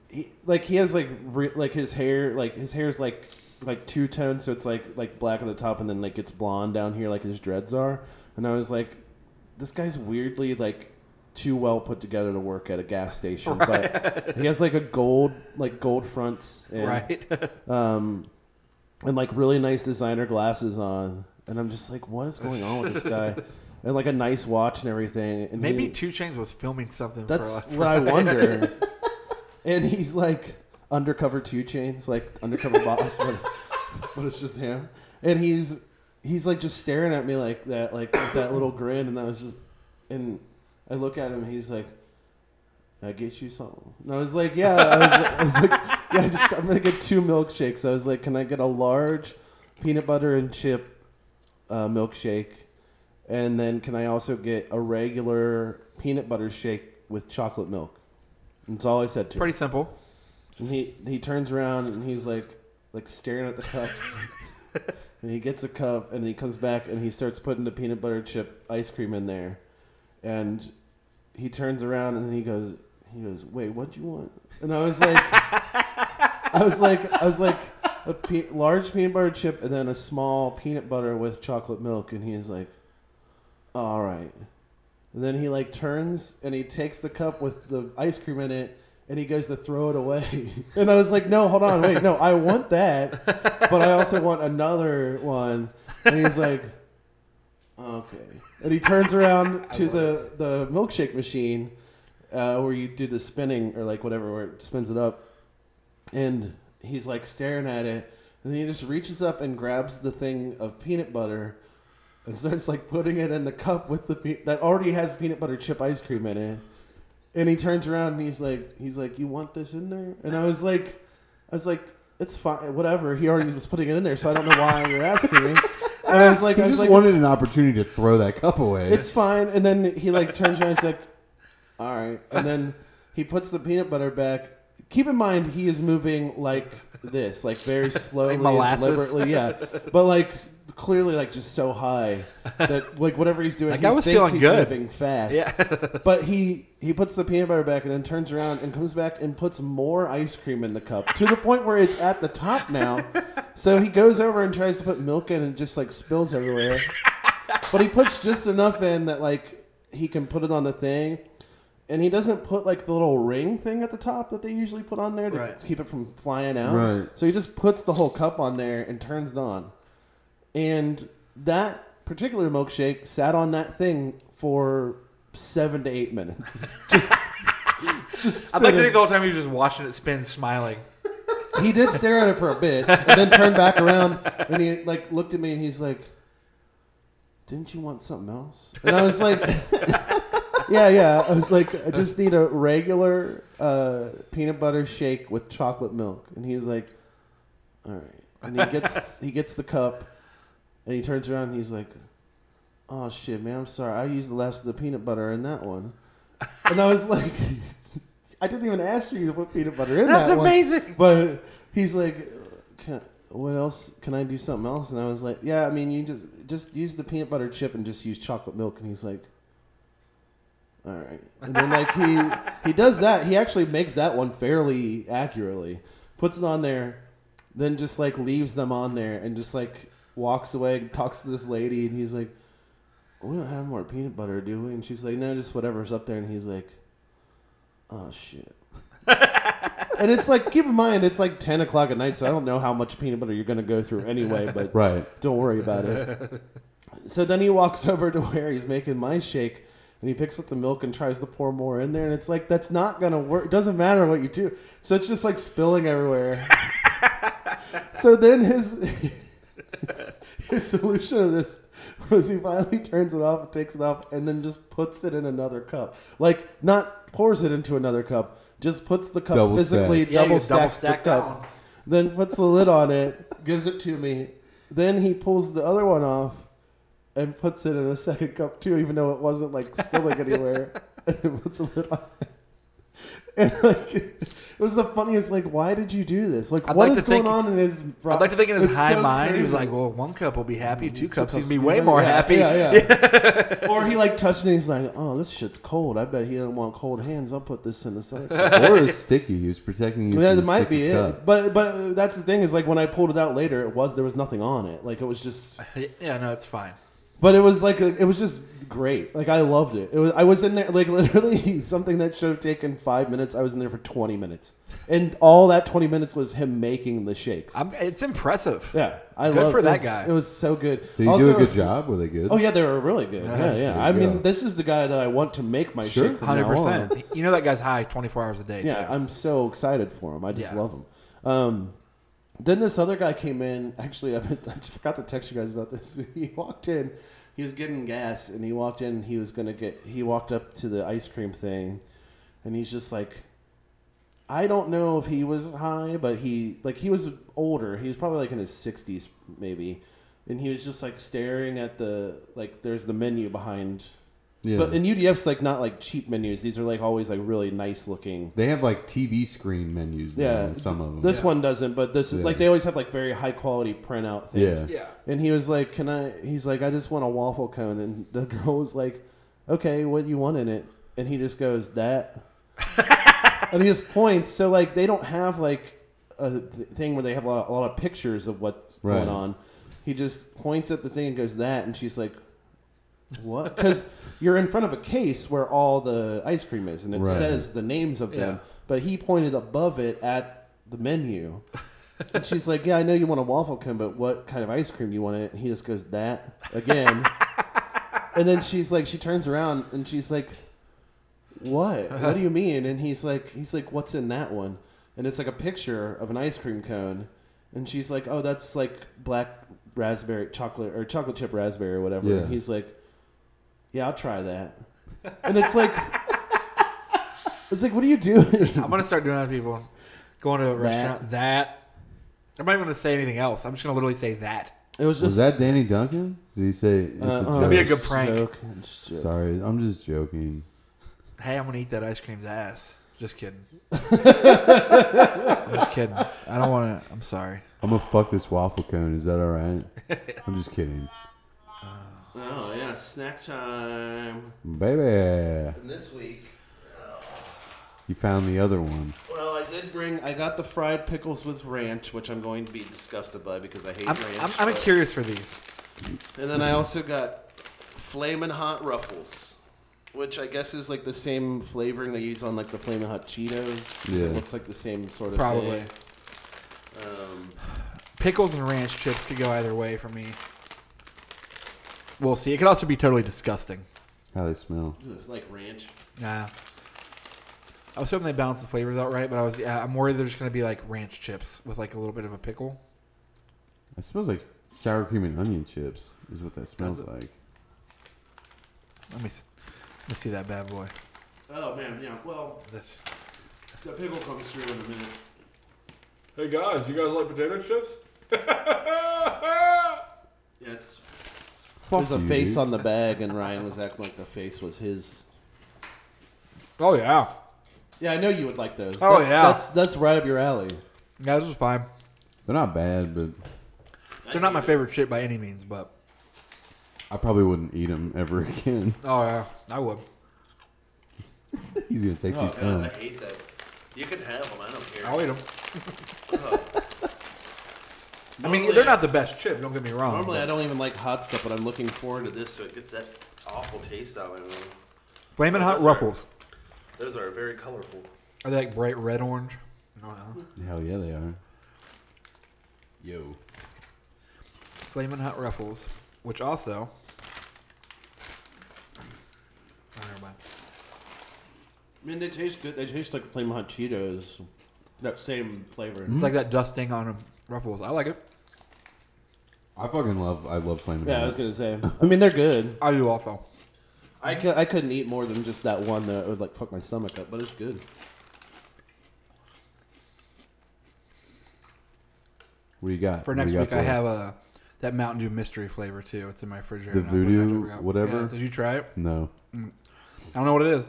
Speaker 1: he like he has like re, like his hair like his hair's like like two tones so it's like like black at the top and then like it's blonde down here like his dreads are and I was like this guy's weirdly like too well put together to work at a gas station but he has like a gold like gold fronts and
Speaker 2: Right.
Speaker 1: um and like really nice designer glasses on and I'm just like what is going on with this guy and like a nice watch and everything and
Speaker 2: Maybe
Speaker 1: he-
Speaker 2: Two Chains was filming something.
Speaker 1: that's
Speaker 2: for, for
Speaker 1: what I wonder. and he's like undercover two chains, like undercover boss, but, but it's just him. And he's he's like just staring at me like that, like with that little grin, and I was just and I look at him, and he's like. I get you something. And I was like, yeah. I was, I was like, yeah. I just I'm gonna get two milkshakes. I was like, can I get a large peanut butter and chip uh, milkshake, and then can I also get a regular peanut butter shake with chocolate milk? That's all I said to him.
Speaker 2: Pretty simple.
Speaker 1: And he he turns around and he's like like staring at the cups. and he gets a cup and he comes back and he starts putting the peanut butter chip ice cream in there. And he turns around and he goes he goes, "Wait, what do you want?" And I was like I was like I was like a pe- large peanut butter chip and then a small peanut butter with chocolate milk and he's like all right. And then he like turns and he takes the cup with the ice cream in it and he goes to throw it away. And I was like, no, hold on, wait, no, I want that, but I also want another one. And he's like, okay. And he turns around to the, the milkshake machine uh, where you do the spinning or like whatever, where it spins it up. And he's like staring at it. And And he just reaches up and grabs the thing of peanut butter and starts like putting it in the cup with the pe- that already has peanut butter chip ice cream in it. And he turns around and he's like, he's like, you want this in there? And I was like, I was like, it's fine, whatever. He already was putting it in there, so I don't know why you're asking me. And I was like,
Speaker 3: he
Speaker 1: I was
Speaker 3: just
Speaker 1: like,
Speaker 3: wanted an opportunity to throw that cup away.
Speaker 1: it's fine. And then he like turns around and he's like, all right. And then he puts the peanut butter back. Keep in mind he is moving like this, like very slowly, and
Speaker 2: molasses?
Speaker 1: deliberately, yeah. But like s- clearly, like just so high that like whatever he's doing,
Speaker 2: Like,
Speaker 1: he
Speaker 2: I was
Speaker 1: thinks
Speaker 2: feeling
Speaker 1: he's
Speaker 2: good.
Speaker 1: moving fast.
Speaker 2: Yeah.
Speaker 1: but he he puts the peanut butter back and then turns around and comes back and puts more ice cream in the cup to the point where it's at the top now. So he goes over and tries to put milk in and just like spills everywhere. But he puts just enough in that like he can put it on the thing. And he doesn't put like the little ring thing at the top that they usually put on there to
Speaker 2: Right.
Speaker 1: keep it from flying out.
Speaker 3: Right.
Speaker 1: So he just puts the whole cup on there and turns it on. And that particular milkshake sat on that thing for seven to eight minutes. just, just.
Speaker 2: I'd like to
Speaker 1: spinning.
Speaker 2: think the whole time he was just watching it spin, smiling.
Speaker 1: he did stare at it for a bit, and then turned back around, and he like looked at me, and he's like, "Didn't you want something else?" And I was like, "Yeah, yeah." I was like, "I just need a regular uh, peanut butter shake with chocolate milk," and he was like, "All right." And he gets he gets the cup, and he turns around, and he's like, "Oh shit, man! I'm sorry. I used the last of the peanut butter in that one," and I was like. I didn't even ask you to put peanut butter in
Speaker 2: That's
Speaker 1: that one.
Speaker 2: amazing.
Speaker 1: But he's like, can, "What else? Can I do something else?" And I was like, "Yeah, I mean, you just just use the peanut butter chip and just use chocolate milk." And he's like, "All right." And then like he he does that. He actually makes that one fairly accurately. Puts it on there, then just like leaves them on there and just like walks away and talks to this lady and he's like, "We don't have more peanut butter, do we?" And she's like, "No, just whatever's up there." And he's like, "Oh shit." and it's like, keep in mind, it's like ten o'clock at night, so I don't know how much peanut butter you're going to go through anyway. But
Speaker 3: Right.
Speaker 1: don't worry about it. So then he walks over to where he's making my shake, and he picks up the milk and tries to pour more in there, and it's like that's not going to work. It doesn't matter what you do. So it's just like spilling everywhere. so then his his solution to this was he finally turns it off, takes it off, and then just puts it in another cup. Like not pours it into another cup, just puts the cup
Speaker 3: Double
Speaker 1: physically
Speaker 3: stacks. Yeah,
Speaker 1: double
Speaker 2: you double
Speaker 1: stacks
Speaker 2: stack
Speaker 1: the
Speaker 2: that
Speaker 1: cup.
Speaker 2: one.
Speaker 1: Then puts the lid on it, gives it to me. Then he pulls the other one off and puts it in a second cup too, even though it wasn't like spilling anywhere. And then puts a lid on it. And like, it was the funniest. Like, why did you do this? Like,
Speaker 2: I'd
Speaker 1: what
Speaker 2: like
Speaker 1: is
Speaker 2: to think-
Speaker 1: going on in his? bro-
Speaker 2: I'd like to think in his
Speaker 1: It's
Speaker 2: high
Speaker 1: so
Speaker 2: mind, he was
Speaker 1: crazy.
Speaker 2: like, "Well, one cup will be happy. Two, cups,
Speaker 1: cups
Speaker 2: he'd be
Speaker 1: will
Speaker 2: way
Speaker 1: be-
Speaker 2: more
Speaker 1: yeah,
Speaker 2: happy."
Speaker 1: yeah, yeah. or he like touched it and he's like, "Oh, this shit's cold. I bet he doesn't want cold hands. I'll put this in the side."
Speaker 3: or it's sticky. He was protecting you.
Speaker 1: yeah,
Speaker 3: from
Speaker 1: that
Speaker 3: a
Speaker 1: might
Speaker 3: sticky
Speaker 1: be
Speaker 3: cup.
Speaker 1: it. But but that's the thing is like when I pulled it out later, it was there was nothing on it. Like it was just.
Speaker 2: Yeah, no, it's fine.
Speaker 1: But it was like it was just great. Like I loved it. It was I was in there like literally something that should have taken five minutes. I was in there for twenty minutes, and all that twenty minutes was him making the shakes.
Speaker 2: I'm, it's impressive.
Speaker 1: Yeah, I
Speaker 2: Good
Speaker 1: love
Speaker 2: for
Speaker 1: it
Speaker 2: that
Speaker 1: was-
Speaker 2: guy.
Speaker 1: It was so good.
Speaker 3: Did he do a good job? Were they good?
Speaker 1: Oh yeah, they were really good.
Speaker 2: Yeah.
Speaker 1: Yeah, yeah.
Speaker 3: There
Speaker 1: I
Speaker 3: you
Speaker 1: mean,
Speaker 3: go.
Speaker 1: this is the guy that I want to make my
Speaker 3: Sure.
Speaker 1: shake. from
Speaker 2: Hundred
Speaker 1: now on.
Speaker 2: percent. You know that guy's high twenty four hours a day.
Speaker 1: Yeah,
Speaker 2: too.
Speaker 1: I'm so excited for him. I just
Speaker 2: Yeah.
Speaker 1: love him. Um, then this other guy came in. Actually, I, meant, I just forgot to text you guys about this. He walked in. He was getting gas, and he walked in. He was gonna get. He walked up to the ice cream thing, and he's just like, I don't know if he was high, but he like he was older. He was probably like in his sixties, maybe, and he was just like staring at the like. There's the menu behind.
Speaker 3: Yeah.
Speaker 1: But and UDF's like not like cheap menus. These are like always like really nice looking.
Speaker 3: They have like TV screen menus. Yeah.
Speaker 1: Yeah,
Speaker 3: Now in some of them.
Speaker 1: This one doesn't, but this is
Speaker 3: Yeah.
Speaker 1: like they always have like very high quality printout things.
Speaker 3: Yeah. Yeah.
Speaker 1: And he was like, "Can I?" He's like, "I just want a waffle cone." And the girl was like, "Okay, what do you want in it?" And he just goes, "That." and he just points. So like they don't have like a th- thing where they have a lot, a lot of pictures of what's
Speaker 3: Right.
Speaker 1: going on. He just points at the thing and goes, "That." And she's like, "What?" Because you're in front of a case where all the ice cream is, and it
Speaker 3: Right.
Speaker 1: says the names of them.
Speaker 2: Yeah.
Speaker 1: But he pointed above it at the menu. And she's like, "Yeah, I know you want a waffle cone, but what kind of ice cream do you want?" in It. And he just goes, "That again." and then she's like, she turns around and she's like, "What? What do you mean?" And he's like, he's like, "What's in that one?" And it's like a picture of an ice cream cone, And she's like, "Oh, that's like black raspberry chocolate or chocolate chip raspberry or whatever."
Speaker 3: Yeah.
Speaker 1: And he's like, "Yeah, I'll try that." And it's like, it's like, what are you doing?
Speaker 2: I'm gonna start doing that to people. Going to a restaurant. That. I'm not even gonna say anything else. I'm just gonna literally say that.
Speaker 1: It was
Speaker 3: was that Danny Duncan? Did he say it's
Speaker 2: Uh,
Speaker 3: a
Speaker 2: uh,
Speaker 3: joke?
Speaker 2: That'd be a good prank. joke. It's a joke.
Speaker 3: Sorry, I'm just joking.
Speaker 2: Hey, I'm gonna eat that ice cream's ass. Just kidding. I'm just kidding. I don't want to. I'm sorry.
Speaker 3: I'm gonna fuck this waffle cone. Is that all right? I'm just kidding,
Speaker 1: Oh yeah, snack time.
Speaker 3: baby.
Speaker 1: And this week,
Speaker 3: You found the other one.
Speaker 1: well, I did bring. I got the fried pickles with ranch, which I'm going to be disgusted by because I hate
Speaker 2: I'm,
Speaker 1: ranch.
Speaker 2: I'm, I'm
Speaker 1: but-
Speaker 2: curious for these.
Speaker 1: And then I also got Flamin' Hot Ruffles, which I guess is like the same flavoring they use on like the Flamin' Hot Cheetos.
Speaker 3: Yeah.
Speaker 1: It looks like the same sort of
Speaker 2: Probably.
Speaker 1: thing. Um,
Speaker 2: Pickles and ranch chips could go either way for me. We'll see. It could also be totally disgusting.
Speaker 3: How they smell?
Speaker 1: ugh, like ranch.
Speaker 2: Nah. I was hoping they balance the flavors out right, but I was yeah, I'm worried they're just gonna be like ranch chips with like a little bit of a pickle.
Speaker 3: It smells like sour cream and onion chips. Is what that smells
Speaker 2: it?
Speaker 3: like.
Speaker 2: Let me s- let me see that bad boy.
Speaker 1: Oh man, yeah. Well,
Speaker 2: this
Speaker 1: the pickle comes through in a minute.
Speaker 13: Hey guys, you guys like potato chips?
Speaker 1: Yeah, it's.
Speaker 3: Fuck
Speaker 1: There's a
Speaker 3: you,
Speaker 1: face
Speaker 3: dude.
Speaker 1: on the bag, and Ryan was acting like the face was his.
Speaker 2: Oh yeah.
Speaker 1: Yeah, I know you would like those.
Speaker 2: Oh,
Speaker 1: That's-
Speaker 2: yeah.
Speaker 1: that's that's right up your alley.
Speaker 2: Yeah, this is fine.
Speaker 3: They're not bad, but
Speaker 2: They're not my favorite chip by any means, but
Speaker 3: I probably wouldn't eat them ever again.
Speaker 2: oh yeah, I would.
Speaker 3: He's gonna take
Speaker 1: Oh,
Speaker 3: these
Speaker 1: God,
Speaker 3: home.
Speaker 1: I hate that. You can have them. I don't care.
Speaker 2: I'll eat 'em. I mean,
Speaker 1: Normally-
Speaker 2: they're not the best chip. Don't get me wrong.
Speaker 1: Normally,
Speaker 2: but
Speaker 1: I don't even like hot stuff, but I'm looking forward to this, so it gets that awful taste out of me.
Speaker 2: Flamin' Hot
Speaker 1: Those are-
Speaker 2: Ruffles.
Speaker 1: Those are very colorful.
Speaker 2: Are they like bright red orange? No, no.
Speaker 3: Hell yeah, they are. Yo.
Speaker 2: Flamin' Hot Ruffles, which also. Oh, never mind.
Speaker 1: I mean, they taste good. They taste like Flamin' Hot Cheetos. That same flavor.
Speaker 3: Mm.
Speaker 2: It's like that dusting on 'em. Ruffles. I like it.
Speaker 3: I fucking love. I love flaming.
Speaker 1: Yeah, I was gonna say. I mean, they're good.
Speaker 2: I do also.
Speaker 1: I, cou- I couldn't eat more than just that one though. It would like fuck my stomach up, but it's good.
Speaker 3: What do you got?
Speaker 2: For
Speaker 3: What
Speaker 2: next
Speaker 3: do you got
Speaker 2: week, I
Speaker 3: us?
Speaker 2: have a that Mountain Dew mystery flavor too. It's in my
Speaker 3: The
Speaker 2: refrigerator. now, which I
Speaker 3: voodoo
Speaker 2: never got.
Speaker 3: whatever?
Speaker 2: Yeah, Did you try it?
Speaker 3: No.
Speaker 2: Mm. I don't know what it is.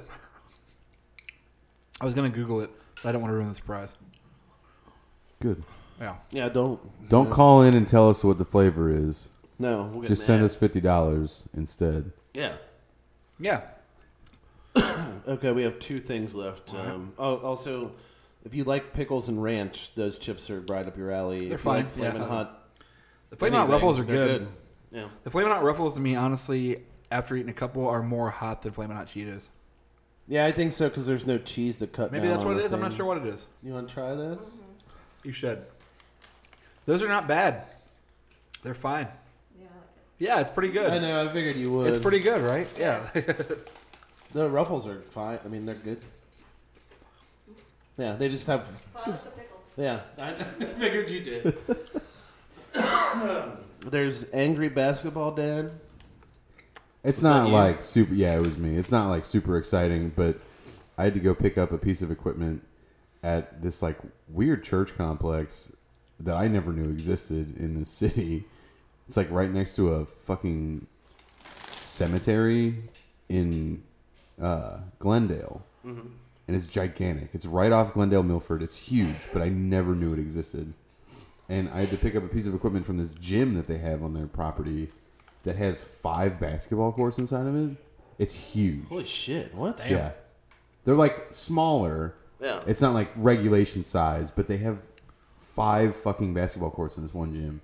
Speaker 2: I was gonna Google it, but I don't want to ruin the surprise.
Speaker 3: Good.
Speaker 2: Yeah.
Speaker 1: Yeah, don't
Speaker 3: Don't
Speaker 1: yeah.
Speaker 3: call in and tell us what the flavor is.
Speaker 1: No, we'll get
Speaker 3: just send
Speaker 1: mad.
Speaker 3: us fifty dollars instead.
Speaker 1: Yeah.
Speaker 2: Yeah.
Speaker 1: okay, we have two things left.
Speaker 2: Alright.
Speaker 1: Um, oh, also, if you like pickles and ranch, those chips are right up your alley.
Speaker 2: They're
Speaker 1: if you
Speaker 2: fine.
Speaker 1: like Flamin'
Speaker 2: yeah.
Speaker 1: Hot.
Speaker 2: The Flamin' Hot
Speaker 1: anything,
Speaker 2: Ruffles are
Speaker 1: they're
Speaker 2: good.
Speaker 1: Yeah.
Speaker 2: The Flamin' Hot Ruffles to me, honestly, after eating a couple, are more hot than Flamin' Hot Cheetos.
Speaker 1: Yeah, I think so because there's no cheese to cut.
Speaker 2: Maybe
Speaker 1: down
Speaker 2: that's
Speaker 1: on
Speaker 2: what it
Speaker 1: the
Speaker 2: is. I'm not
Speaker 1: thing.
Speaker 2: sure what it is.
Speaker 1: You want to try this?
Speaker 2: You should. Those are not bad. They're fine. Yeah, it's pretty good.
Speaker 1: I know. I figured you would.
Speaker 2: It's pretty good, right? Yeah.
Speaker 1: The ruffles are fine. I mean, they're good. Yeah, they just have. Yeah, I figured you did. There's angry basketball dad.
Speaker 3: It's
Speaker 1: Was that
Speaker 3: not
Speaker 1: you?
Speaker 3: like super. Yeah, it was me. It's not like super exciting, but I had to go pick up a piece of equipment at this like weird church complex that I never knew existed in this city. It's like right next to a fucking cemetery in uh, Glendale,
Speaker 1: Mhm.
Speaker 3: and it's gigantic. It's right off Glendale Milford. It's huge, but I never knew it existed. And I had to pick up a piece of equipment from this gym that they have on their property that has five basketball courts inside of it. It's huge.
Speaker 1: Holy shit! What?
Speaker 3: Yeah. They're like smaller.
Speaker 1: Yeah.
Speaker 3: It's not like regulation size, but they have five fucking basketball courts in this one gym.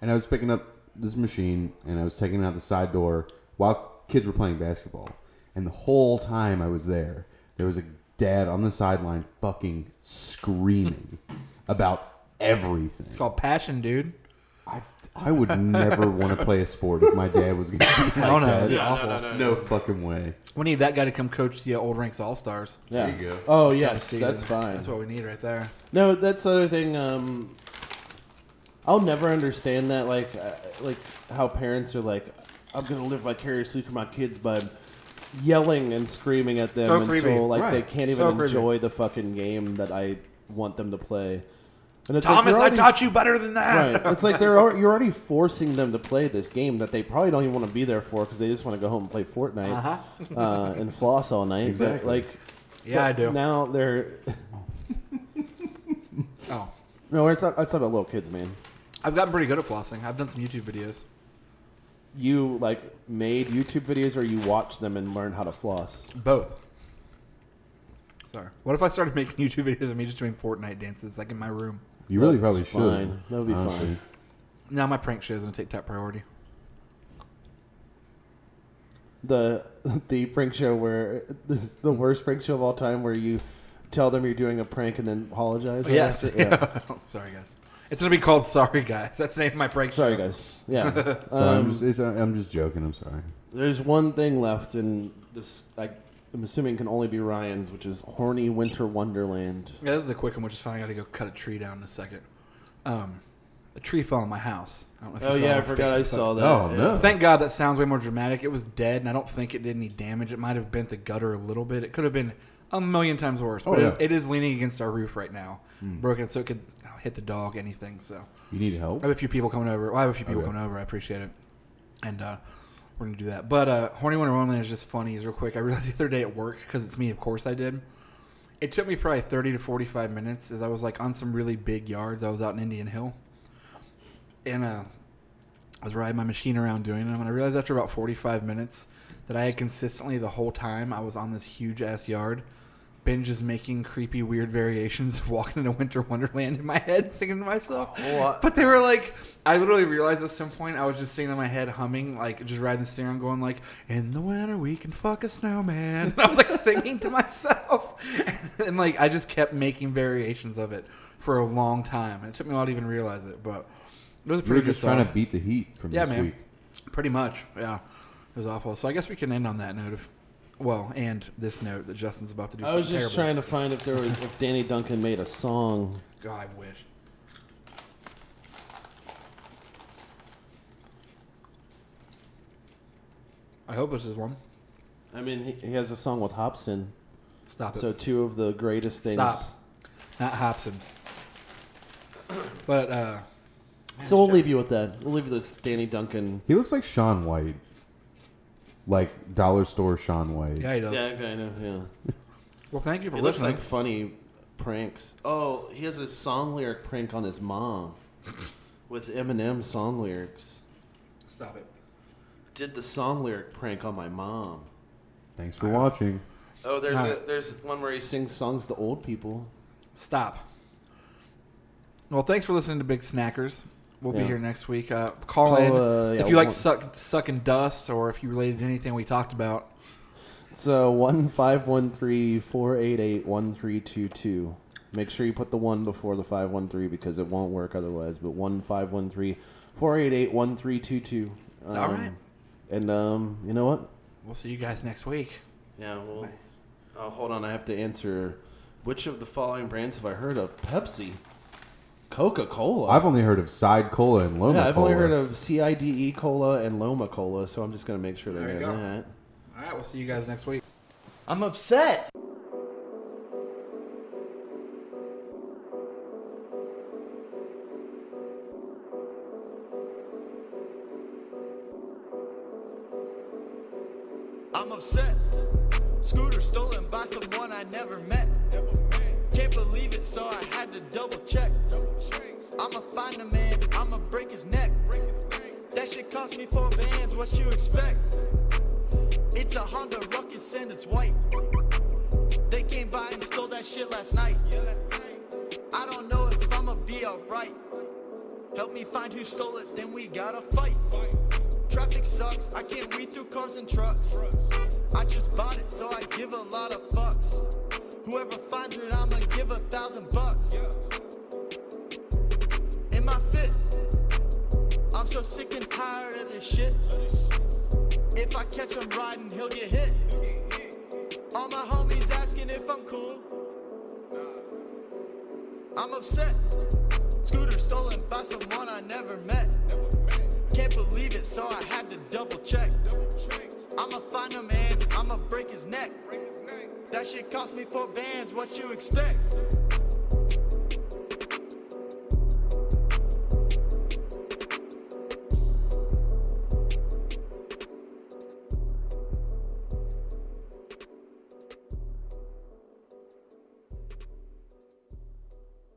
Speaker 3: And I was picking up this machine and I was taking it out the side door while kids were playing basketball. And the whole time I was there, there was a dad on the sideline fucking screaming about everything.
Speaker 2: it's called Passion, dude.
Speaker 3: I would never want to play a sport if my dad was going to be like
Speaker 2: Oh, no.
Speaker 3: that.
Speaker 2: Yeah, no, no, no,
Speaker 3: No
Speaker 2: no.
Speaker 3: fucking way.
Speaker 2: We need that guy to come coach the uh, old ranks all stars.
Speaker 1: Yeah. There you go. Oh, yes, that's fine.
Speaker 2: That's what we need right there.
Speaker 1: No, that's the other thing. Um, I'll never understand that, like, uh, like how parents are like, "I'm gonna live vicariously through my kids by yelling and screaming at them
Speaker 2: So
Speaker 1: until
Speaker 2: creepy.
Speaker 1: like
Speaker 2: Right.
Speaker 1: they can't even
Speaker 2: So creepy.
Speaker 1: enjoy the fucking game that I want them to play." And it's
Speaker 2: Thomas,
Speaker 1: you're
Speaker 2: I taught you better than that.
Speaker 1: Right? It's like they're al- you're already forcing them to play this game that they probably don't even want to be there for because they just want to go home and play Fortnite
Speaker 2: Uh-huh.
Speaker 1: uh, and floss all night. But,
Speaker 2: Exactly.
Speaker 1: like,
Speaker 2: Yeah, I
Speaker 1: but
Speaker 2: do.
Speaker 1: Now they're
Speaker 2: Oh,
Speaker 1: no, it's not. It's not about little kids, man.
Speaker 2: I've gotten pretty good at flossing. I've done some YouTube videos.
Speaker 1: You like made YouTube videos, or you watched them and learned how to floss.
Speaker 2: Both. Sorry. What if I started making YouTube videos of me just doing Fortnite dances, like in my room?
Speaker 3: You really probably
Speaker 1: That's
Speaker 3: should.
Speaker 1: fine. That would be fine.
Speaker 2: Now my prank show is gonna take top priority.
Speaker 1: The the prank show where the, the worst prank show of all time, where you tell them you're doing a prank and then apologize. right
Speaker 2: Oh, yes.
Speaker 1: after? Oh, Yeah.
Speaker 2: Sorry, guys. It's gonna be called Sorry Guys. That's the name of my prank.
Speaker 1: Sorry,
Speaker 2: show.
Speaker 1: guys. Yeah.
Speaker 3: So
Speaker 1: Um,
Speaker 3: I'm just it's, I'm just joking. I'm sorry.
Speaker 1: There's one thing left, and this I, I'm assuming can only be Ryan's, which is horny winter wonderland.
Speaker 2: Yeah, this is a quick one, which is fine. I got to go cut a tree down in a second. Um, a tree fell on my house. I don't know if
Speaker 1: Oh,
Speaker 2: you saw
Speaker 1: yeah,
Speaker 2: it
Speaker 1: I
Speaker 2: on
Speaker 1: forgot I
Speaker 2: Facebook.
Speaker 1: saw that. Oh, Yeah. no.
Speaker 2: Thank God that sounds way more dramatic. It was dead, and I don't think it did any damage. It might have bent the gutter a little bit. It could have been a million times worse.
Speaker 3: Oh,
Speaker 2: but it-
Speaker 3: yeah.
Speaker 2: it is leaning against our roof right now,
Speaker 3: Mm.
Speaker 2: broken, so it could hit the dog, anything. So
Speaker 3: You need help?
Speaker 2: I have a few people coming over. Well, I have a few people
Speaker 3: Okay.
Speaker 2: coming over. I appreciate it, and uh, we're gonna do that. But uh, horny winter wonderland is just funny. Is real quick. I realized the other day at work because it's me. Of course, I did. It took me probably thirty to forty-five minutes as I was like on some really big yards. I was out in Indian Hill, and uh, I was riding my machine around doing them, and I realized after about 45 minutes that I had consistently the whole time I was on this huge ass yard, been just making creepy, weird variations of walking into Winter Wonderland in my head, singing to myself. But they were like, I literally realized at some point I was just singing in my head, humming, like just riding the steering, wheel, going like, "In the winter we can fuck a snowman." I was like singing to myself, and like I just kept making variations of it for a long time. It took me a while to even realize it, but it was a
Speaker 3: You were
Speaker 2: pretty.
Speaker 3: just
Speaker 2: good
Speaker 3: trying
Speaker 2: song.
Speaker 3: to beat the heat from
Speaker 2: Yeah,
Speaker 3: this
Speaker 2: man.
Speaker 3: week.
Speaker 2: Pretty much, yeah. It was awful. So I guess we can end on that note. Of, well, and this note that Justin's about to do.
Speaker 1: I was
Speaker 2: something
Speaker 1: just
Speaker 2: terrible.
Speaker 1: trying to find if there was if Danny Duncan made a song.
Speaker 2: God, I wish. I hope this is one.
Speaker 1: I mean, he, he has a song with Hobson.
Speaker 2: Stop it.
Speaker 1: So two of the greatest things.
Speaker 2: Stop. Not Hobson. But uh,
Speaker 1: So we'll leave you with that. We'll leave you with Danny Duncan.
Speaker 3: He looks like Sean White, like dollar store Sean White.
Speaker 2: Yeah, he does.
Speaker 1: Yeah, kind of. Yeah.
Speaker 2: Well, thank you for
Speaker 1: He looks
Speaker 2: listening.
Speaker 1: like funny pranks. Oh, he has a song lyric prank on his mom with Eminem song lyrics.
Speaker 2: Stop it.
Speaker 1: Did the song lyric prank on my mom.
Speaker 3: Thanks for watching.
Speaker 1: Oh, there's
Speaker 2: All
Speaker 1: a, there's one where he sings songs to old people.
Speaker 2: Stop. Well, thanks for listening to Big Snackers. We'll
Speaker 1: Yeah.
Speaker 2: be here next week. Uh, call,
Speaker 1: Call,
Speaker 2: in
Speaker 1: uh, yeah,
Speaker 2: if you like
Speaker 1: one-
Speaker 2: suck, sucking dust or if you related to anything we talked about.
Speaker 1: So one five one three four eight eight one three two two. Make sure you put the one before the five one three because it won't work otherwise. But one five one three four eight eight one three two two. Um,
Speaker 2: All right.
Speaker 1: And um, you know what?
Speaker 2: We'll see you guys next week.
Speaker 1: Yeah. Well, oh, hold on. I have to answer. Which of the following brands have I heard of? Pepsi, Coca Cola.
Speaker 3: I've only heard of Side Cola and Loma
Speaker 1: yeah, I've
Speaker 3: Cola.
Speaker 1: only heard of CIDE E Cola and Loma Cola, so I'm just gonna make sure they
Speaker 2: There you
Speaker 1: know
Speaker 2: go.
Speaker 1: that.
Speaker 2: All right, we'll see you guys next week.
Speaker 14: I'm upset. I'm upset. Scooter stolen by someone I never met. Can't believe it, so I had to double check. I'ma find a man, I'ma break his neck. That shit cost me four bands, what you expect? It's a Honda Ruckus and it's white. They came by and stole that shit last night. I don't know if I'ma be alright. Help me find who stole it, then we gotta fight. Traffic sucks, I can't read through cars and trucks. I just bought it, so I give a lot of fucks. Whoever finds it, I'ma give a thousand bucks. In my fit, I'm so sick and tired of this shit. If I catch him riding, he'll get hit. All my homies asking if I'm cool. I'm upset. Scooter stolen by someone I never met. Can't believe it, so I had to double check. I'ma find a man, I'ma break his neck. That shit cost me four bands, what you expect?